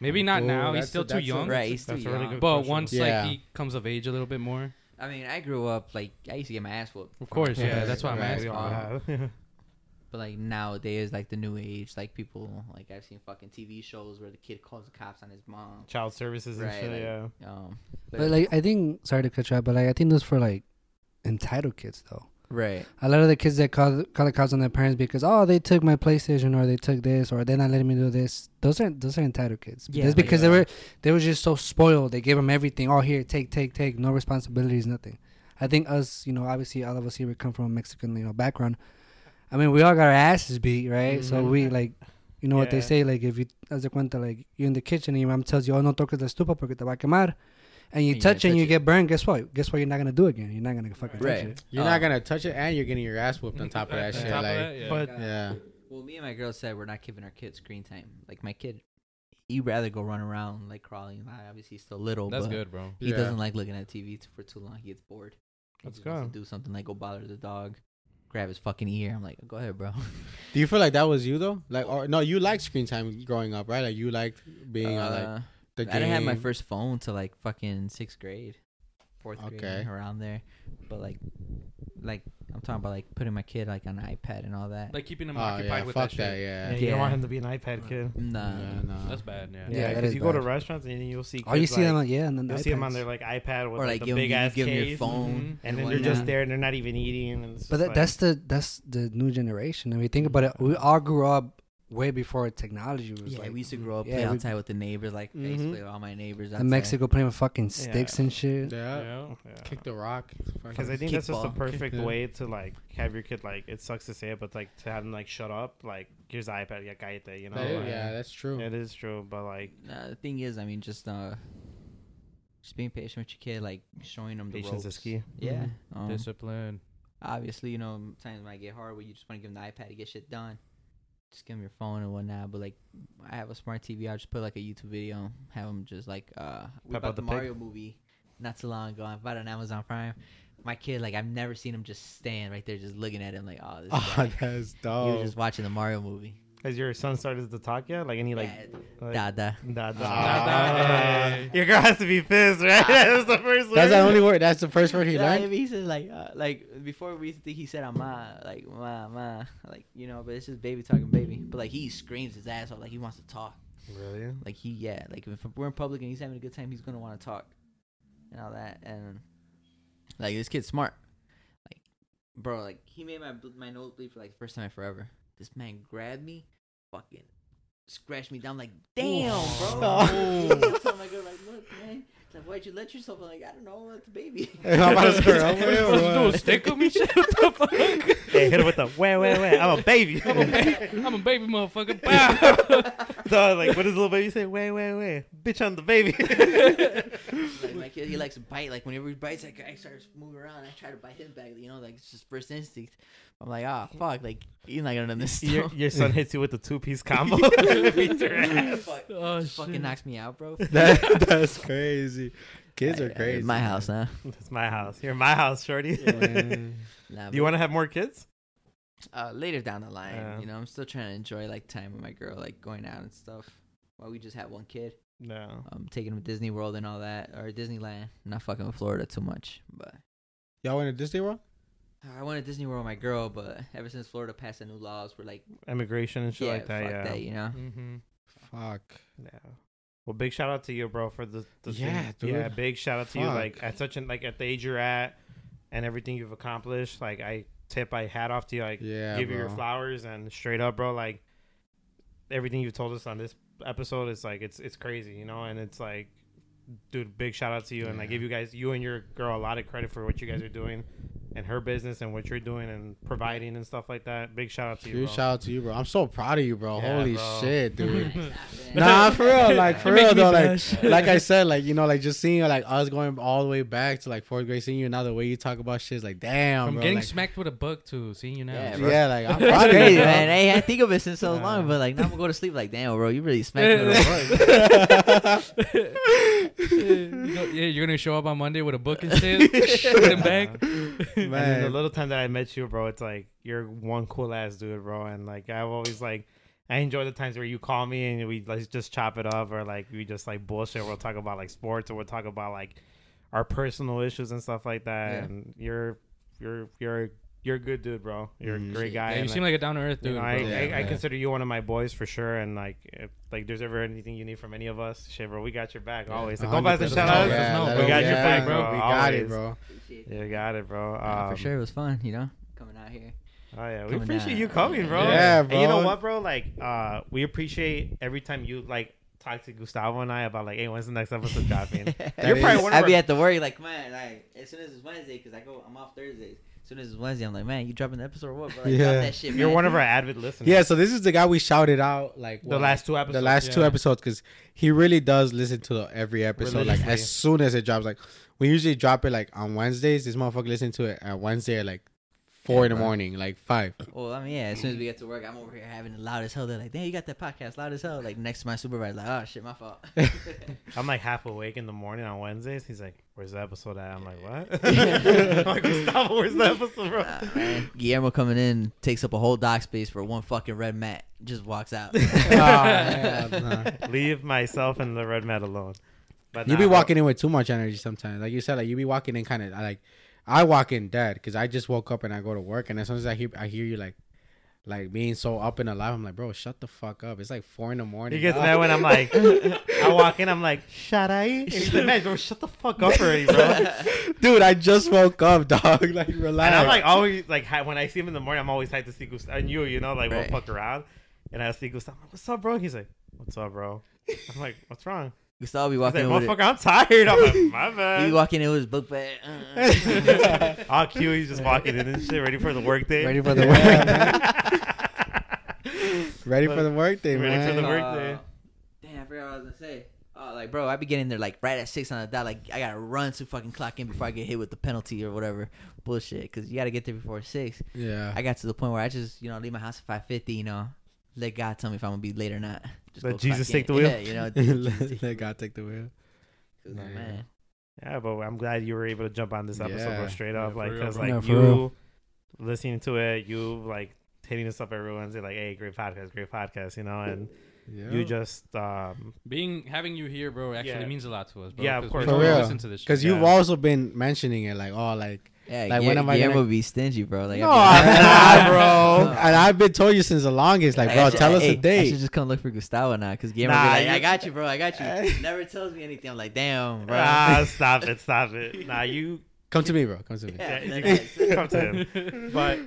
D: Maybe not
B: Ooh,
D: now.
B: that's
D: He's
B: a-
D: still too
B: that's a-
D: young.
A: right, he's
C: that's
A: too
C: a really
A: young.
C: good-
D: But
C: question.
D: once
B: Yeah.
D: like he comes of age a little bit more,
A: I mean, I grew up like I used to get my ass whooped.
D: of course, yeah,
B: Right,
D: that's why I'm
B: right.
D: asking.
C: We all
A: Um,
C: have.
A: But like nowadays, like the new age, like people, like I've seen fucking TV shows where the kid calls the cops on his mom.
C: Child services and
A: Right,
C: shit.
A: like-
C: yeah.
A: Um,
E: But like I think sorry to cut you out, but like I think those for like entitled kids though.
A: right,
E: A lot of the kids that call call the cops on their parents because oh they took my PlayStation or they took this or they're not letting me do this. Those are those are entitled kids.
A: Yeah,
E: That's
A: like,
E: because
A: uh,
E: they were they were just so spoiled. They gave them everything. Oh here, take take take. No responsibilities, nothing. I think us, you know, obviously all of us here we come from a Mexican you know background. I mean we all got our asses beat, right? So
A: Mm-hmm.
C: Mhm.
E: we like. You know what they
C: Yeah.
E: say, like if you, as de cuenta, like you're in the kitchen and your mom tells you, "Oh no toques la estufa porque te va a quemar," and
A: And
E: you
A: you
E: touch it and
A: touch
E: you
A: it.
E: get burned. Guess what? Guess what? You're not gonna do it again. You're not gonna fucking touch
A: right.
E: it.
B: you're not
A: Um,
B: gonna touch it, and you're getting your ass whooped on top of that
D: On
B: shit.
D: top of
B: Like,
D: that, yeah.
C: But
B: yeah,
A: Well, me and my girl said we're not giving our kids screen time. Like my kid, he'd rather go run around like crawling. Like, obviously, he's still
B: Oh,
A: little,
D: that's
A: but
D: good, bro.
A: he
B: Yeah.
A: doesn't like looking at TV t- for too long. He gets bored. He
C: Let's
A: just wants
C: go.
A: to do something like go bother the dog, grab his fucking ear. I'm like, go ahead, bro.
B: Do you feel like that was you though? Like, or no, you liked screen time growing up, right? Like, you liked being on like
A: Uh,
B: the game.
A: I didn't have my first phone till like fucking sixth grade, fourth
B: Okay.
A: grade around there. But like, like I'm talking about like putting my kid like on an iPad and all that.
D: Like keeping him
B: Oh,
D: occupied
B: yeah,
D: with
B: fuck
D: that,
B: that,
D: shit.
C: yeah,
B: yeah.
C: you don't
A: Yeah.
C: want him to be an iPad kid.
A: nah.
B: Yeah, no.
D: That's bad. Yeah.
E: Yeah,
C: Yeah,
E: that
C: because
E: is
C: you go to
E: bad.
C: restaurants and then you'll see. Kids,
E: Oh, you see
C: like,
E: them on yeah, and then
C: You'll
E: the
C: see them on
E: iPads.
C: their like iPad with
A: or like
C: like, the
A: give
C: big
A: him, you
C: ass
A: give him your
C: case,
B: Mm-hmm.
A: phone,
C: and then
A: your
C: they're just
A: whatnot.
C: there and they're not even eating. And it's
E: But
C: just
E: that,
C: like, Mm-hmm.
E: that's the that's the new generation. I mean, think about it. We all grew up way before technology was
A: Yeah,
E: like.
A: we used to grow up
E: yeah,
A: play
E: we-
A: outside with the neighbors. Like I used to
B: Mhm.
A: play with all my neighbors.
E: in
A: outside.
E: Mexico playing with fucking sticks
C: Yeah.
E: and shit.
B: Yeah.
D: Yeah.
B: Kick the rock.
C: Because I think that's just the
A: Kickball.
C: perfect
B: Yeah.
C: way to like have your kid like. It sucks to say it, but like to have them like shut up. Like here's the iPad, yeah, cállate, you know.
B: That is-
C: like,
B: yeah, that's true.
C: it is true, but like
A: Nah, the thing is, I mean, just uh, just being patient with your kid, like showing them the
C: patience
A: ropes.
C: is key.
A: Yeah. Um,
D: Discipline.
A: obviously, you know, times might get hard where you just want to give them the iPad to get shit done. Just give them your phone and whatnot. But like, I have a smart TV. I just put like a YouTube video, have them just like uh, we
C: Peppa
A: bought
C: the
A: the
C: Pig.
A: Mario movie not too long ago. I bought it on Amazon Prime. My kid, like, I've never seen him just stand right there, just looking at him, like, oh, this
B: Oh,
A: guy.
B: that's
A: He
B: dope.
A: was just watching the Mario movie.
C: Has your son started to talk yet? Like any like,
A: Yeah,
C: like
A: Dada.
C: da- da-
B: Ah.
C: da- Your girl has to be pissed, right? that's the first.
B: That's
C: word.
B: the only word. That's the first word he
A: Yeah,
B: learned.
A: if he said like uh, like before we used to think he said ama like ma ma like you know but it's just baby talking baby but like he screams his ass off like he wants to talk
C: Really?
A: like he yeah like if we're in public and he's having a good time he's gonna want to talk and all that and like this kid's smart like bro like he made my bl- my nose bleed for like the first time in forever this man grabbed me fucking scratched me down like damn bro so I'm like, I'm like look man It's like, why'd you let yourself I'm like I don't know it's a baby
B: Am I about to screw up with him or
D: Supposed to do a
B: what?
D: stick on me? Shit, what the fuck?
C: Hey, hit her with the wah wah wah. I'm a baby.
D: I'm a baby, I'm a baby motherfucker. Bow.
C: so, like, what does little baby say? Wah wah wah. Bitch, I'm the baby.
A: Like my kid, he likes to bite. Like whenever he bites, like I start moving around. I try to bite him back. You know, like it's just first instinct. I'm like, ah, fuck. Like he's not gonna
C: your,
A: understand.
C: your son hits you with the two piece combo. Beats your ass.
A: fuck,
D: oh, shit.
A: fucking knocks me out, bro.
B: That, that's crazy. Kids
A: I-
B: are
A: I-
B: crazy.
A: My house, huh?
C: That's my house. You're in my house, shorty.
B: Man.
A: Nah,
C: Do you
A: but,
C: want to have more kids?
A: uh, later down the line?
C: Yeah.
A: You know, I'm still trying to enjoy like time with my girl, like going out and stuff. While we just had one kid,
C: No.
A: um, taking him to Disney World and all that, or Disneyland. I'm not fucking with Florida too much, but
B: Y'all went to Disney World?
A: I went to Disney World with my girl. But ever since Florida passed the new laws, we're like,
C: Immigration and shit
A: yeah,
C: like that.
A: fuck
C: Yeah.
A: that, you know.
D: Mm-hmm.
B: Fuck.
C: Yeah. Well, big shout out to you, bro, for the, the thing-
B: Yeah, dude.
C: yeah. Big shout out to you, like
B: Fuck.
C: at such an like at the age you're at, and everything you've accomplished. Like I tip I had off to you. Like,
B: Yeah,
C: give you your
B: bro.
C: flowers and straight up, bro. Like, everything you've told us on this episode is like, it's it's crazy, you know. And it's like, dude, big shout out to you. And I
B: Yeah.
C: give you guys, you and your girl, a lot of credit for what you guys are doing, and her business and what you're doing and providing and stuff like that. Big shout out to you.
B: Huge
C: bro.
B: shout out to you, bro. I'm so proud of you, bro.
C: Yeah,
B: Holy
C: bro.
B: shit, dude. nah, for real, like for
E: It makes
B: real
E: me
B: though, like
E: blush.
B: like I said, like you know, like just seeing like us going all the way back to like fourth grade, seeing you now, the way you talk about shit, is like damn,
D: From
B: bro.
D: getting
B: like,
D: smacked with a book to seeing you now.
A: Yeah, bro.
B: yeah, like I'm proud of
A: Crazy
B: you, bro.
A: man. Hey, I think of it since so long, but like now I'm gonna go to sleep. Like, damn, bro, you really smacked me. with a book.
D: You go- yeah, you're gonna show up on Monday with a book and shit. Put it back.
C: And then the
B: Man.
C: little time that I met you, bro, it's like you're one cool ass dude, bro. And like I've always like I enjoy the times where you call me and we like just chop it up or like we just like bullshit. We'll talk about like sports or we'll talk about like our personal issues and stuff like that.
A: Yeah.
C: And you're you're you're you're a good dude, bro. You're
A: Mm-hmm.
C: a great guy.
D: Yeah, you
C: and,
D: seem like a down to earth
C: you
D: dude.
C: know, I,
D: bro.
C: I, I
B: Yeah.
C: consider you one of my boys for sure, and like, if like there's ever anything you need from any of us, shit, bro, we got your back always. Like, go by the
D: 100%.
C: shout outs.
D: Yeah, let
C: we
D: it-
C: got your
D: yeah,
C: back, bro.
B: We got it,
C: always.
B: bro.
C: You got it, bro.
A: Nah,
C: Um,
A: for sure, it was fun. You know, coming out here.
C: Oh yeah, we
A: Coming
C: appreciate
A: down.
C: you coming, bro.
B: Yeah,
C: And you know
B: bro.
C: what, bro? Like, uh, we appreciate every time you like talk to Gustavo and I about like, hey, when's the next episode dropping? You're
B: is-
C: probably one of
A: I'd be
C: our-
A: at the work like, man, like as soon as it's Wednesday, because I go, I'm off Thursdays. As soon as it's Wednesday, I'm like, man, you dropping the episode or what? But like,
B: Yeah.
A: drop that shit,
C: You're
A: man.
C: one of our avid listeners.
B: Yeah, so this is the guy we shouted out like
C: the
B: what,
C: last two episodes.
B: the last two
D: yeah.
B: episodes because he really does listen to the, every episode like
C: Religiously.
B: as soon as it drops. Like we usually drop it like on Wednesdays. This motherfucker listens to it at Wednesday at like four
A: Yeah,
B: in the
A: bro.
B: morning, like five.
A: Well, I mean, yeah. As soon as we get to work, I'm over here having it loud as hell. They're like, "Damn, you got that podcast loud as hell." Like next to my supervisor, like, "Oh shit, my fault."
C: I'm like half awake in the morning on Wednesdays. He's like, "Where's the episode at?" I'm like, "What?" I'm like, Gustavo, where's the episode, bro?
A: Nah, man. Guillermo coming in takes up a whole dock space for one fucking red mat. Just walks out.
B: Oh, man, nah.
C: Leave myself and the red mat alone. But
B: You
C: nah,
B: be
C: bro.
B: walking in with too much energy sometimes. Like you said, like you be walking in kind of like I walk in dead because I just woke up and I go to work and as soon as I hear I hear you like like being so up and alive, I'm like, bro, shut the fuck up. It's like four in the morning.
C: He gets
B: dog.
C: mad when I'm like, I walk in, I'm like, "Shut I?" And He's like, "Man, bro, shut the fuck up already, bro."
B: dude, I just woke up, dog. Like relax.
C: And I'm like always like hi- when I see him in the morning, I'm always hyped to see Gustavo and you, you know, like
A: Right.
C: we'll fuck around. And I see Gustavo, I'm like, what's up, bro? He's like, what's up, bro? I'm like, what's wrong?
A: Gustavo be
C: He's like,
A: walking in with
C: motherfucker, I'm tired. I'm like, my
A: it. He be
C: bad.
A: walking in with his book bag. Uh,
C: All cute. He's just walking in and shit, ready for the work day.
E: Ready for the
B: Yeah,
E: work.
B: ready
C: But-
B: for the workday,
C: Ready
B: man.
C: for the work
A: Uh,
C: day.
A: Damn, I forgot what I was gonna say. Oh, like bro, I be getting there like right at six on the dot. Like I gotta run to fucking clock in before I get hit with the penalty or whatever bullshit. Cause you gotta get there before six.
B: yeah.
A: I got to the point where I just you know leave my house at five fifty. You know, let God tell me if I'm gonna be late or not. Just
C: Let
A: go
C: Jesus
A: clock
C: take
A: in.
C: the wheel?
A: Yeah, you know.
B: let, let God take the wheel.
A: Oh,
B: Yeah.
A: man.
C: Yeah, but I'm glad you were able to jump on this episode bro,
B: Yeah.
C: straight
D: Yeah,
C: up,
D: for
C: like
D: real,
C: because
D: bro.
C: like
E: No, for
C: you
E: real.
C: listening to it, you like hitting us up every Wednesday, like, hey, great podcast, great podcast, you know, and
B: Yeah.
C: you just um,
D: Being having you here, bro, actually
C: Yeah.
D: means a lot to us, bro.
C: Yeah, of
D: 'cause
C: course.
D: We
B: For
D: don't
B: real.
D: listen to this shit.
B: Because you've
C: Yeah.
B: also been mentioning it, like, oh, like,
A: Yeah,
B: Like,
A: Gu-
B: when am I
A: Guillermo
B: gonna-
A: be stingy, bro. Like,
B: no,
A: I
B: I'm
A: mean-
B: not, bro.
A: No.
B: and I've been told you since the longest, like,
A: I
B: bro,
A: should-
B: tell us
A: hey,
B: a
A: I should
B: date.
A: just come look for Gustavo now, cause Guillermo
C: Nah,
A: be like,
C: you-
A: "I got you, bro. I got you." Never tells me anything. I'm like, "Damn, bro."
C: ah, stop it, stop it. Nah, you
B: Come to me, bro. Come to me.
A: Yeah,
C: Yeah,
A: that
C: you
A: is.
C: can come to him. But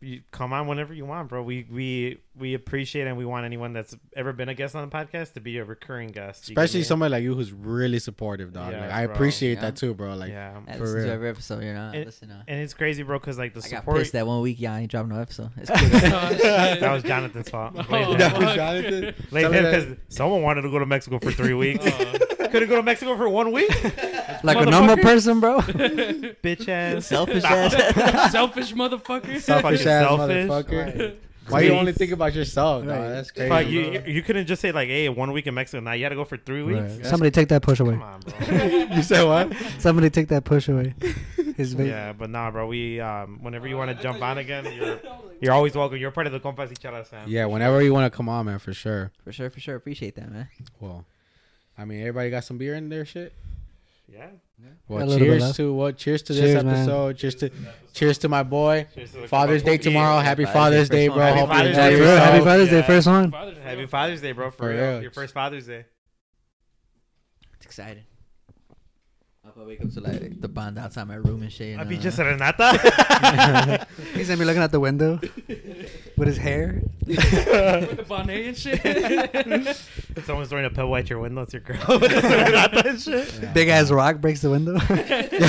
C: you come on whenever you want, bro. We we we appreciate and we want anyone that's ever been a guest on the podcast to be a recurring guest. You get
B: Especially
C: me?
B: somebody like you who's really supportive, dog.
C: Yeah,
B: like, I
C: bro.
B: appreciate
A: Yeah.
B: that too, bro. Like,
C: yeah.
A: I
B: For
A: listen to
B: real.
A: every episode, you know. I
C: And-
A: listen. To,
C: And it's crazy, bro, because like the
A: I got
C: support
A: pissed that one week. Yeah, I ain't dropping no episode. It's
D: Oh, shit.
C: that was Jonathan's fault.
D: Oh,
C: Blame him.
B: That was
D: fuck.
B: Jonathan.
C: Blame
B: Tell
C: him
B: her
C: because someone wanted to go to Mexico for three weeks.
D: Oh.
A: Uh-huh.
C: Couldn't go to Mexico for one week.
E: Like a normal
C: Motherfucker.
E: person, bro.
C: Bitch ass.
A: Selfish
C: Nah.
A: ass.
D: selfish motherfucker.
B: Selfish
C: fucking
B: ass
C: selfish.
B: motherfucker.
E: Right.
B: Why you
C: Crazy.
B: only think about yourself, dog?
E: Right.
B: That's
C: Fuck,
B: crazy.
C: you,
B: bro.
C: you, you couldn't just say like, "Hey, one week in Mexico." Now you had to go for three weeks.
E: Right. Somebody take that push away.
C: Come on, bro.
B: you said what?
E: Somebody take that push away. His vape.
C: Yeah, but nah, bro. We um, whenever you want to jump on again, you're you're always welcome. You're part of the compas y charas fam.
B: Yeah, whenever you want to come on, man, for sure.
A: for sure, for sure. Appreciate that, man.
B: Well, I mean, everybody got some beer in their shit.
C: Yeah.
E: Got a
B: Well,
E: little bit
B: cheers
E: left.
B: to what? Cheers to this
E: Cheers, man.
B: episode. Cheers to, cheers to my boy.
C: Cheers to the
B: Father's
C: compas.
B: Day tomorrow.
C: Yeah.
B: Happy
A: Father's Day,
B: Father's
A: first
B: Day,
A: one.
B: bro. Hope
C: Happy
B: you
C: Father's
B: enjoy
C: Day, Happy
E: Happy, Father-
B: yourself.
E: Happy Father's
C: Yeah.
E: Day, first one.
C: Happy Father's Day, bro. For,
B: For
C: real.
B: real.
C: your first Father's Day.
A: It's exciting. Up, I wake up to like the band outside my room and shit. you
C: I be
A: know?
C: just Renata.
E: He's gonna be looking out the window with his hair.
D: with the bonnet and shit.
C: Someone's throwing a pebble at your window. It's your girl. Renata and shit.
A: Yeah.
E: Big ass rock breaks the window.
A: Yeah,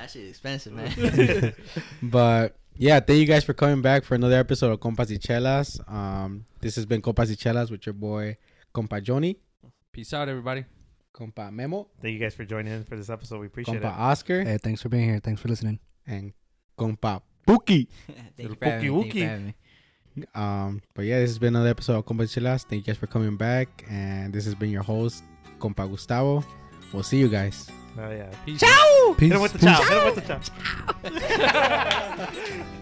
A: that shit expensive, man.
B: But yeah, thank you guys for coming back for another episode of Compas y Chelas. Um, this has been Compas y Chelas with your boy Compa Johnny,
D: Peace out, everybody.
B: Compa Memo,
C: Thank you guys for joining in for this episode. We appreciate
B: Compa
C: it.
B: Oscar,
E: hey, thanks for being here. Thanks for listening.
B: and Compa Puki.
A: Thank you for having me. Thank you for having me.
B: Um, but yeah, this has been another episode of Compas y Chelas. Thank you guys for coming back, and this has been your host Compa Gustavo. We'll see you guys.
C: Oh yeah.
D: Peace.
E: Peace.
C: Hit him with the chow. Hit him with the chow.